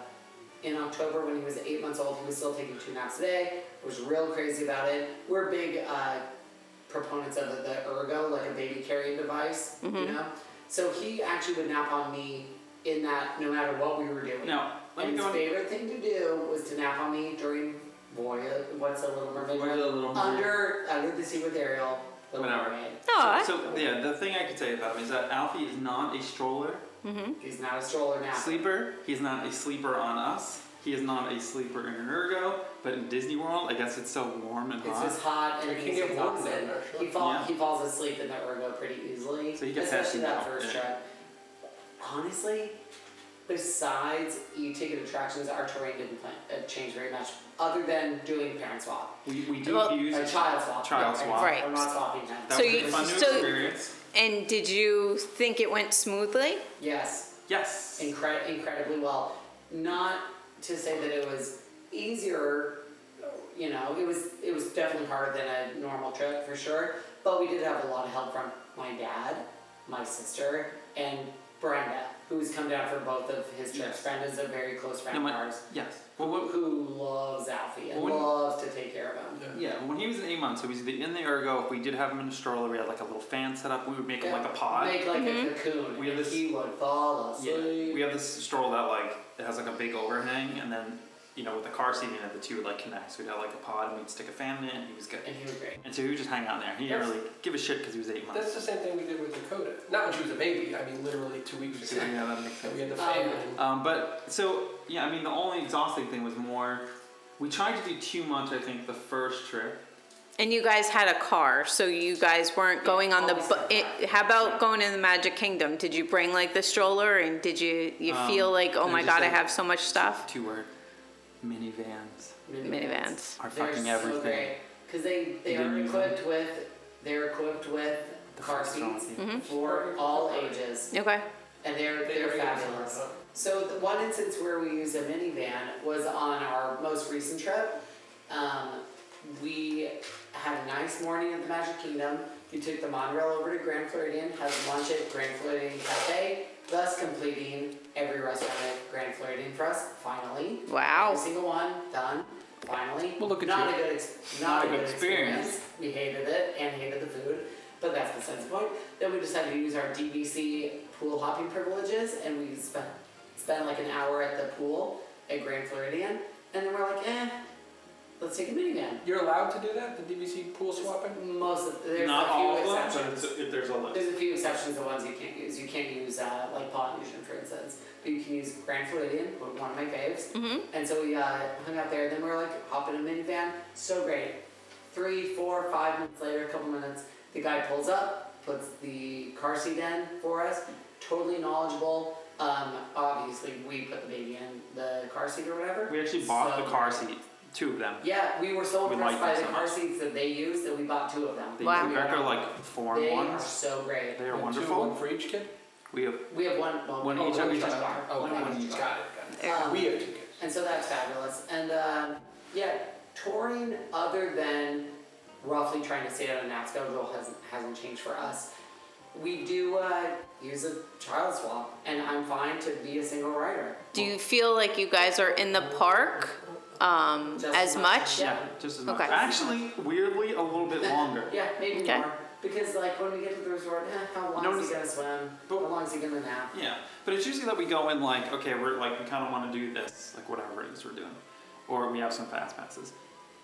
Speaker 1: in October, when he was eight months old, he was still taking two naps a day. Was real crazy about it. We're big uh, proponents of the ergo, like a baby carrying device. You know, so he actually would nap on me in that no matter what we were doing.
Speaker 2: Now, let
Speaker 1: and
Speaker 2: me
Speaker 1: his
Speaker 2: go in-
Speaker 1: favorite thing to do was to nap on me during Voya. What's a Little Mermaid?
Speaker 2: Voyage of the Little Mermaid.
Speaker 1: under under the sea with Ariel. Little
Speaker 2: Whatever.
Speaker 1: Mermaid.
Speaker 3: Aw.
Speaker 2: So, so, yeah, the thing I could say about him is that Alfie is not a stroller
Speaker 1: He's not a stroller now.
Speaker 2: sleeper. He's not a sleeper on us. He is not a sleeper in an ergo. But in Disney World, I guess it's so warm and
Speaker 1: It's
Speaker 2: hot.
Speaker 1: just hot and
Speaker 4: It can
Speaker 1: he's
Speaker 4: get warm
Speaker 1: exhausted.
Speaker 4: down there, sure.
Speaker 1: He falls
Speaker 2: Yeah.
Speaker 1: he falls asleep in the ergo pretty easily.
Speaker 2: So he gets
Speaker 1: especially
Speaker 2: that
Speaker 1: that
Speaker 2: feedback,
Speaker 1: first
Speaker 2: yeah.
Speaker 1: trip. honestly, besides e-ticket attractions, our terrain didn't plan, uh, change very much, other than doing parent swap,
Speaker 2: We, we do
Speaker 3: Well-
Speaker 2: use
Speaker 1: or child swap.
Speaker 2: Child
Speaker 1: yeah,
Speaker 2: swap.
Speaker 3: Right.
Speaker 1: Or not swapping then.
Speaker 2: That
Speaker 3: So
Speaker 2: was
Speaker 3: you-
Speaker 2: a fun new
Speaker 3: so-
Speaker 2: experience.
Speaker 3: And did you think it went smoothly?
Speaker 1: Yes,
Speaker 2: Yes.
Speaker 1: incre- incredibly well. Not to say that it was easier, you know, it was it was definitely harder than a normal trip for sure. But we did have a lot of help from my dad, my sister, and Brenda, who's come down for both of his trips.
Speaker 2: Yes.
Speaker 1: Brenda's a very close friend
Speaker 2: No,
Speaker 1: of
Speaker 2: my-
Speaker 1: ours.
Speaker 2: yes. Well,
Speaker 1: who-
Speaker 2: what,
Speaker 1: who loves Alfie and
Speaker 2: When-
Speaker 1: loves to take care of him.
Speaker 2: yeah, when he was in Amon, so he's in the ergo. If we did have him in a stroller, we had like a little fan set up. We would make him like a pod.
Speaker 1: Make like a cocoon.
Speaker 2: We have
Speaker 1: and
Speaker 2: this-
Speaker 1: He would fall asleep.
Speaker 2: Yeah, we have this stroller that like it has like a big overhang, and then you know with the car seat in it, the two would like connect. So we'd have like a pod, and we'd stick a fan in, it, and he was good.
Speaker 1: and he was great.
Speaker 2: And so he would just hang out in there. He didn't really give a shit because he was eight months.
Speaker 4: That's the same thing we did with Dakota. Not when she was a baby. I mean, literally two weeks ago.
Speaker 2: yeah, that makes
Speaker 4: We
Speaker 2: sense.
Speaker 4: had the family.
Speaker 2: Um, but so yeah, I mean the only exhausting thing was more. We tried to do too much. I think the first trip.
Speaker 3: And you guys had a car, so you guys weren't going on the.
Speaker 1: always
Speaker 3: Bu-
Speaker 1: had a
Speaker 3: it,
Speaker 1: car.
Speaker 3: how about going to the Magic Kingdom? Did you bring like the stroller, and did you you
Speaker 2: Um,
Speaker 3: feel like oh
Speaker 2: they're
Speaker 3: my
Speaker 2: just
Speaker 3: god, I
Speaker 2: like-
Speaker 3: have so much stuff?
Speaker 2: Two word minivans.
Speaker 3: Minivans.
Speaker 2: Are
Speaker 1: They're
Speaker 2: fucking
Speaker 1: so
Speaker 2: everything.
Speaker 1: great because they they
Speaker 2: You
Speaker 1: are
Speaker 2: didn't use them?
Speaker 1: equipped with they're equipped with car
Speaker 2: first one,
Speaker 1: seats
Speaker 2: yeah.
Speaker 1: for all ages,
Speaker 3: Okay.
Speaker 1: and they're
Speaker 4: They
Speaker 1: they're
Speaker 4: bring us
Speaker 1: fabulous.
Speaker 4: around.
Speaker 1: So the one instance where we used a minivan was on our most recent trip. Um, we had a nice morning at the Magic Kingdom. We took the monorail over to Grand Floridian, had lunch at Grand Floridian Cafe, thus completing every restaurant at Grand Floridian for us. Finally,
Speaker 3: Wow.
Speaker 1: every single one done. Finally,
Speaker 2: Well, look at
Speaker 1: not
Speaker 2: you.
Speaker 1: a good, ex- not, a good
Speaker 2: experience.
Speaker 1: experience. We hated it and hated the food, but that's besides the point. Then we decided to use our DVC pool hopping privileges, and we spent spent like an hour at the pool at Grand Floridian, and then we're like, eh, let's take a minivan.
Speaker 4: You're allowed to do that? The DVC pool swapping?
Speaker 1: Most of there's
Speaker 2: Not
Speaker 1: a few
Speaker 2: all of them,
Speaker 1: exceptions.
Speaker 2: but it's, if there's a list.
Speaker 1: There's a few exceptions to ones you can't use. You can't use uh, like Polynesian, for instance, but you can use Grand Floridian, one one of my faves. And so we uh, hung out there. Then we were like, hop in a minivan. So great. Three, four, five minutes later, a couple minutes, the guy pulls up, puts the car seat in for us. Totally knowledgeable. Um, obviously, we put the baby in the car seat or whatever.
Speaker 2: We actually bought the
Speaker 1: So-
Speaker 2: car seat, two of them.
Speaker 1: Yeah, we were so
Speaker 2: We
Speaker 1: impressed
Speaker 2: liked
Speaker 1: by
Speaker 2: them
Speaker 1: the
Speaker 2: so
Speaker 1: car
Speaker 2: much.
Speaker 1: seats that they used that we bought two of them.
Speaker 2: They
Speaker 3: Wow.
Speaker 2: They're like four
Speaker 1: They
Speaker 2: and
Speaker 1: are
Speaker 2: ones.
Speaker 1: so great.
Speaker 2: They are
Speaker 4: And two, One
Speaker 2: wonderful.
Speaker 4: for each kid?
Speaker 2: We have
Speaker 1: We have one. Well,
Speaker 2: One
Speaker 1: oh,
Speaker 2: each of each
Speaker 1: car.
Speaker 2: car.
Speaker 4: Oh,
Speaker 1: One
Speaker 4: one
Speaker 1: of
Speaker 4: each.
Speaker 1: each car.
Speaker 4: Got it, got it.
Speaker 1: Um,
Speaker 4: we have two kids.
Speaker 1: And so that's fabulous. And um yeah, touring other than roughly trying to stay on a nap schedule hasn't hasn't changed for us. We do uh, use a child swap, and I'm fine to be a single rider.
Speaker 3: Do you feel like you guys are in the park um,
Speaker 1: Just
Speaker 3: as
Speaker 1: as
Speaker 3: much?
Speaker 1: much,
Speaker 2: yeah, just as much.
Speaker 3: Okay.
Speaker 2: Actually, weirdly, a little bit longer.
Speaker 1: Yeah, maybe
Speaker 3: Okay.
Speaker 1: more. Because like when we get to the resort, eh, how long is
Speaker 2: Notice-
Speaker 1: he gonna swim?
Speaker 2: but-
Speaker 1: how long is he gonna nap?
Speaker 2: Yeah, but it's usually that we go in like, okay, we're like, we kind of want to do this, like whatever it is we're doing, or we have some fast passes.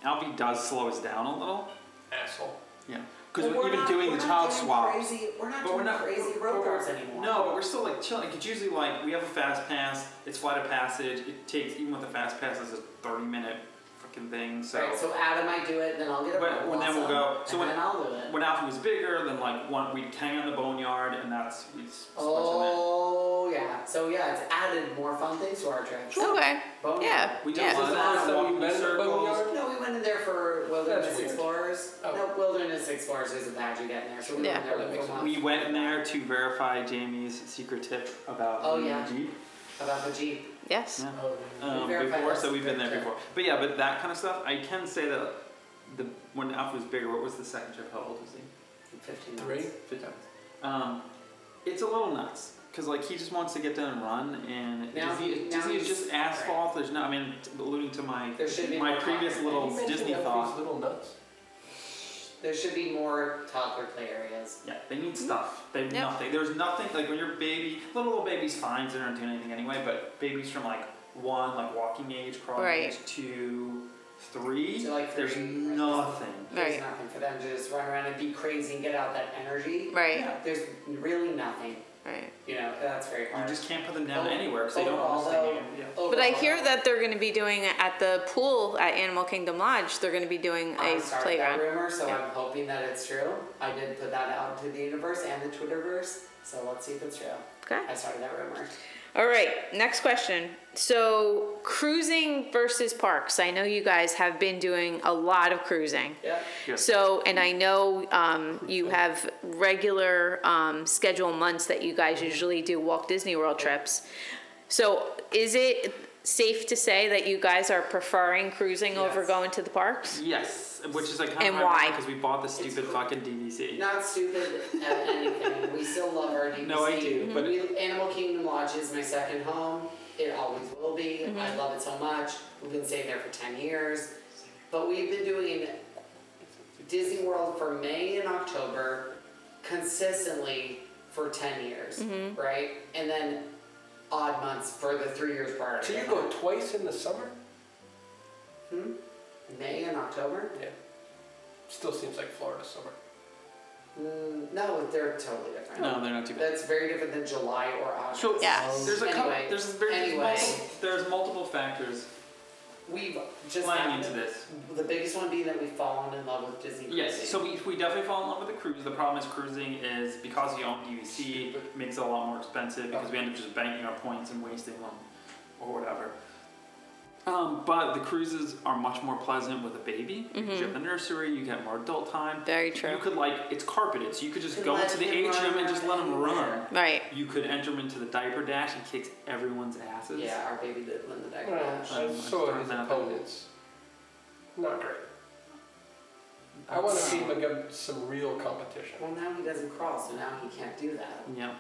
Speaker 2: Alfie does slow us down a little.
Speaker 4: Asshole.
Speaker 2: Yeah, because
Speaker 1: But
Speaker 2: we're
Speaker 1: we're
Speaker 2: even
Speaker 1: not-
Speaker 2: doing
Speaker 1: we're not
Speaker 2: the child
Speaker 1: doing
Speaker 2: swap.
Speaker 1: Crazy, we're not
Speaker 2: But we're
Speaker 1: doing
Speaker 2: not
Speaker 1: crazy
Speaker 2: but
Speaker 1: road
Speaker 2: we're-
Speaker 1: trips anymore.
Speaker 2: No, but we're still like chilling. Like, It's usually like we have a fast pass. It's flight of passage. It takes even with the fast pass, it's a thirty minute fucking thing. So,
Speaker 1: Right, so Adam might do it, then I'll get a
Speaker 2: When-
Speaker 1: rope
Speaker 2: when then we'll
Speaker 1: also,
Speaker 2: go- so
Speaker 1: and
Speaker 2: when-
Speaker 1: then I'll do it.
Speaker 2: when Alfie was bigger, then like one we'd hang on the boneyard, and that's we switch them
Speaker 1: Oh yeah. So yeah, it's added more fun things to our trip.
Speaker 3: Okay.
Speaker 1: Boneyard.
Speaker 3: Yeah.
Speaker 2: in. We do a
Speaker 3: yeah.
Speaker 2: lot of
Speaker 4: Last
Speaker 2: that,
Speaker 4: time
Speaker 2: walking
Speaker 4: we met at the
Speaker 2: circles.
Speaker 4: boneyard,
Speaker 1: No, we went in there for
Speaker 4: That's
Speaker 1: Wilderness
Speaker 4: weird.
Speaker 1: Explorers.
Speaker 4: Oh.
Speaker 1: No, Wilderness Explorers isn't actually getting there, so we
Speaker 3: Yeah.
Speaker 1: went in
Speaker 4: That
Speaker 1: there
Speaker 4: makes
Speaker 1: for one.
Speaker 2: We went in there to verify Jamie's secret tip about
Speaker 1: Oh,
Speaker 2: the
Speaker 1: yeah.
Speaker 2: Jeep.
Speaker 1: About the Jeep.
Speaker 3: Yes.
Speaker 2: Yeah.
Speaker 4: Oh,
Speaker 2: Um,
Speaker 1: verified
Speaker 2: before,
Speaker 1: that
Speaker 2: so we've been
Speaker 1: secret
Speaker 2: there
Speaker 1: tip.
Speaker 2: before. But yeah, but that kind of stuff. I can say that the when Alfie was bigger, what was the second trip? How old was he?
Speaker 1: Fifteen
Speaker 4: Three?
Speaker 1: months.
Speaker 2: Um, it's a little nuts because like he just wants to get down and run, and
Speaker 1: Now
Speaker 2: Disney,
Speaker 1: he- now
Speaker 2: Disney is
Speaker 1: he's-
Speaker 2: just asphalt. There's no, I mean, t- alluding to my
Speaker 1: There should be
Speaker 2: my
Speaker 1: more
Speaker 2: previous
Speaker 1: content.
Speaker 2: little
Speaker 4: You
Speaker 2: Disney
Speaker 4: mentioned
Speaker 2: thought.
Speaker 4: Alfie's Little nuts.
Speaker 1: There should be more toddler play areas.
Speaker 2: Yeah, they
Speaker 3: Mm-hmm.
Speaker 2: need stuff. They have
Speaker 3: Yep.
Speaker 2: nothing. There's nothing like when you're a baby. Little old babies fine. 'cause They don't do anything anyway. But babies from like one, like walking age, crawling
Speaker 3: Right.
Speaker 2: age, two, three.
Speaker 1: So, like,
Speaker 2: there's
Speaker 1: three, right.
Speaker 2: nothing.
Speaker 1: There's
Speaker 3: Right.
Speaker 1: nothing for them to just run around and be crazy and get out that energy.
Speaker 3: Right.
Speaker 2: Yeah.
Speaker 1: There's really nothing.
Speaker 3: Right.
Speaker 1: You know, that's very
Speaker 2: You
Speaker 1: hard.
Speaker 2: just can't put them down
Speaker 1: Over-
Speaker 2: anywhere because they don't
Speaker 1: overall,
Speaker 2: understand.
Speaker 1: though-
Speaker 2: Yeah.
Speaker 3: But I
Speaker 1: overall,
Speaker 3: hear that they're going to be doing at the pool at Animal Kingdom Lodge. They're going to be doing
Speaker 1: I
Speaker 3: a
Speaker 1: started
Speaker 3: playground.
Speaker 1: that rumor, so
Speaker 3: Yeah.
Speaker 1: I'm hoping that it's true. I did put that out to the universe and the Twitterverse, so let's see if it's true.
Speaker 3: Okay.
Speaker 1: I started that rumor.
Speaker 3: All right, next question. So, cruising versus parks. I know you guys have been doing a lot of cruising.
Speaker 1: Yeah.
Speaker 2: Yes.
Speaker 3: So, and I know um, you have regular um, schedule months that you
Speaker 2: Mm-hmm.
Speaker 3: guys usually do Walt Disney World trips. So, is it safe to say that you guys are preferring cruising over
Speaker 1: Yes.
Speaker 3: going to the parks?
Speaker 2: Yes, which is like kind
Speaker 3: And
Speaker 2: of
Speaker 3: why?
Speaker 2: because we bought the stupid fucking DVC.
Speaker 1: Not stupid at anything. We still love our DVC.
Speaker 2: No, I do, but-
Speaker 1: we, Animal Kingdom Lodge is my second home. It always will be. I love it so much. We've been staying there for 10 years. But we've been doing Disney World for May and October consistently for 10 years, right? And then odd months for the three years prior. to
Speaker 4: So you
Speaker 1: that.
Speaker 4: go twice in the summer?
Speaker 1: May and October?
Speaker 4: Yeah. Still seems like Florida summer.
Speaker 1: Mm, no, they're totally different.
Speaker 2: No, they're not too bad.
Speaker 1: That's very different than July or August.
Speaker 2: So
Speaker 3: Yes.
Speaker 2: there's a couple.
Speaker 1: Anyway.
Speaker 2: There's very
Speaker 1: Anyway.
Speaker 2: multiple, there's multiple factors
Speaker 1: We've just
Speaker 2: playing into this.
Speaker 1: The biggest one being that we've fallen in love with Disney.
Speaker 2: Yes,
Speaker 1: cruising.
Speaker 2: so we, we definitely fall in love with the cruise. The problem is cruising is because you own DVC, it makes it a lot more expensive because we end up just banking our points and wasting them or whatever. Um, but the cruises are much more pleasant with a baby. because You have the nursery, you get more adult time.
Speaker 3: Very
Speaker 2: You
Speaker 3: true.
Speaker 2: could like it's carpeted, so you could just
Speaker 1: Could
Speaker 2: go
Speaker 1: let
Speaker 2: into the
Speaker 1: him
Speaker 2: atrium
Speaker 1: run
Speaker 2: and just let them run.
Speaker 1: anywhere.
Speaker 3: Right.
Speaker 2: You could enter them into the diaper dash and kicks everyone's asses.
Speaker 1: yeah, our baby did win the diaper dash.
Speaker 4: I saw his opponents. Not great. I want to see him against some real competition.
Speaker 1: Well, now he doesn't crawl, so now he can't do that.
Speaker 2: Yeah,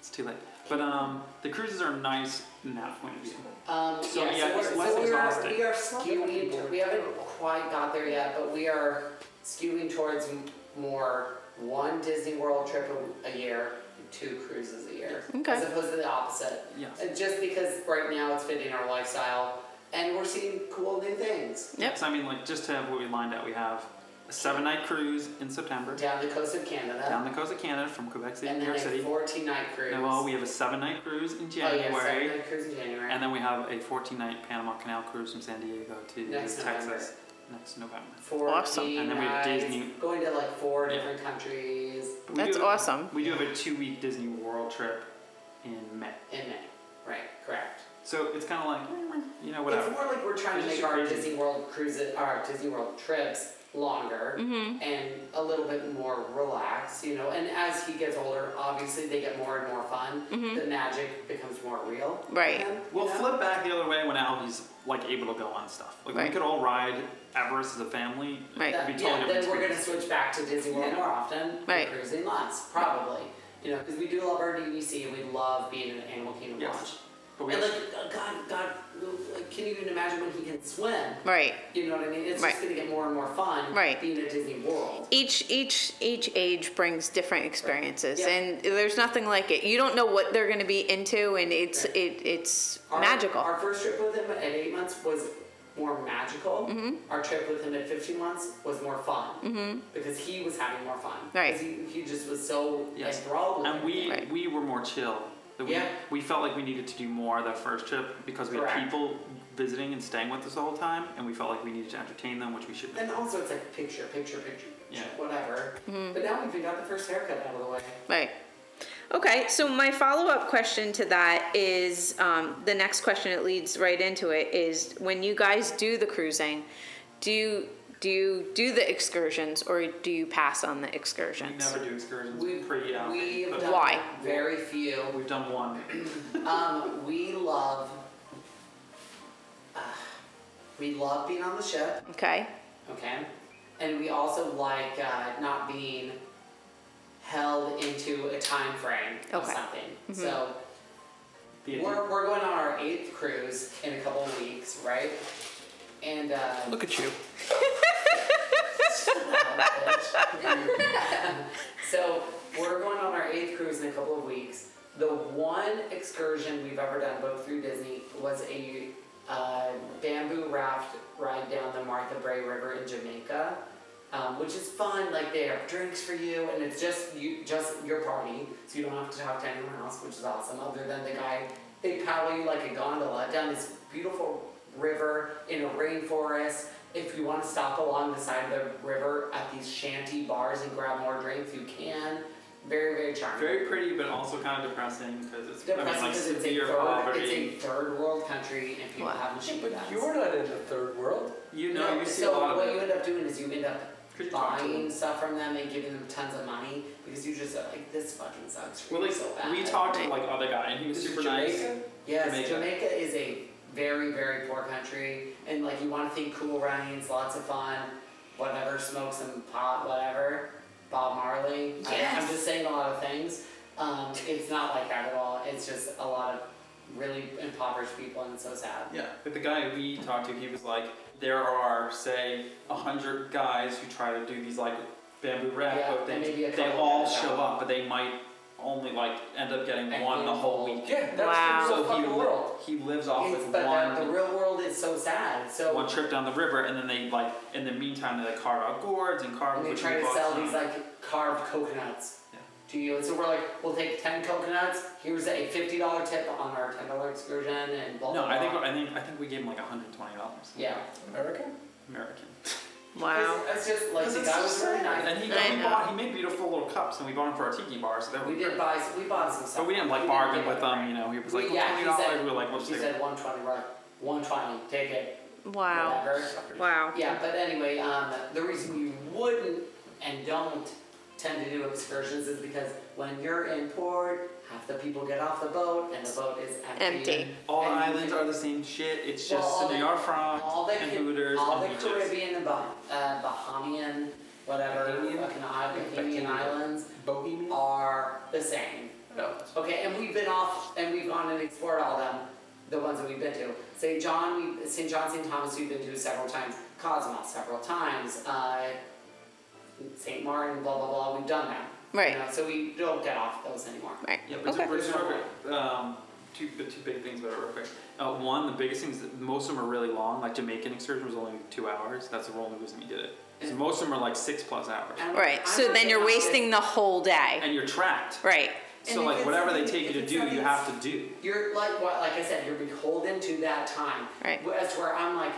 Speaker 2: it's too late. But um, the cruises are nice from that point of view.
Speaker 1: Um,
Speaker 2: So,
Speaker 1: yeah,
Speaker 2: yeah,
Speaker 1: so,
Speaker 2: it's less
Speaker 1: we're, so we are
Speaker 2: exhausting.
Speaker 1: we are skewing. We haven't quite got there yet, but we are skewing towards m- more one Disney World trip a, a year, two cruises a year,
Speaker 3: Okay.
Speaker 1: as opposed to the opposite.
Speaker 2: Yes.
Speaker 1: Uh, Just because right now it's fitting our lifestyle, and we're seeing cool new things
Speaker 3: Yep.
Speaker 2: So I mean, like just to have what we lined out, we have a seven-night cruise in September
Speaker 1: down the coast of Canada,
Speaker 2: down the coast of Canada from Quebec City to
Speaker 1: and
Speaker 2: New
Speaker 1: then
Speaker 2: York
Speaker 1: a
Speaker 2: City.
Speaker 1: 14 night cruise.
Speaker 2: And well, we have a seven-night cruise in January,
Speaker 1: Oh, yeah, seven night cruise in January.
Speaker 2: and then we have a 14-night Panama Canal cruise from San Diego to
Speaker 1: Next
Speaker 2: Texas
Speaker 1: November.
Speaker 2: next November.
Speaker 1: Four
Speaker 3: Awesome.
Speaker 1: key
Speaker 2: And then we have
Speaker 1: nights,
Speaker 2: Disney.
Speaker 1: Going to like four
Speaker 2: Yeah.
Speaker 1: different countries
Speaker 2: But we do
Speaker 3: That's
Speaker 2: have-
Speaker 3: awesome.
Speaker 2: We do have a two-week Disney World trip in May,
Speaker 1: in May. Right, correct.
Speaker 2: so it's kind of like eh, you know
Speaker 1: It's
Speaker 2: whatever.
Speaker 1: more like we're trying to
Speaker 2: It's
Speaker 1: make
Speaker 2: just
Speaker 1: our
Speaker 2: crazy.
Speaker 1: Disney World cruises, our Disney World trips longer and a little bit more relaxed, you know. And as he gets older, obviously they get more and more fun. The magic becomes more real.
Speaker 3: Right.
Speaker 1: for him, you
Speaker 2: We'll
Speaker 1: know?
Speaker 2: flip back the other way when Albie's like able to go on stuff. Like we
Speaker 3: Right.
Speaker 2: could all ride Everest as a family.
Speaker 3: Right.
Speaker 2: It'd
Speaker 1: That-
Speaker 2: be totally
Speaker 1: yeah,
Speaker 2: different
Speaker 1: then we're going to
Speaker 2: experience.
Speaker 1: switch back to Disney World
Speaker 2: Yeah.
Speaker 1: more often.
Speaker 3: Right.
Speaker 1: And cruising lots, probably. You know, because we do love our DVC and we love being in Animal Kingdom
Speaker 2: Yes.
Speaker 1: Lodge.
Speaker 2: But we
Speaker 1: And like,
Speaker 2: also-
Speaker 1: uh, God, God, like, can you even imagine when he can swim?
Speaker 3: Right.
Speaker 1: You know what I mean? It's
Speaker 3: Right.
Speaker 1: just going to get more and more fun
Speaker 3: Right.
Speaker 1: being at Disney World.
Speaker 3: each each each age brings different experiences
Speaker 1: Yeah.
Speaker 3: and there's nothing like it you don't know what they're going to be into and it's
Speaker 1: Right.
Speaker 3: it it's
Speaker 1: Our,
Speaker 3: magical
Speaker 1: Our first trip with him at eight months was more magical.
Speaker 3: Mm-hmm.
Speaker 1: Our trip with him at 15 months was more fun because he was having more fun.
Speaker 3: Right.
Speaker 1: 'Cause He, he just was so
Speaker 2: Yes.
Speaker 1: enthralled with
Speaker 2: and we
Speaker 3: Right.
Speaker 2: we were more chill. That we,
Speaker 1: Yeah.
Speaker 2: we felt like we needed to do more that first trip because we
Speaker 1: Correct.
Speaker 2: had people visiting and staying with us the whole time, and we felt like we needed to entertain them, which we should.
Speaker 1: And also, it's like picture, picture, picture, picture,
Speaker 2: Yeah.
Speaker 1: whatever.
Speaker 3: Mm-hmm.
Speaker 1: But now we've even got the first haircut out of the way.
Speaker 3: right okay so my follow-up question to that is um, the next question it leads right into it is when you guys do the cruising do you do you do the excursions or do you pass on the
Speaker 2: We
Speaker 3: excursions
Speaker 2: never do excursions.
Speaker 1: We've,
Speaker 2: pre uh,
Speaker 1: we've
Speaker 2: but
Speaker 1: done
Speaker 3: Why?
Speaker 1: very few.
Speaker 2: we've done one.
Speaker 1: Um, we love. ah, we love being on the ship,
Speaker 3: okay
Speaker 1: okay, and we also like uh, not being held into a time frame of
Speaker 3: Okay. Mm-hmm.
Speaker 1: something. So
Speaker 2: The
Speaker 1: we're, we're going on our eighth cruise in a couple of weeks, right? And uh,
Speaker 4: Look at you.
Speaker 1: so we're going on our eighth cruise in a couple of weeks. The one excursion we've ever done, both through Disney, was a uh, bamboo raft ride down the Martha Bray River in Jamaica. um, which is fun. Like they have drinks for you, and it's just you, just your party, so you don't have to talk to anyone else, which is awesome. Other than the guy, they paddle you like a gondola down this beautiful river in a rainforest. If you want to stop along the side of the river at these shanty bars and grab more drinks, you can. Very, very charming.
Speaker 2: Very pretty, but also kind of depressing because it's I mean,
Speaker 1: depressing
Speaker 2: like
Speaker 1: because it's a
Speaker 2: severe
Speaker 1: third,
Speaker 2: poverty.
Speaker 1: it's a third world country, and people
Speaker 3: Wow.
Speaker 1: haven't cheap events.
Speaker 4: You're not in the third world.
Speaker 2: you know, you see
Speaker 1: so
Speaker 2: a lot
Speaker 1: what
Speaker 2: of
Speaker 1: you
Speaker 2: it.
Speaker 1: end up doing is you end up
Speaker 2: Could you talk to
Speaker 1: buying
Speaker 2: them?
Speaker 1: stuff from them and giving them tons of money because you just are like this fucking sucks for
Speaker 2: Well,
Speaker 1: you
Speaker 2: like
Speaker 1: so bad.
Speaker 2: we talked to like other guy, and he was
Speaker 4: This is
Speaker 2: super nice.
Speaker 4: Jamaica?
Speaker 1: Yes,
Speaker 2: Jamaica.
Speaker 1: Jamaica. is a very very poor country, and like you want to think cool runnings, lots of fun, whatever, smoke some pot, whatever. Bob Marley. I, I'm
Speaker 3: Yes.
Speaker 1: just saying a lot of things. Um, it's not like that at all. It's just a lot of really impoverished people, and it's so sad.
Speaker 2: Yeah, but the guy we talked to, he was like, there are say a hundred guys who try to do these like bamboo raft
Speaker 1: Yeah,
Speaker 2: boat
Speaker 1: and
Speaker 2: things.
Speaker 1: maybe a
Speaker 2: They
Speaker 1: couple
Speaker 2: all
Speaker 1: guys
Speaker 2: show
Speaker 1: out.
Speaker 2: up, but they might only like end up getting
Speaker 1: A
Speaker 2: one the whole
Speaker 1: handful.
Speaker 2: week.
Speaker 4: Yeah,
Speaker 3: Wow.
Speaker 4: that's the real
Speaker 2: So he
Speaker 4: fucking
Speaker 2: li-
Speaker 4: world.
Speaker 2: he lives off
Speaker 1: It's-
Speaker 2: of
Speaker 1: but
Speaker 2: one
Speaker 1: the, the real world is so sad. So
Speaker 2: one trip down the river, and then they like in the meantime they like carve out gourds and carve.
Speaker 1: and they
Speaker 2: which
Speaker 1: try
Speaker 2: we
Speaker 1: to
Speaker 2: bought
Speaker 1: sell
Speaker 2: some.
Speaker 1: these like carved coconuts
Speaker 2: Yeah.
Speaker 1: to you. And so we're like, we'll take ten coconuts. Here's a fifty dollar tip on our ten dollar excursion, and blah
Speaker 2: No,
Speaker 1: blah.
Speaker 2: I think
Speaker 1: blah.
Speaker 2: I think I think we gave him like hundred twenty dollars.
Speaker 1: yeah.
Speaker 4: American?
Speaker 2: American.
Speaker 3: Wow.
Speaker 1: It's, it's just like
Speaker 2: Because
Speaker 1: the
Speaker 2: it's
Speaker 1: guy
Speaker 2: so
Speaker 1: was really
Speaker 2: sad.
Speaker 1: nice.
Speaker 2: And he,
Speaker 3: I
Speaker 2: he
Speaker 3: know.
Speaker 2: bought he made beautiful little cups, and we bought them for our tiki bar. So that
Speaker 1: we did buy s- we bought some stuff.
Speaker 2: But we didn't like bargain with them, you know. He was like
Speaker 1: We- yeah,
Speaker 2: twenty
Speaker 1: he
Speaker 2: dollars.
Speaker 1: said-
Speaker 2: We were like, let's
Speaker 1: She
Speaker 2: take
Speaker 1: said
Speaker 2: it.
Speaker 1: one twenty, right? One twenty, take it.
Speaker 3: Wow.
Speaker 1: Whatever.
Speaker 3: Wow.
Speaker 1: Yeah, but anyway, um, the reason you wouldn't and don't tend to do excursions is because when you're in port, half the people get off the boat and the boat is empty.
Speaker 3: Empty.
Speaker 1: and-
Speaker 2: All
Speaker 1: and you
Speaker 2: islands
Speaker 1: can-
Speaker 2: are the same shit. It's
Speaker 1: Well,
Speaker 2: just
Speaker 1: all the-
Speaker 2: New York frogs
Speaker 1: all the
Speaker 2: and
Speaker 1: Ca-
Speaker 2: Hooters
Speaker 1: all
Speaker 2: and
Speaker 1: the
Speaker 2: beaches.
Speaker 1: Caribbean and bah- uh, Bahamian, whatever,
Speaker 4: Bahamian?
Speaker 1: fucking island, Bahamian
Speaker 4: Bahamian.
Speaker 1: islands
Speaker 4: Bohemian?
Speaker 1: Oh. are the same.
Speaker 4: No.
Speaker 1: Okay, and we've been off and we've gone and explored all them, the ones that we've been to. St. John, we St. John, St. Thomas, we've been to several times. Cosmos, several times. Uh, St. Martin, blah blah blah. We've done that. you
Speaker 3: Right.
Speaker 1: know, so we don't get off those anymore.
Speaker 3: Right.
Speaker 2: Yeah, but
Speaker 3: Okay.
Speaker 2: to- just real quick, um, two the two big things about it real quick. Uh, one, the biggest things that most of them are really long. Like Jamaican excursion was only two hours. That's the only reason we did it. 'Cause most of them are like six plus hours,
Speaker 1: And I'm
Speaker 3: Right. So
Speaker 1: not
Speaker 3: then you're
Speaker 1: gonna-
Speaker 3: wasting the whole day.
Speaker 2: and you're tracked.
Speaker 3: Right.
Speaker 1: And
Speaker 2: So
Speaker 1: if
Speaker 2: like
Speaker 1: it's
Speaker 2: whatever they
Speaker 1: something-
Speaker 2: take
Speaker 1: if
Speaker 2: you to
Speaker 1: it's
Speaker 2: do, you
Speaker 1: something-
Speaker 2: have to do.
Speaker 1: You're like what, like I said, you're beholden to that time.
Speaker 3: Right.
Speaker 1: Wh- That's where I'm like,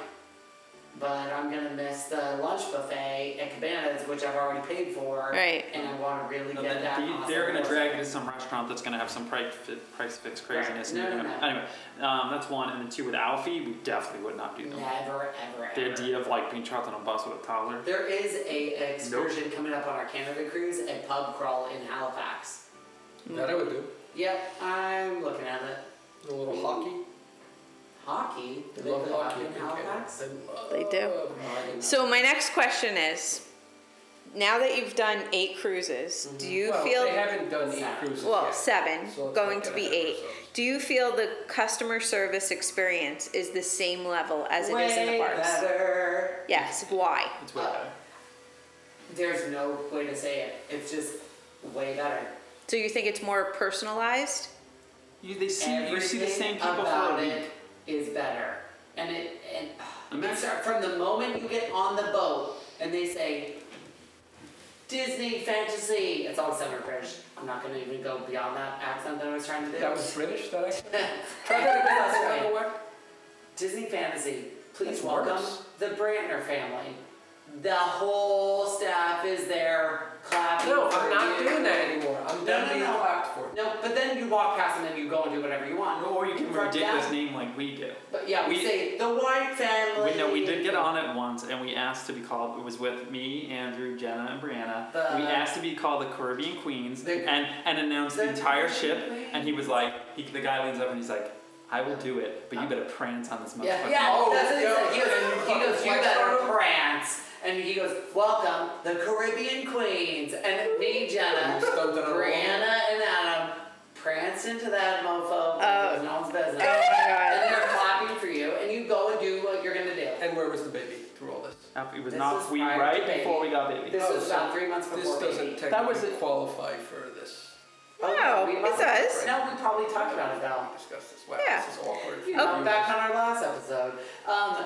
Speaker 1: but I'm gonna miss the lunch buffet at Cabanas, which I've already paid for.
Speaker 3: Right.
Speaker 1: And I want to really
Speaker 2: No,
Speaker 1: get
Speaker 2: then
Speaker 1: that.
Speaker 2: they-
Speaker 1: awesome
Speaker 2: they're going to
Speaker 1: meal.
Speaker 2: drag you to some restaurant that's going to have some price, fi- price fix craziness.
Speaker 1: Right.
Speaker 2: and
Speaker 1: No,
Speaker 2: you're
Speaker 1: no,
Speaker 2: gonna-
Speaker 1: no.
Speaker 2: Anyway, um, that's one. And then two, with Alfie, we definitely would not do them.
Speaker 1: Never, ever,
Speaker 2: The
Speaker 1: ever.
Speaker 2: idea of like being trapped on a bus with a toddler.
Speaker 1: There is a excursion coming up on our Canada cruise, a pub crawl in Halifax.
Speaker 4: That I would do.
Speaker 1: Yep, I'm looking at it.
Speaker 4: A little hockey.
Speaker 1: Hockey. Do
Speaker 4: I
Speaker 1: they
Speaker 4: love
Speaker 1: play
Speaker 4: hockey.
Speaker 1: in Halifax?
Speaker 3: They do. So my next question is, now that you've done eight cruises, do you
Speaker 4: well,
Speaker 3: feel
Speaker 4: They haven't done eight cruises
Speaker 3: well
Speaker 4: yet.
Speaker 3: seven,
Speaker 4: So it's
Speaker 3: going
Speaker 4: not
Speaker 3: to
Speaker 4: gonna
Speaker 3: be
Speaker 4: happen,
Speaker 3: eight?
Speaker 4: so.
Speaker 3: Do you feel the customer service experience is the same level as it is in the
Speaker 1: Way
Speaker 3: parks?
Speaker 1: better.
Speaker 3: Yes. Why?
Speaker 2: It's way
Speaker 1: Uh,
Speaker 2: better.
Speaker 1: There's no way to say it. It's just way better.
Speaker 3: So you think it's more personalized?
Speaker 2: You, they see, you see the
Speaker 1: Everything
Speaker 2: same people for a
Speaker 1: about
Speaker 2: week.
Speaker 1: it is better. And it and
Speaker 2: mean-
Speaker 1: you start from the moment you get on the boat and they say Disney fantasy. It's all summer British. I'm not gonna even go beyond that accent that I was trying to do.
Speaker 4: That was British, that accent?
Speaker 1: Try to get us away.
Speaker 4: Another one?
Speaker 1: Disney fantasy. Please
Speaker 4: That's
Speaker 1: welcome
Speaker 4: worse.
Speaker 1: the Brantner family. The whole staff is there clapping.
Speaker 4: No,
Speaker 1: for
Speaker 4: I'm not
Speaker 1: you.
Speaker 4: doing that anymore. I'm
Speaker 1: No,
Speaker 4: done
Speaker 1: no,
Speaker 4: being
Speaker 1: no.
Speaker 4: clapped for.
Speaker 1: No, but then you walk past them and you go and do whatever you want.
Speaker 2: Or you give them a
Speaker 1: From
Speaker 2: ridiculous
Speaker 1: that-
Speaker 2: name like we do.
Speaker 1: But yeah, we,
Speaker 2: We-
Speaker 1: say the White family.
Speaker 2: We know we did get on it once, and we asked to be called. It was with me, Andrew, Jenna, and Brianna.
Speaker 1: The- uh,
Speaker 2: we asked to be called the Caribbean Queens,
Speaker 1: The-
Speaker 2: and and announced the,
Speaker 1: the
Speaker 2: entire
Speaker 1: Caribbean
Speaker 2: ship.
Speaker 1: Queens.
Speaker 2: And he was like, he, the guy leans over and he's like, "I will do it, but you better prance on this motherfucker."
Speaker 1: Uh, Yeah, yeah.
Speaker 4: Oh,
Speaker 1: that's what he
Speaker 4: yeah,
Speaker 1: said. He
Speaker 4: yeah,
Speaker 1: goes, he goes, you
Speaker 4: yeah.
Speaker 1: better prance. And he goes, welcome the Caribbean Queens. And me, Jenna,
Speaker 4: Stumped it on the wall.
Speaker 1: Brianna, and Adam prance into that mofo.
Speaker 3: Oh.
Speaker 1: It was no one's business.
Speaker 3: God.
Speaker 1: And they're clapping for you, and you go and do what you're gonna do.
Speaker 4: And where was the baby through all this?
Speaker 2: Uh, It was
Speaker 1: This
Speaker 2: not
Speaker 1: was
Speaker 2: we
Speaker 1: prior to
Speaker 2: right
Speaker 1: baby.
Speaker 2: before we got baby.
Speaker 1: This
Speaker 4: Oh,
Speaker 1: was
Speaker 4: so
Speaker 1: about three months
Speaker 4: This
Speaker 1: before
Speaker 4: doesn't
Speaker 1: baby.
Speaker 4: technically
Speaker 2: That was a-
Speaker 4: qualify for this.
Speaker 3: No,
Speaker 1: Oh, we
Speaker 3: it
Speaker 1: must-
Speaker 3: does.
Speaker 1: No, we probably talked about it though.
Speaker 4: Discuss this. Wow,
Speaker 3: Yeah.
Speaker 2: Oh,
Speaker 4: this is awkward.
Speaker 1: You know, back on our last episode. Um,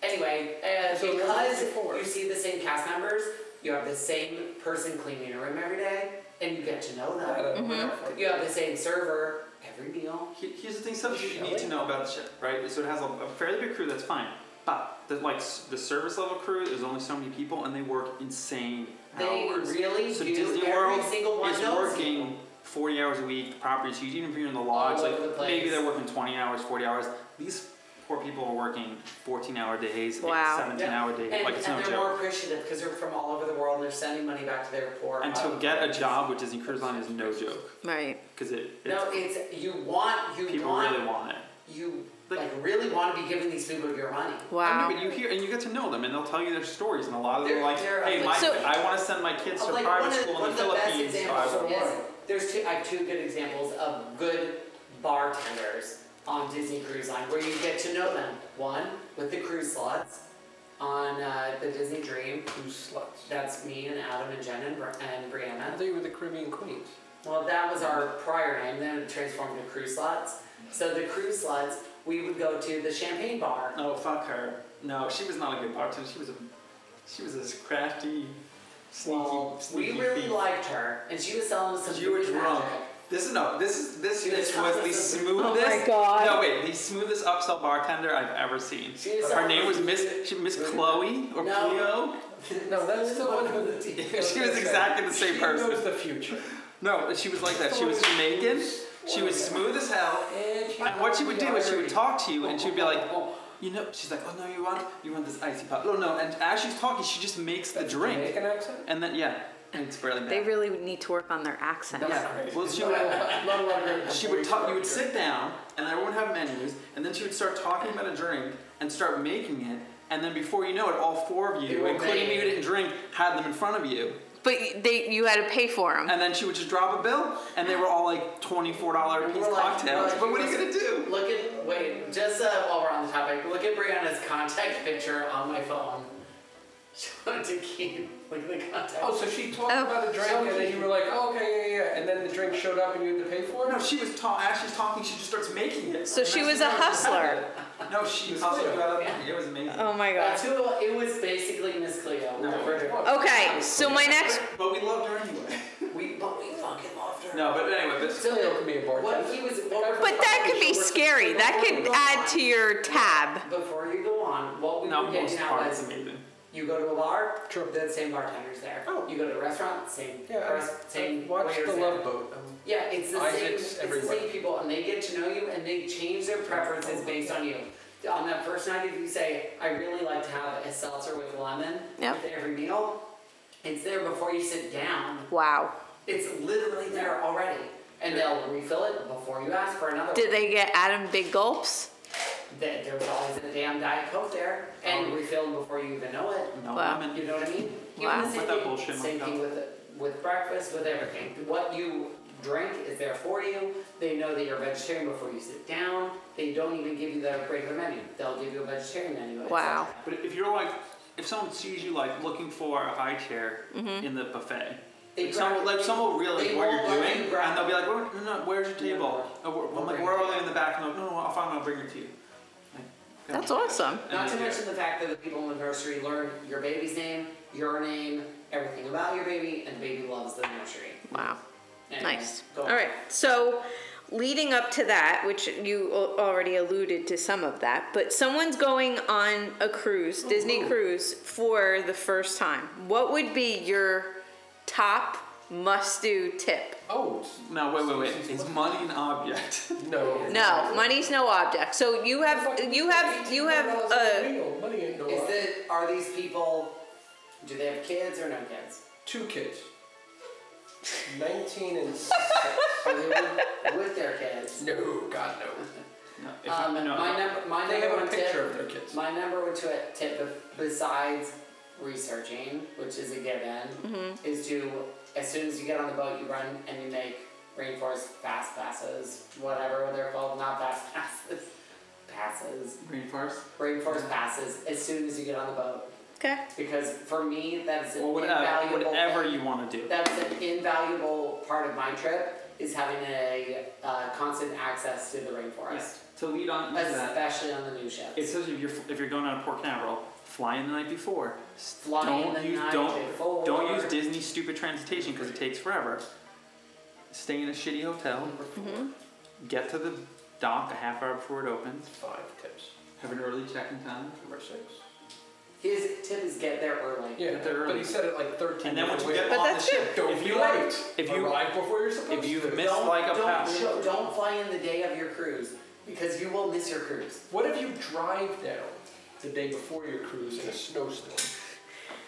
Speaker 1: Anyway, uh,
Speaker 4: So what was
Speaker 1: because
Speaker 4: it before?
Speaker 1: you see the same cast members, you have the same person cleaning your room every day, and you get to know them.
Speaker 4: I don't know.
Speaker 1: You have the same server every meal.
Speaker 2: Here- Here's the thing: something you
Speaker 1: Shall
Speaker 2: need
Speaker 1: we?
Speaker 2: to know about the ship, right? So it has a, a fairly big crew. That's fine, but the, like s- the service level crew, there's only so many people, and they work insane
Speaker 1: They
Speaker 2: hours.
Speaker 1: really
Speaker 2: so
Speaker 1: do
Speaker 2: Disney
Speaker 1: every
Speaker 2: World
Speaker 1: single one
Speaker 2: is
Speaker 1: knows
Speaker 2: working
Speaker 1: you.
Speaker 2: 40 hours a week. The property, so even if you're in the lodge,
Speaker 1: All
Speaker 2: like
Speaker 1: over the place.
Speaker 2: maybe they're working 20 hours, 40 hours. These poor people are working 14-hour days,
Speaker 3: Wow.
Speaker 2: 17-hour days.
Speaker 1: And,
Speaker 2: like it's
Speaker 1: and
Speaker 2: no
Speaker 1: they're
Speaker 2: joke.
Speaker 1: more appreciative because they're from all over the world and they're sending money back to their poor.
Speaker 2: And to
Speaker 1: um,
Speaker 2: get a job with Disney Cruise Line is no joke
Speaker 3: Right.
Speaker 2: because it, it's,
Speaker 1: No, it's you want you
Speaker 2: people
Speaker 1: want
Speaker 2: really want it.
Speaker 1: you
Speaker 2: Like-
Speaker 1: like really want to be giving these people your money.
Speaker 2: I
Speaker 3: Wow.
Speaker 2: know, but you hear and you get to know them, and they'll tell you their stories, and a lot of
Speaker 1: Um,
Speaker 2: them
Speaker 1: They're-
Speaker 2: are like,
Speaker 1: they're-
Speaker 2: "Hey, my,
Speaker 3: So-
Speaker 2: I want to send my kids to
Speaker 1: Like one
Speaker 2: private
Speaker 1: of the,
Speaker 2: school
Speaker 1: one
Speaker 2: in
Speaker 1: of
Speaker 2: the
Speaker 1: the best
Speaker 2: Philippines." so I
Speaker 1: examples
Speaker 2: will-
Speaker 1: is there's two I have two good examples of good bartenders on Disney Cruise Line where you get to know them. One with the cruise slots on uh, the Disney Dream.
Speaker 4: Two sluts.
Speaker 1: That's me and Adam and Jen and, Bri- and Brianna.
Speaker 4: I thought you were the Caribbean Queens.
Speaker 1: Well, that was our prior name, then it transformed to Cruise Slots. So the Cruise Slots, we would go to the Champagne Bar.
Speaker 2: Oh fuck her! No, she was not a good bartender. She was a, she was a crafty, sneaky,
Speaker 1: Well, we
Speaker 2: sneaky
Speaker 1: really
Speaker 2: thief.
Speaker 1: liked her, and she was selling us some
Speaker 2: You were
Speaker 1: voodoo
Speaker 2: drunk.
Speaker 1: magic.
Speaker 2: This is no. This is this
Speaker 1: She was
Speaker 2: this was the
Speaker 1: talking to-
Speaker 2: smoothest.
Speaker 3: Oh my God.
Speaker 2: No wait, the smoothest upsell bartender I've ever seen.
Speaker 1: She was
Speaker 2: Her
Speaker 1: selling
Speaker 2: name
Speaker 1: us-
Speaker 2: was Miss she, Miss Chloe or
Speaker 1: No.
Speaker 2: Cleo.
Speaker 4: No, that's the one who the
Speaker 2: She was exactly the same
Speaker 4: She
Speaker 2: person.
Speaker 4: knows the future.
Speaker 2: No, she was like that. She was Jamaican. She was smooth as hell.
Speaker 4: And she-
Speaker 2: And what she would do is she would talk to you, and she would be like, you know, she's like, oh no, you want, you want this icy pop? No, no. And as she's talking, she just makes the drink,
Speaker 4: Jamaican accent?
Speaker 2: and then yeah, and it's barely bad.
Speaker 3: They really need to work on their accent.
Speaker 2: yeah. Well, she
Speaker 4: Not a
Speaker 2: would,
Speaker 4: lot- not a lot of great
Speaker 2: she would
Speaker 4: voice
Speaker 2: talk. You would
Speaker 4: actors.
Speaker 2: sit down, and everyone would have menus, and then she would start talking about a drink and start making it, and then before you know it, all four of
Speaker 1: You
Speaker 2: you,
Speaker 1: were
Speaker 2: including me who
Speaker 1: made.
Speaker 2: didn't drink, had them in front of you.
Speaker 3: But they, you had to pay for them.
Speaker 2: And then she would just drop a bill, and they were all like twenty-four dollar
Speaker 1: And
Speaker 2: piece
Speaker 1: we're like- we're
Speaker 2: cocktails.
Speaker 1: like,
Speaker 2: But what are you gonna do?
Speaker 1: Look at, wait, just uh, while we're on the topic, look at Brianna's contact picture on my phone. She wanted to keep, look at the contact.
Speaker 4: Oh, so she talked
Speaker 3: Oh.
Speaker 4: about a drink, and then you were like, oh, okay, yeah, yeah, and then the drink showed up, and you had to pay for it.
Speaker 2: No, she was ta- as she's talking, she just starts making it.
Speaker 3: So
Speaker 2: And
Speaker 3: she
Speaker 2: that's
Speaker 3: was a
Speaker 2: what
Speaker 3: hustler.
Speaker 2: happened. No, she hustled you out of it. It was amazing.
Speaker 3: Oh my
Speaker 1: That's
Speaker 3: gosh.
Speaker 1: who, uh, it was basically Miss Cleo.
Speaker 2: No.
Speaker 3: Okay, so my next.
Speaker 2: But we loved her anyway.
Speaker 1: We, but we fucking loved her.
Speaker 2: No, but anyway, but
Speaker 1: So,
Speaker 4: Cleo could be a bartender.
Speaker 1: What he was, what
Speaker 3: But that could be scary. That could add to your tab.
Speaker 1: Before you go on, what we
Speaker 2: no,
Speaker 1: were getting
Speaker 2: most
Speaker 1: at
Speaker 2: part is
Speaker 1: was
Speaker 2: amazing.
Speaker 1: you go to a bar,
Speaker 4: Sure.
Speaker 1: the same bartender's there.
Speaker 4: Oh.
Speaker 1: You go to a restaurant, same
Speaker 4: Yeah,
Speaker 1: res-
Speaker 4: I
Speaker 1: same
Speaker 4: watched
Speaker 1: waiters
Speaker 4: the
Speaker 1: there.
Speaker 4: Love Boat. Um,
Speaker 1: Yeah, it's the same
Speaker 4: Isaac's
Speaker 1: it's the
Speaker 4: everywhere.
Speaker 1: same people and they get to know you and they change their preferences based on you. On that first night if you say, I really like to have a seltzer with lemon
Speaker 3: Yep.
Speaker 1: with every meal, it's there before you sit down.
Speaker 3: Wow.
Speaker 1: It's literally there already. And they'll refill it before you ask for another
Speaker 3: Did they get Adam big gulps?
Speaker 1: that there was always a damn Diet Coke there and refilled before you even know it.
Speaker 2: No
Speaker 3: Wow.
Speaker 2: lemon.
Speaker 1: You know what I mean? Even
Speaker 3: Wow.
Speaker 1: the
Speaker 2: With
Speaker 1: same
Speaker 2: that
Speaker 1: thing,
Speaker 2: bullshit,
Speaker 1: same
Speaker 2: my
Speaker 1: thing
Speaker 2: God.
Speaker 1: with with breakfast, with everything. What you drink is there for you. They know that you're vegetarian before you sit down. They don't even give you the regular menu. They'll give you a vegetarian menu. et
Speaker 3: Wow.
Speaker 1: cetera.
Speaker 2: But if you're like, if someone sees you like looking for a high chair
Speaker 3: Mm-hmm.
Speaker 2: in the buffet,
Speaker 1: They
Speaker 2: if someone,
Speaker 1: grab-
Speaker 2: like someone will realize
Speaker 1: they
Speaker 2: what you're
Speaker 1: won't let
Speaker 2: doing,
Speaker 1: you grab
Speaker 2: and they'll be like, "Where- no, no, "Where's your table?"
Speaker 1: no.
Speaker 2: Oh, we're-
Speaker 1: We'll
Speaker 2: I'm like,
Speaker 1: bring
Speaker 2: "We're
Speaker 1: it.
Speaker 2: all in the back." And they're like, "No, no, I'll find them. I'll bring it to you." Like,
Speaker 3: That's awesome.
Speaker 2: And
Speaker 1: Not
Speaker 2: they
Speaker 1: to
Speaker 2: do.
Speaker 1: mention the fact that the people in the nursery learn your baby's name, your name, everything about your baby, and the baby loves the nursery.
Speaker 3: Wow.
Speaker 1: Anyway,
Speaker 3: Nice.
Speaker 1: go
Speaker 3: All
Speaker 1: on.
Speaker 3: right. So, leading up to that, which you al- already alluded to some of that, but someone's going on a cruise, Disney cruise, for the first time. What would be your top must do tip?
Speaker 4: oh, it's-
Speaker 2: No, wait, wait, wait. Is money an object?
Speaker 4: Oh, no.
Speaker 3: No, money's no object. So you have you have you
Speaker 2: uh,
Speaker 3: have uh, a
Speaker 4: Meal. Money ain't no
Speaker 1: Is
Speaker 4: object.
Speaker 1: that are these people? Do they have kids or no kids?
Speaker 4: Two kids. 19 and 6.
Speaker 1: Are they with, with their kids?
Speaker 4: no, God, no.
Speaker 2: No, if
Speaker 1: Um,
Speaker 2: you- no,
Speaker 1: my
Speaker 2: no.
Speaker 1: number, my
Speaker 4: They
Speaker 1: number
Speaker 4: have a
Speaker 1: one
Speaker 4: picture
Speaker 1: tip,
Speaker 4: of their kids.
Speaker 1: my number one twi- tip bef- besides researching, which is a given, is to as soon as you get on the boat, you run and you make rainforest fast passes, whatever they're called, not fast passes, passes,
Speaker 2: Rainforest.
Speaker 1: rainforest passes. As soon as you get on the boat,
Speaker 3: okay.
Speaker 1: because for me, that's an
Speaker 2: Well, whatever,
Speaker 1: invaluable.
Speaker 2: whatever
Speaker 1: thing.
Speaker 2: you want to do.
Speaker 1: That's an invaluable part of my trip is having a uh, constant access to the rainforest,
Speaker 2: To lead on to that,
Speaker 1: especially on the new ship.
Speaker 2: it says if you're if you're going on Port Canaveral, fly in the night before. S-
Speaker 1: Fly in
Speaker 2: don't
Speaker 1: the
Speaker 2: use
Speaker 1: night
Speaker 2: don't
Speaker 1: before.
Speaker 2: don't use Disney's stupid transportation because it takes forever. Stay in a shitty hotel. Get to the dock a half hour before it opens.
Speaker 7: Five tips.
Speaker 2: Have an early check-in time.
Speaker 7: Number six.
Speaker 1: His tip is get there early.
Speaker 7: Yeah,
Speaker 2: Get there
Speaker 7: but
Speaker 2: early.
Speaker 7: he said it like 13
Speaker 2: And then once
Speaker 7: different
Speaker 2: you
Speaker 7: ways.
Speaker 2: get
Speaker 3: But
Speaker 2: on the
Speaker 3: that's
Speaker 2: ship,
Speaker 7: Don't
Speaker 2: if
Speaker 7: be
Speaker 2: you
Speaker 7: late.
Speaker 2: if you
Speaker 7: arrive before you're supposed
Speaker 2: if you
Speaker 7: to.
Speaker 2: miss like a
Speaker 1: don't,
Speaker 2: pass,
Speaker 1: show- don't fly in the day of your cruise because you will miss your cruise.
Speaker 7: What if you drive down the day before your cruise in a snowstorm?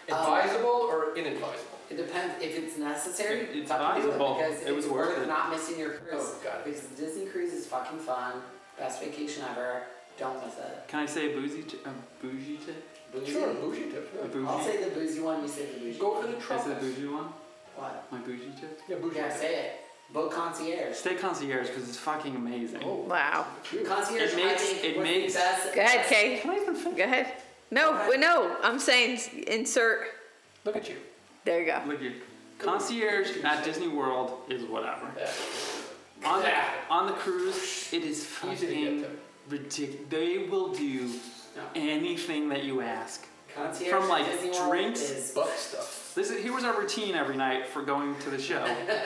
Speaker 1: Um,
Speaker 7: Advisable or inadvisable?
Speaker 1: It depends if it's necessary.
Speaker 2: It- it's
Speaker 1: fucking do
Speaker 2: advisable.
Speaker 1: because
Speaker 2: It was
Speaker 1: it's
Speaker 2: worth it.
Speaker 1: not missing your cruise.
Speaker 7: Oh, got it.
Speaker 1: Because the Disney cruise is fucking fun. Best vacation ever. Don't miss it.
Speaker 2: can I say a boozy t- a bougie tip?
Speaker 1: Bougie.
Speaker 7: Sure, bougie tip.
Speaker 2: A
Speaker 7: Yeah.
Speaker 2: bougie.
Speaker 1: I'll say the boozy one. You say the bougie.
Speaker 7: Go for the
Speaker 2: I said
Speaker 7: tropics.
Speaker 2: bougie one.
Speaker 1: What?
Speaker 2: My bougie tip.
Speaker 7: Yeah, bougie
Speaker 1: Yeah,
Speaker 7: tip.
Speaker 1: say it. Boat concierge.
Speaker 2: Stay concierge because it's fucking amazing.
Speaker 7: Oh,
Speaker 3: Wow.
Speaker 7: shoot.
Speaker 1: Concierge.
Speaker 2: It makes-
Speaker 1: I think
Speaker 2: it
Speaker 1: was the
Speaker 2: makes-
Speaker 1: best-
Speaker 3: Go ahead, Kay.
Speaker 2: Can I even finish?
Speaker 3: Go ahead. No,
Speaker 1: Go ahead.
Speaker 3: no. I'm saying s- insert.
Speaker 7: Look at you.
Speaker 3: There you go.
Speaker 2: Look here. Concierge at Disney World is whatever.
Speaker 7: Yeah.
Speaker 2: On the,
Speaker 7: Yeah.
Speaker 2: on the cruise, it is
Speaker 7: Easy to get
Speaker 2: fucking
Speaker 7: to.
Speaker 2: ridiculous. They will do
Speaker 1: No.
Speaker 2: anything that you ask.
Speaker 1: Concierge
Speaker 2: From,
Speaker 1: at
Speaker 2: like,
Speaker 1: Disney World
Speaker 2: drinks
Speaker 1: is
Speaker 7: Butt stuff.
Speaker 2: This is, here was our routine every night for going to the show.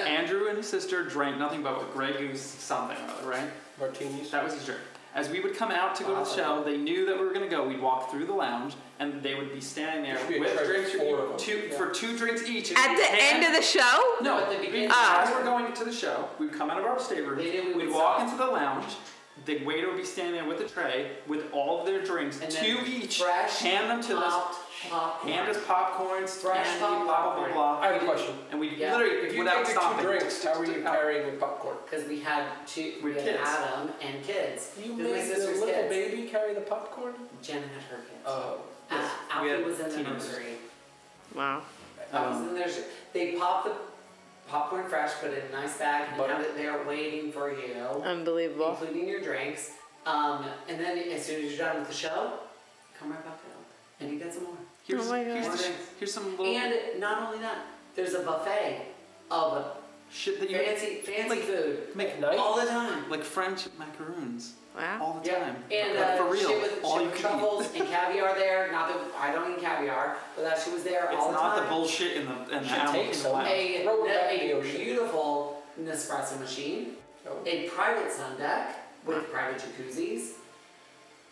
Speaker 2: Andrew and his sister drank nothing but what, Grey Goose something or other, right?
Speaker 7: Martinis.
Speaker 2: That was his drink. As we would come out to go to the show, they knew that we were going to go. We'd walk through the lounge, and they would be standing there
Speaker 7: Should be a
Speaker 2: with
Speaker 7: charge
Speaker 2: drinks
Speaker 7: for four of them.
Speaker 2: two, for two drinks each. and
Speaker 3: At
Speaker 2: we'd
Speaker 3: the
Speaker 2: hand-
Speaker 3: end of the show?
Speaker 2: No,
Speaker 1: At the beginning.
Speaker 3: Ah.
Speaker 2: As we're going to the show, we'd come out of our stateroom,
Speaker 1: They knew we
Speaker 2: we'd
Speaker 1: would
Speaker 2: walk
Speaker 1: stop.
Speaker 2: into the lounge, the waiter would be standing there with a tray with all of their drinks,
Speaker 1: And
Speaker 2: two
Speaker 1: then
Speaker 2: each,
Speaker 1: fresh
Speaker 2: hand them to us,
Speaker 1: popped popcorn.
Speaker 2: hand us popcorns,
Speaker 1: Fresh
Speaker 2: candy,
Speaker 1: pop-
Speaker 2: blah, blah, blah, blah.
Speaker 7: I have a question.
Speaker 2: And we'd
Speaker 1: Yeah.
Speaker 2: literally,
Speaker 7: If you
Speaker 2: without
Speaker 7: take the
Speaker 2: stopping,
Speaker 7: two drinks, how are you
Speaker 2: just-
Speaker 7: carrying your popcorn?
Speaker 1: Because we had two, we
Speaker 2: With
Speaker 1: had
Speaker 2: kids.
Speaker 1: Adam and kids.
Speaker 7: You
Speaker 1: Because my
Speaker 7: made the
Speaker 1: sister's
Speaker 7: little
Speaker 1: kids.
Speaker 7: baby carry the popcorn?
Speaker 1: Jen had her kids.
Speaker 7: Oh.
Speaker 1: Uh,
Speaker 2: we
Speaker 1: Alfie
Speaker 2: had Um,
Speaker 1: was in the
Speaker 2: teenagers.
Speaker 1: nursery.
Speaker 3: Wow.
Speaker 1: Alfie was in there. They pop the popcorn fresh, put it in a nice bag, and
Speaker 7: Butter.
Speaker 1: have it there waiting for you,
Speaker 2: Uh-huh.
Speaker 3: Unbelievable.
Speaker 1: including your drinks. Um, and then as soon as you're done with the show, come right back out. And you get some more.
Speaker 2: Here's,
Speaker 3: Oh my
Speaker 2: here's,
Speaker 1: God.
Speaker 2: the, here's some little
Speaker 1: And not only that, there's a buffet of
Speaker 2: shit that you
Speaker 1: fancy, fancy food
Speaker 2: make
Speaker 7: Night?
Speaker 1: all the time.
Speaker 2: like French macaroons
Speaker 3: Wow.
Speaker 2: all the
Speaker 1: Yeah,
Speaker 2: time.
Speaker 1: and
Speaker 2: Like,
Speaker 1: uh,
Speaker 2: for real,
Speaker 1: shit with,
Speaker 2: all
Speaker 1: shit
Speaker 2: you
Speaker 1: with
Speaker 2: can eat.
Speaker 1: truffles and caviar there. Not that I don't eat caviar, but that she was there
Speaker 2: It's
Speaker 1: all the
Speaker 2: not
Speaker 1: time.
Speaker 2: the bullshit in the in the
Speaker 7: Should
Speaker 2: animal
Speaker 7: take
Speaker 2: kingdom.
Speaker 7: some.
Speaker 2: lounge.
Speaker 1: a,
Speaker 7: Throw it back in the
Speaker 1: a
Speaker 7: ocean.
Speaker 1: beautiful Nespresso machine,
Speaker 7: Oh.
Speaker 1: a private sun deck with private jacuzzis,
Speaker 2: F-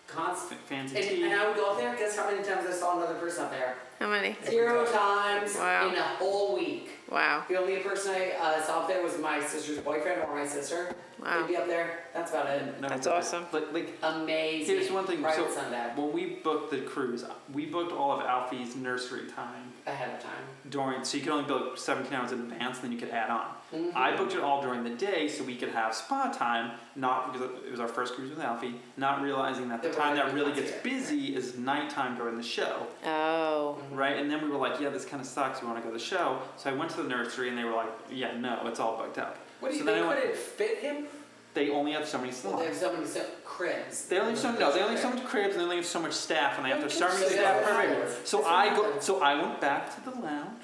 Speaker 1: constant.
Speaker 2: Fancy
Speaker 1: And,
Speaker 2: tea.
Speaker 1: and I would go up there. Guess how many times I saw another person up there?
Speaker 3: How many?
Speaker 1: Zero times
Speaker 3: Wow.
Speaker 1: in a whole week.
Speaker 3: Wow.
Speaker 1: The only person I uh, saw up there was my sister's boyfriend or my sister.
Speaker 3: Wow.
Speaker 1: They'd be up there. That's about it.
Speaker 2: No,
Speaker 3: That's
Speaker 2: but-
Speaker 3: awesome.
Speaker 2: But like,
Speaker 1: Amazing.
Speaker 2: here's one thing.
Speaker 1: Private
Speaker 2: so
Speaker 1: sun deck
Speaker 2: when we booked the cruise, we booked all of Alfie's nursery time
Speaker 1: ahead of time.
Speaker 2: during, so you could only book 17 hours in advance, and then you could add on.
Speaker 1: Mm-hmm.
Speaker 2: I booked it all during the day so we could have spa time, not because it was our first cruise with Alfie, not realizing that the
Speaker 1: That we're
Speaker 2: time
Speaker 1: gonna
Speaker 2: that
Speaker 1: be
Speaker 2: really gets
Speaker 1: concierge,
Speaker 2: busy is nighttime during the show.
Speaker 3: Oh.
Speaker 2: right? And then we were like, yeah, this kind of sucks. We want to go to the show. So I went to the nursery and they were like, yeah, no, it's all booked up.
Speaker 7: What do you
Speaker 2: so
Speaker 7: think?
Speaker 2: then I went,
Speaker 7: Could it fit him?
Speaker 2: they only have so many
Speaker 1: Well, they have
Speaker 2: slots.
Speaker 1: so many so- cribs.
Speaker 2: They only have so no, they only have so much cribs and they only have so much staff and they have to have so many
Speaker 1: So
Speaker 2: staff
Speaker 1: that's
Speaker 2: per
Speaker 1: what
Speaker 2: room.
Speaker 1: happens.
Speaker 2: So
Speaker 1: That's what
Speaker 2: I go,
Speaker 1: happens.
Speaker 2: so I went back to the lounge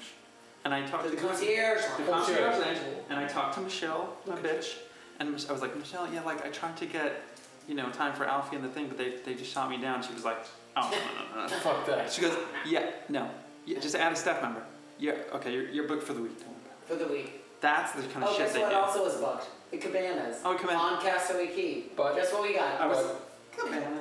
Speaker 2: and I talked
Speaker 1: The
Speaker 2: to the
Speaker 1: concierge.
Speaker 2: the
Speaker 1: line.
Speaker 2: concierge lounge, and I talked to Michelle, my bitch, and Mich- I was like, Michelle, yeah, like I tried to get, you know, time for Alfie and the thing, but they, they just shot me down. She was like, oh no no no no.
Speaker 7: Fuck that.
Speaker 2: She goes, yeah, no, yeah, just add a staff member. Yeah, okay, you're, you're booked for the week. Don't worry about
Speaker 1: For the week.
Speaker 2: it. That's the kind of
Speaker 1: Oh,
Speaker 2: shit
Speaker 1: guess
Speaker 2: they
Speaker 1: what
Speaker 2: do.
Speaker 1: also was booked? The cabanas.
Speaker 2: Oh, Cabana.
Speaker 1: On Castaway Key.
Speaker 7: But-
Speaker 1: guess what we got?
Speaker 2: I was.
Speaker 1: Cabana
Speaker 2: Cabana.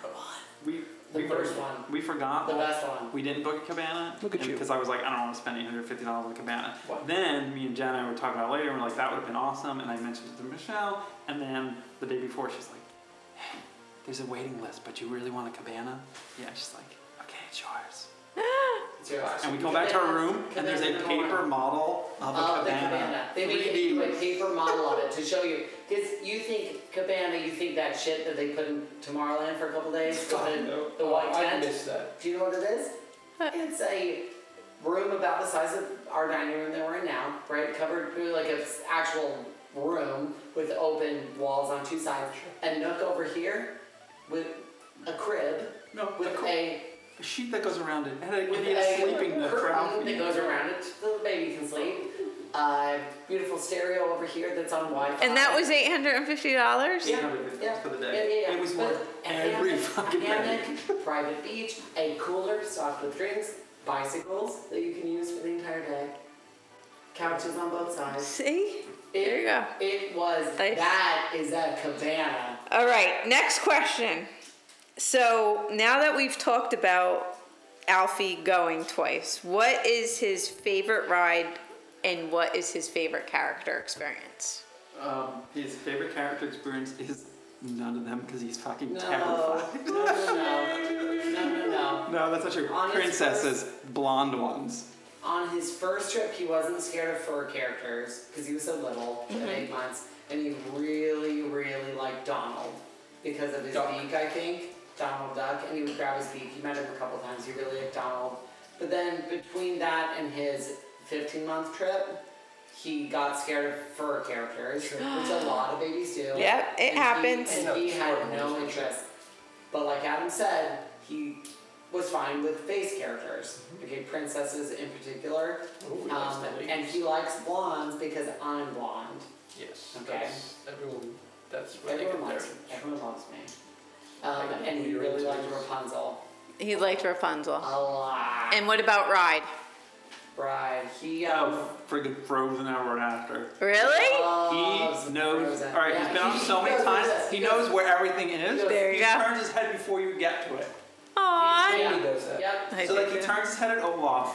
Speaker 1: number one.
Speaker 2: We,
Speaker 1: The
Speaker 2: we
Speaker 1: first
Speaker 2: for-
Speaker 1: one.
Speaker 2: We forgot.
Speaker 1: The
Speaker 2: that
Speaker 1: best one.
Speaker 2: We didn't book a cabana.
Speaker 7: Look at you.
Speaker 2: Because I was like, I don't want to spend eight hundred fifty dollars on a cabana.
Speaker 7: What?
Speaker 2: Then me and Jenna were talking about it later, and we're like, that would have been awesome. And I mentioned it to Michelle, and then the day before, she's like, Hey, there's a waiting list, but you really want a cabana? Yeah. She's like, okay, it's yours.
Speaker 1: It's yours.
Speaker 2: And we go back to our room, and there's a
Speaker 1: Cabana number
Speaker 2: paper
Speaker 1: one.
Speaker 2: model of a
Speaker 1: Of Oh, the
Speaker 2: cabana.
Speaker 1: cabana. They make
Speaker 2: 3D.
Speaker 1: you a paper model of it to show you. Because you think cabana, you think that shit that they put in Tomorrowland for a couple days, the,
Speaker 7: no.
Speaker 1: the white
Speaker 7: Oh, I
Speaker 1: tent.
Speaker 7: missed that.
Speaker 1: Do you know what it is? It's a room about the size of our dining room that we're in now, right? Covered uh, like an actual room with open walls on two sides. A nook over here with a crib
Speaker 2: No,
Speaker 1: with
Speaker 2: a,
Speaker 1: a
Speaker 2: a sheet that goes around it. And a,
Speaker 1: with
Speaker 2: idiot
Speaker 1: a
Speaker 2: sleeping the
Speaker 1: curtain
Speaker 2: crowd.
Speaker 1: that goes around it so the baby can sleep. Uh, beautiful stereo over here that's on Wi-Fi.
Speaker 3: And that was eight hundred and fifty dollars.
Speaker 1: Yeah,
Speaker 2: $850
Speaker 1: yeah,
Speaker 2: for the
Speaker 1: yeah,
Speaker 2: day.
Speaker 1: yeah, yeah.
Speaker 2: It was
Speaker 1: But
Speaker 2: worth
Speaker 1: a
Speaker 2: every
Speaker 1: hammock,
Speaker 2: fucking
Speaker 1: a hammock, private beach, a cooler stocked with drinks, bicycles that you can use for the entire day, couches on both sides.
Speaker 3: See.
Speaker 1: It,
Speaker 3: There you go.
Speaker 1: It was
Speaker 3: Nice.
Speaker 1: that is a cabana.
Speaker 3: All right, next question. So now that we've talked about Alfie going twice, what is his favorite ride and what is his favorite character experience?
Speaker 2: Um, his favorite character experience is none of them because he's fucking
Speaker 1: No,
Speaker 2: terrified.
Speaker 1: no, no, no, no, no, no.
Speaker 2: No, that's not true.
Speaker 1: On his
Speaker 2: Princesses, blonde ones.
Speaker 1: On his first trip, he wasn't scared of fur characters because he was so little at eight months, and he really, really liked Donald because of his
Speaker 4: Duck.
Speaker 1: beak, I think. Donald Duck, and he would grab his beak. He met him a couple times. He really liked Donald. But then between that and his 15 month trip, he got scared of fur characters, which a lot of babies do.
Speaker 3: Yep, it
Speaker 1: And he-
Speaker 3: happens.
Speaker 1: and he had no interest. But like Adam said, he was fine with face characters,
Speaker 2: Mm-hmm.
Speaker 1: okay, princesses in particular.
Speaker 4: Oh, we lost
Speaker 1: Um,
Speaker 4: that lady.
Speaker 1: and he likes blondes because I'm blonde.
Speaker 4: Yes.
Speaker 1: Okay.
Speaker 4: That's, everyone, that's what
Speaker 1: Everyone
Speaker 4: they get
Speaker 1: loves
Speaker 4: there.
Speaker 1: everyone loves me. Um,
Speaker 4: I
Speaker 1: and he
Speaker 4: you're
Speaker 1: really
Speaker 4: into
Speaker 1: liked
Speaker 4: this.
Speaker 1: Rapunzel
Speaker 3: He liked
Speaker 1: a
Speaker 3: Rapunzel.
Speaker 1: lot.
Speaker 3: And what about ride?
Speaker 1: Right, he um,
Speaker 2: Oh, friggin' Frozen hour after.
Speaker 3: Really?
Speaker 1: loves
Speaker 2: He knows.
Speaker 1: Frozen.
Speaker 2: All right,
Speaker 1: Yeah,
Speaker 2: he's been on
Speaker 1: he-
Speaker 2: so
Speaker 1: he
Speaker 2: many
Speaker 1: goes
Speaker 2: times.
Speaker 1: like this.
Speaker 2: He knows where everything is.
Speaker 3: There you
Speaker 2: he
Speaker 3: go.
Speaker 2: turns his head before you get to it.
Speaker 3: Aww.
Speaker 1: Yeah.
Speaker 4: He does that.
Speaker 1: Yep.
Speaker 3: I
Speaker 2: So like he
Speaker 3: think-
Speaker 2: turns his head at Olaf,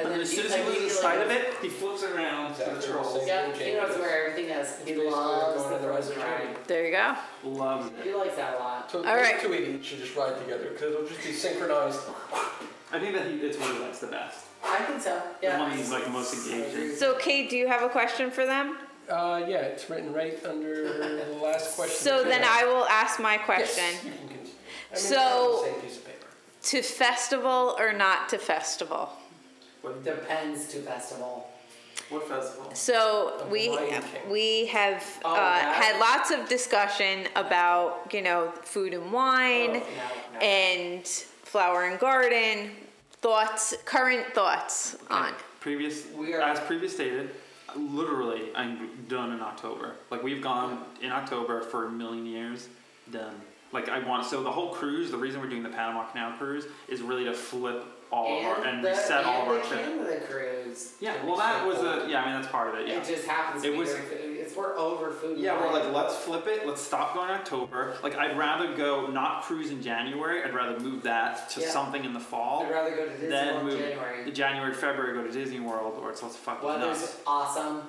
Speaker 2: and, then as soon as he loses
Speaker 1: immediately-
Speaker 2: sight of it, he flips it around
Speaker 4: Exactly
Speaker 2: to the
Speaker 4: the
Speaker 2: trolls.
Speaker 4: same.
Speaker 1: Yep, he knows where everything is. He
Speaker 4: basically
Speaker 1: loves
Speaker 4: going
Speaker 1: the
Speaker 4: on the right
Speaker 1: Frozen
Speaker 4: journey.
Speaker 1: ride.
Speaker 3: There you go.
Speaker 2: Loves it.
Speaker 1: He likes that a lot.
Speaker 4: So
Speaker 3: All right.
Speaker 4: those two idiots should just ride together because it'll just be synchronized.
Speaker 2: I think that he, it's one he likes the best.
Speaker 1: I think so. Yeah.
Speaker 2: The one he's like most engaged in.
Speaker 3: So Kate, do you have a question for them?
Speaker 4: Uh, yeah, it's written right under the last question.
Speaker 3: So then I will ask my
Speaker 4: Yes,
Speaker 3: question.
Speaker 4: you can continue. I mean, it's
Speaker 3: So-
Speaker 4: on the same piece of paper.
Speaker 3: To festival or not to festival?
Speaker 2: What,
Speaker 1: Depends to festival.
Speaker 2: what festival?
Speaker 3: So
Speaker 4: Of
Speaker 3: we
Speaker 4: Lion King.
Speaker 3: we have
Speaker 1: Oh,
Speaker 3: uh,
Speaker 1: that?
Speaker 3: had lots of discussion about you know food and wine
Speaker 1: No, no.
Speaker 3: and flower and garden thoughts, current thoughts on.
Speaker 2: Previous,
Speaker 1: We are-
Speaker 2: as previous stated, literally I'm done in October. Like we've gone in October for a million years. Done. Like I want. So the whole cruise, the reason we're doing the Panama Canal cruise is really to flip all of our and
Speaker 1: the,
Speaker 2: reset all
Speaker 1: and
Speaker 2: of our
Speaker 1: the
Speaker 2: trips.
Speaker 1: Canada cruise.
Speaker 2: Yeah. Well, that was a. Yeah. I mean, that's part of it. Yeah.
Speaker 1: It just happens.
Speaker 2: It
Speaker 1: to be
Speaker 2: was-
Speaker 1: during food- It's we're over food.
Speaker 2: Yeah,
Speaker 1: and
Speaker 2: we're like,
Speaker 1: wine.
Speaker 2: let's flip it. Let's stop going October. Like, I'd rather go not cruise in January. I'd rather move that to
Speaker 1: Yeah.
Speaker 2: something in the fall.
Speaker 1: I'd rather go to Disney
Speaker 2: than
Speaker 1: World in
Speaker 2: move
Speaker 1: January.
Speaker 2: January, February, go to Disney World, or it's less fucking
Speaker 1: Weather's
Speaker 2: nuts.
Speaker 1: awesome.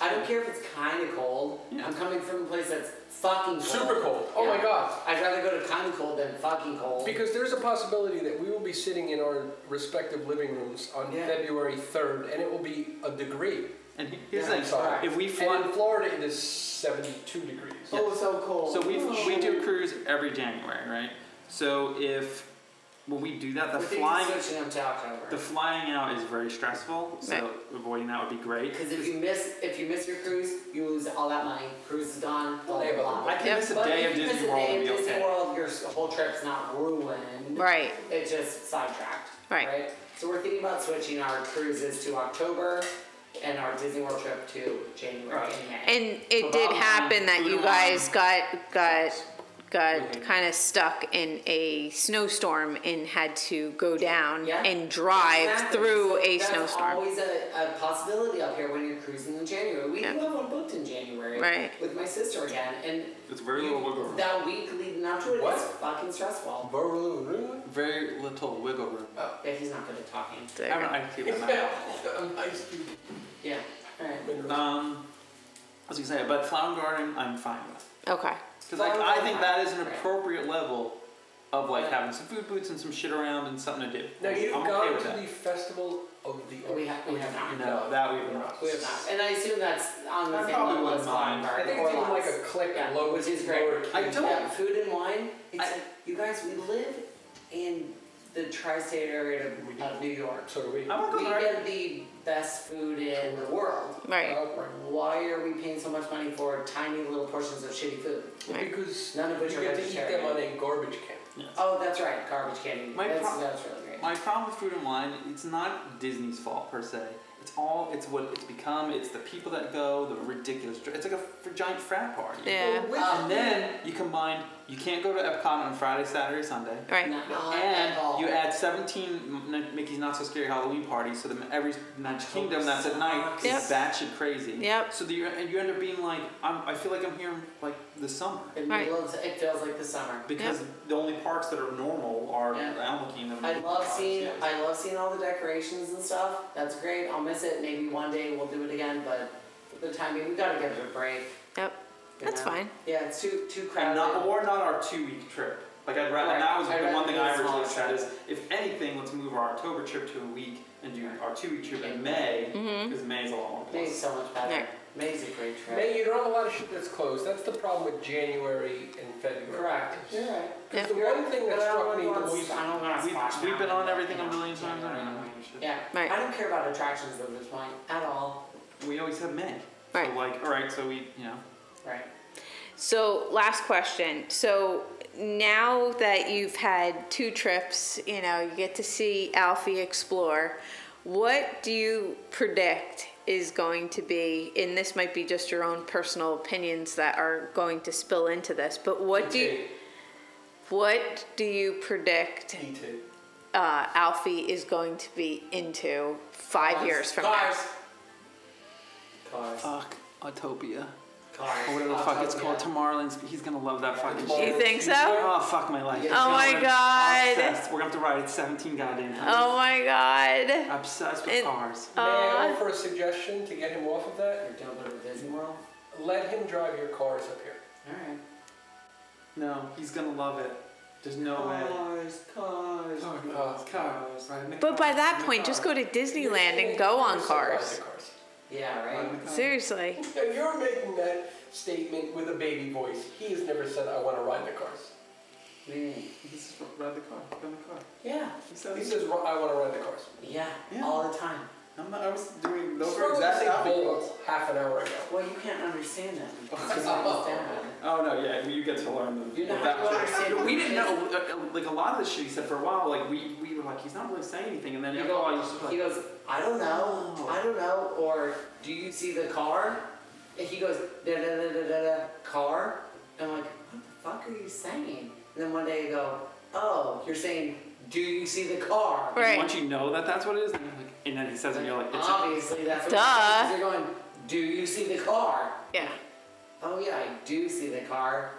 Speaker 1: I don't care if it's kind of cold.
Speaker 2: Yeah.
Speaker 1: I'm coming from a place that's fucking cold.
Speaker 4: Super cold. Oh my
Speaker 1: Yeah.
Speaker 4: god.
Speaker 1: I'd rather go to kind of cold than fucking cold.
Speaker 4: Because there's a possibility that we will be sitting in our respective living rooms on
Speaker 1: Yeah.
Speaker 4: February 3rd and it will be a degree.
Speaker 2: And he- here's
Speaker 1: Yeah,
Speaker 2: the thing:
Speaker 4: sorry.
Speaker 2: if we
Speaker 4: And in
Speaker 2: fly,
Speaker 4: Florida it is 72 degrees.
Speaker 1: oh, so cold. Oh.
Speaker 2: so we we do a cruise every January, right? So if when we do that, the
Speaker 1: We're thinking
Speaker 2: flying
Speaker 1: switching up to
Speaker 2: the
Speaker 1: October.
Speaker 2: flying out is very stressful. So
Speaker 3: Right.
Speaker 2: avoiding that would be great.
Speaker 1: Because if you miss if you miss your cruise, you lose all that money. Cruise is gone. Blah,
Speaker 4: They have
Speaker 1: blah,
Speaker 4: a-
Speaker 1: blah.
Speaker 2: I can miss a
Speaker 1: But
Speaker 2: day
Speaker 1: if
Speaker 2: of
Speaker 1: you miss
Speaker 2: Disney
Speaker 1: a
Speaker 2: World
Speaker 1: day
Speaker 2: and
Speaker 1: of
Speaker 2: be
Speaker 1: Disney
Speaker 2: okay.
Speaker 1: World, your s- whole trip's not ruined.
Speaker 3: Right.
Speaker 1: It just sidetracked.
Speaker 3: Right.
Speaker 1: So we're thinking about switching our cruises to October and our Disney World trip to January and May.
Speaker 3: And it
Speaker 2: So
Speaker 3: did
Speaker 2: bottom
Speaker 3: happen
Speaker 2: line,
Speaker 3: that
Speaker 2: food
Speaker 3: you
Speaker 2: and
Speaker 3: guys
Speaker 2: wine.
Speaker 3: got got got kind of stuck in a snowstorm and had to go down
Speaker 1: Yeah.
Speaker 3: and drive
Speaker 1: Exactly.
Speaker 3: through
Speaker 1: So
Speaker 3: a
Speaker 1: that's
Speaker 3: snowstorm.
Speaker 1: always a, a possibility up here when you're cruising in January. We
Speaker 3: Yeah.
Speaker 1: do have one booked in January
Speaker 3: Right.
Speaker 1: with my sister again, and
Speaker 2: It's very little wiggle room.
Speaker 1: that week leading up to it is
Speaker 4: What?
Speaker 1: fucking stressful.
Speaker 4: Barulho.
Speaker 2: Very little wiggle room.
Speaker 1: Yeah, he's not good at talking.
Speaker 3: There you
Speaker 2: I
Speaker 3: go.
Speaker 2: don't know, I keep it in my mouth.
Speaker 4: Um, ice cube
Speaker 1: Yeah. All right.
Speaker 4: minerals.
Speaker 2: Um, I was gonna say, but Flower and Garden, I'm fine with.
Speaker 3: Okay.
Speaker 2: Because like, I think that is an
Speaker 1: Right.
Speaker 2: appropriate level of like
Speaker 1: Yeah.
Speaker 2: having some food boots and some shit around and something to do.
Speaker 4: Now you've
Speaker 2: I'm
Speaker 4: gone
Speaker 2: okay with
Speaker 4: to
Speaker 2: that.
Speaker 4: the festival of the
Speaker 1: We have, we have not.
Speaker 2: No, that we would
Speaker 1: We have not. And I assume that's on the
Speaker 2: I
Speaker 1: same
Speaker 2: probably
Speaker 1: level
Speaker 2: wouldn't
Speaker 1: as Lion
Speaker 2: mind.
Speaker 1: Guard
Speaker 4: I think
Speaker 1: or
Speaker 4: it's even
Speaker 1: Lost.
Speaker 4: like a click
Speaker 1: Yeah,
Speaker 4: low,
Speaker 1: which is great.
Speaker 4: lower key.
Speaker 2: I don't-
Speaker 1: Yeah, food and wine. It's
Speaker 2: I-
Speaker 1: like, you guys, we live in the tri-state area of, of New York.
Speaker 4: So do we.
Speaker 2: I'm
Speaker 1: We
Speaker 2: okay with that.
Speaker 1: get the best food in the world.
Speaker 3: Right.
Speaker 4: Uh,
Speaker 1: Why are we paying so much money for tiny little portions of shitty food?
Speaker 4: Well, because
Speaker 1: None of which
Speaker 4: you
Speaker 1: are
Speaker 4: get to eat
Speaker 1: vegetarian.
Speaker 4: them on a garbage can.
Speaker 1: Oh, that's right, garbage candy.
Speaker 2: My
Speaker 1: that's,
Speaker 2: pro-
Speaker 1: that's really great.
Speaker 2: My problem with food and wine, it's not Disney's fault per se. It's it's all it's what it's become. It's the people that go, the ridiculous. dr- It's like a f- giant frat party.
Speaker 3: Yeah.
Speaker 1: Um,
Speaker 2: And then you combine. You can't go to Epcot on Friday, Saturday, Sunday.
Speaker 3: Right.
Speaker 1: Not at all.
Speaker 2: And you add 17 M- N- Mickey's Not So Scary Halloween parties, so the, every Magic
Speaker 1: Oh,
Speaker 2: Kingdom that's at night is
Speaker 3: Yep.
Speaker 2: batshit crazy.
Speaker 3: Yep.
Speaker 2: So that you, and you end up being like, I'm, I feel like I'm here like this summer.
Speaker 1: It,
Speaker 3: Right.
Speaker 1: feels- it feels like the summer.
Speaker 2: Because the only parks that are normal are
Speaker 1: Yeah.
Speaker 2: the Animal Kingdom.
Speaker 1: I love
Speaker 2: parks,
Speaker 1: seeing
Speaker 2: yeah.
Speaker 1: I love seeing all the decorations and stuff. That's great. I'll miss it. Maybe one day we'll do it again, but for the time being, we gotta give it a break.
Speaker 3: Yep.
Speaker 1: you
Speaker 3: That's
Speaker 1: know?
Speaker 3: fine.
Speaker 1: Yeah, it's too too
Speaker 2: And
Speaker 1: crowded.
Speaker 2: not, or not our two week trip. Like I'd rather. And that was
Speaker 1: Right. I'd
Speaker 2: the one
Speaker 1: rather
Speaker 2: thing
Speaker 1: do a
Speaker 2: I
Speaker 1: smaller
Speaker 2: originally said
Speaker 1: trip.
Speaker 2: is, if anything, let's move our October trip to a week and do our two week trip in May because May is a long one.
Speaker 1: Mm-hmm. May's so much better.
Speaker 3: Right.
Speaker 1: May's a great trip.
Speaker 4: May, you don't have a lot of shit that's closed. That's the problem with January and February.
Speaker 1: Correct. You're right.
Speaker 4: 'Cause the
Speaker 1: You're
Speaker 4: one
Speaker 1: right,
Speaker 4: thing that
Speaker 1: but I don't
Speaker 4: struck me
Speaker 1: wanna
Speaker 4: the
Speaker 1: s-
Speaker 4: least.
Speaker 1: I don't want to
Speaker 2: We've, we've been on everything a million times. I don't know.
Speaker 1: Yeah.
Speaker 3: Right.
Speaker 1: I don't care about attractions at this point at all.
Speaker 2: We always have May.
Speaker 3: Right.
Speaker 2: So like, all right, so we, you know,
Speaker 1: Right.
Speaker 3: So, last question. So, now that you've had two trips, you know, you get to see Alfie explore, what do you predict is going to be, and this might be just your own personal opinions that are going to spill into this, but what do you, what do you predict uh, Alfie is going to be into five years from
Speaker 1: Cars.
Speaker 4: Cars.
Speaker 2: fuck Autopia.
Speaker 1: Cars.
Speaker 2: Uh, Or whatever the fuck it's
Speaker 1: Autopia.
Speaker 2: called, Tomorrowland's. He's gonna love that fucking
Speaker 3: now?
Speaker 2: shit.
Speaker 3: You think so?
Speaker 2: Oh fuck my life.
Speaker 3: Oh my
Speaker 2: I'm
Speaker 3: God.
Speaker 2: Obsessed. We're gonna have to ride it 17 goddamn times.
Speaker 3: Oh my god.
Speaker 2: Obsessed with
Speaker 3: Oh. It-
Speaker 2: cars.
Speaker 4: May I
Speaker 3: Uh,
Speaker 4: offer a suggestion to get him off of that?
Speaker 1: You're doing a little Disney World.
Speaker 4: Let him drive your cars up here.
Speaker 1: All right.
Speaker 2: No, he's gonna love it. There's no way.
Speaker 1: Cars, cars,
Speaker 4: cars,
Speaker 1: cars.
Speaker 3: But by that point, just go to Disneyland and go on cars.
Speaker 1: Yeah, right.
Speaker 3: Seriously.
Speaker 4: Now, you're making that statement with a baby voice. He has never said, I want to ride the cars.
Speaker 2: He's just ride the car. Go in the car.
Speaker 1: Yeah,
Speaker 2: He
Speaker 4: He
Speaker 2: says,
Speaker 4: says, "Ro- I want to ride the cars.
Speaker 1: yeah,
Speaker 2: Yeah.
Speaker 1: all the time.
Speaker 2: I'm not, I was doing
Speaker 4: This
Speaker 2: those
Speaker 4: was
Speaker 2: are exactly
Speaker 4: like
Speaker 2: how
Speaker 4: bull half an hour ago.
Speaker 1: Well, you can't understand that. because it's not his dad.
Speaker 2: Oh no, yeah, you get to learn them.
Speaker 1: You're not
Speaker 2: That-
Speaker 1: gonna understand.
Speaker 2: we didn't know, uh, uh, like a lot of the shit he said for a while. Like we, we were like, he's not really saying anything, and then
Speaker 1: You
Speaker 2: after a
Speaker 1: go,
Speaker 2: while, he's just
Speaker 1: he
Speaker 2: like,
Speaker 1: goes, I don't know,
Speaker 2: Oh.
Speaker 1: I don't know, or do you see the car? And he goes, da da da da da da, car. And I'm like, what the fuck are you saying? And then one day you go, oh, you're saying, do you see the car?
Speaker 3: Right.
Speaker 2: once you know that that's what it is, and, you're like, and then he says, it and you're like, it's
Speaker 1: Obviously, that's what
Speaker 3: Duh.
Speaker 1: you're saying, 'cause you're going, do you see the car?
Speaker 3: Yeah.
Speaker 1: Oh yeah, I do see the car.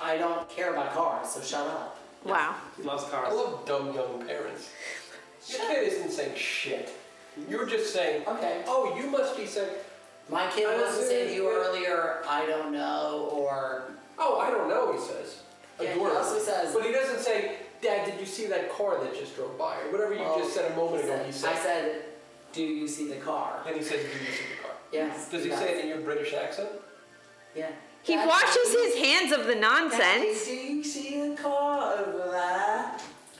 Speaker 1: I don't care about cars, so shut up.
Speaker 3: Wow.
Speaker 2: he loves
Speaker 4: I
Speaker 2: cars.
Speaker 4: love dumb young parents. Your kid isn't saying shit. You're just saying,
Speaker 1: Okay.
Speaker 4: oh, you must be saying,
Speaker 1: My kid
Speaker 4: I
Speaker 1: wasn't
Speaker 4: see
Speaker 1: saying to you
Speaker 4: it.
Speaker 1: earlier, I don't know, or
Speaker 4: oh, I don't know, he says.
Speaker 1: Yeah, he
Speaker 4: Adorable.
Speaker 1: also says-
Speaker 4: But he doesn't say, Dad, did you see that car that just drove by? Or whatever you
Speaker 1: Well,
Speaker 4: just said a moment ago, he
Speaker 1: I
Speaker 4: says.
Speaker 1: said, do you see the car?
Speaker 4: And he says, did you see the car?
Speaker 1: Yes.
Speaker 4: Does he
Speaker 1: yes.
Speaker 4: say it in your British accent?
Speaker 1: Yeah.
Speaker 3: He
Speaker 1: Daddy,
Speaker 3: washes his hands of the
Speaker 1: Daddy,
Speaker 3: nonsense.
Speaker 1: Do you see the car over there?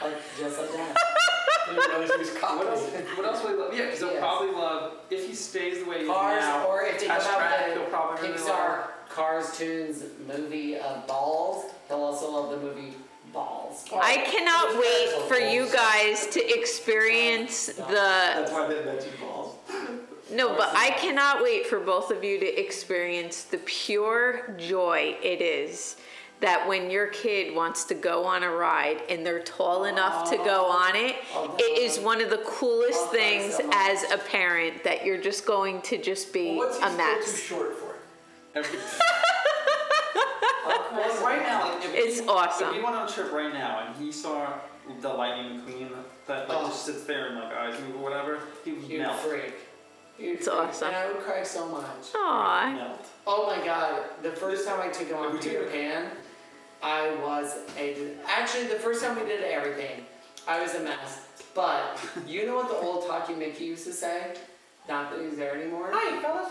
Speaker 1: Like just like that.
Speaker 4: I didn't realize he was
Speaker 2: What else?
Speaker 4: copying.
Speaker 2: What else would he love? Yeah, because he'll
Speaker 1: Yes.
Speaker 2: probably love if he stays the way he is
Speaker 1: Cars,
Speaker 2: now.
Speaker 1: or if they come
Speaker 2: Test track,
Speaker 1: out
Speaker 2: he'll
Speaker 1: the
Speaker 2: probably really
Speaker 1: Pixar
Speaker 2: love.
Speaker 1: Cars Tunes movie of Balls, he'll also love the movie Balls.
Speaker 3: I cannot wait for you guys to experience the
Speaker 2: That's why they let you balls.
Speaker 3: no, but I cannot wait for both of you to experience the pure joy it is that when your kid wants to go on a ride and they're tall enough to go on it, it is one of the coolest things as a parent that you're just going to just be
Speaker 4: What's he
Speaker 3: a
Speaker 4: still too
Speaker 3: mess.
Speaker 4: short for?
Speaker 2: Everything. Well, right now, like, if
Speaker 3: It's
Speaker 2: we,
Speaker 3: awesome.
Speaker 2: If we went on a trip right now and he saw the Lightning Queen that like
Speaker 1: Oh.
Speaker 2: just sits there and like eyes move or whatever, he would
Speaker 1: You
Speaker 2: melt.
Speaker 1: freak. You
Speaker 3: It's
Speaker 1: freak.
Speaker 3: awesome.
Speaker 1: And I would cry so much.
Speaker 3: Aww.
Speaker 2: Melt.
Speaker 1: Oh my god, the first time I took him off to Japan, I was a. Actually, the first time we did everything, I was a mess. But you know what the old talkie Mickey used to say? Not that he's there anymore.
Speaker 4: Hi, fellas.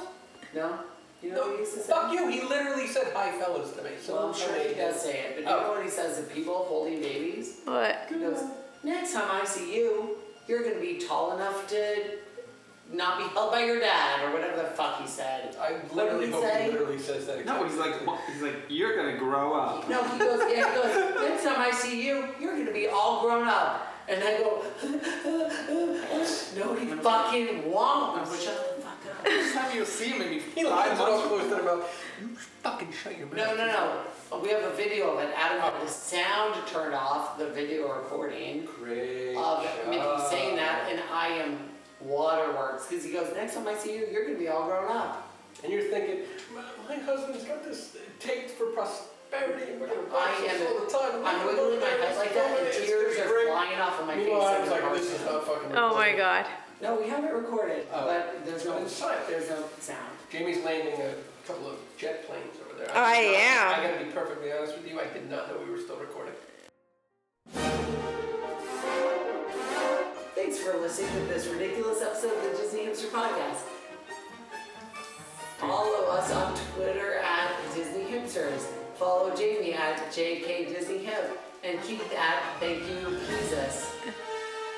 Speaker 1: No? You know what
Speaker 4: No,
Speaker 1: he used to say?
Speaker 4: fuck you. He literally said hi, fellas, to me. So
Speaker 1: Well, I'm
Speaker 4: I
Speaker 1: sure
Speaker 4: mean,
Speaker 1: he does say it, but you
Speaker 4: Oh.
Speaker 1: know what he says to people holding babies?
Speaker 3: What?
Speaker 1: He goes, Next time I see you, you're gonna be tall enough to not be held by your dad, or whatever the fuck he said.
Speaker 4: I literally
Speaker 1: he
Speaker 4: hope
Speaker 1: say?
Speaker 4: he literally says that.
Speaker 2: No,
Speaker 4: Exactly.
Speaker 2: he's like "Well," he's like you're gonna grow up.
Speaker 1: No, he goes, yeah, he goes, next time I see you, you're gonna be all grown up. And I go, no, he fucking won't. I'm like, shut the fuck up.
Speaker 2: Next time you see him, it'd be
Speaker 4: He lines it up with it about, you fucking shut your mouth.
Speaker 1: No, no, no. We have a video of it. Adam had the sound turned off, the video recording
Speaker 4: Great.
Speaker 1: of Mickey
Speaker 4: job.
Speaker 1: Oh, saying that, and I am waterworks because he goes, next time I see you, you're gonna be all grown up.
Speaker 4: And you're thinking, my, my husband's got this taped for prosperity and we're gonna
Speaker 1: I
Speaker 4: buy this
Speaker 1: am-
Speaker 4: all the time. and
Speaker 1: I'm
Speaker 4: we're
Speaker 1: wiggling my
Speaker 4: gonna
Speaker 1: head
Speaker 4: do
Speaker 1: like
Speaker 4: this,
Speaker 1: that, and
Speaker 4: it's gonna
Speaker 1: tears
Speaker 4: be
Speaker 1: are
Speaker 4: great.
Speaker 1: flying off of my face.
Speaker 4: Meanwhile, I was
Speaker 1: and
Speaker 4: like,
Speaker 1: heart.
Speaker 4: this is not fucking
Speaker 3: Oh my
Speaker 4: recorded.
Speaker 3: god.
Speaker 1: No, we haven't recorded,
Speaker 4: Oh.
Speaker 1: but there's no
Speaker 4: It's silent.
Speaker 1: there's no sound.
Speaker 4: Jamie's landing a couple of jet planes over there.
Speaker 3: I
Speaker 4: did not-
Speaker 3: am.
Speaker 4: I gotta be perfectly honest with you, I did not know we were still recording.
Speaker 1: Thanks for listening to this ridiculous episode of the Disney Hipster Podcast. Follow us on Twitter at Disney Hipsters. Follow Jamie at JK Disney Hip and Keith at Thank You Jesus.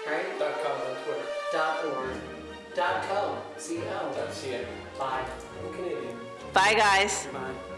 Speaker 1: Right?
Speaker 4: Dot com on Twitter.
Speaker 1: Dot org. Dot co. C O.
Speaker 4: Dot CA.
Speaker 1: Bye.
Speaker 4: I'm Canadian.
Speaker 3: Bye, guys.
Speaker 2: Bye.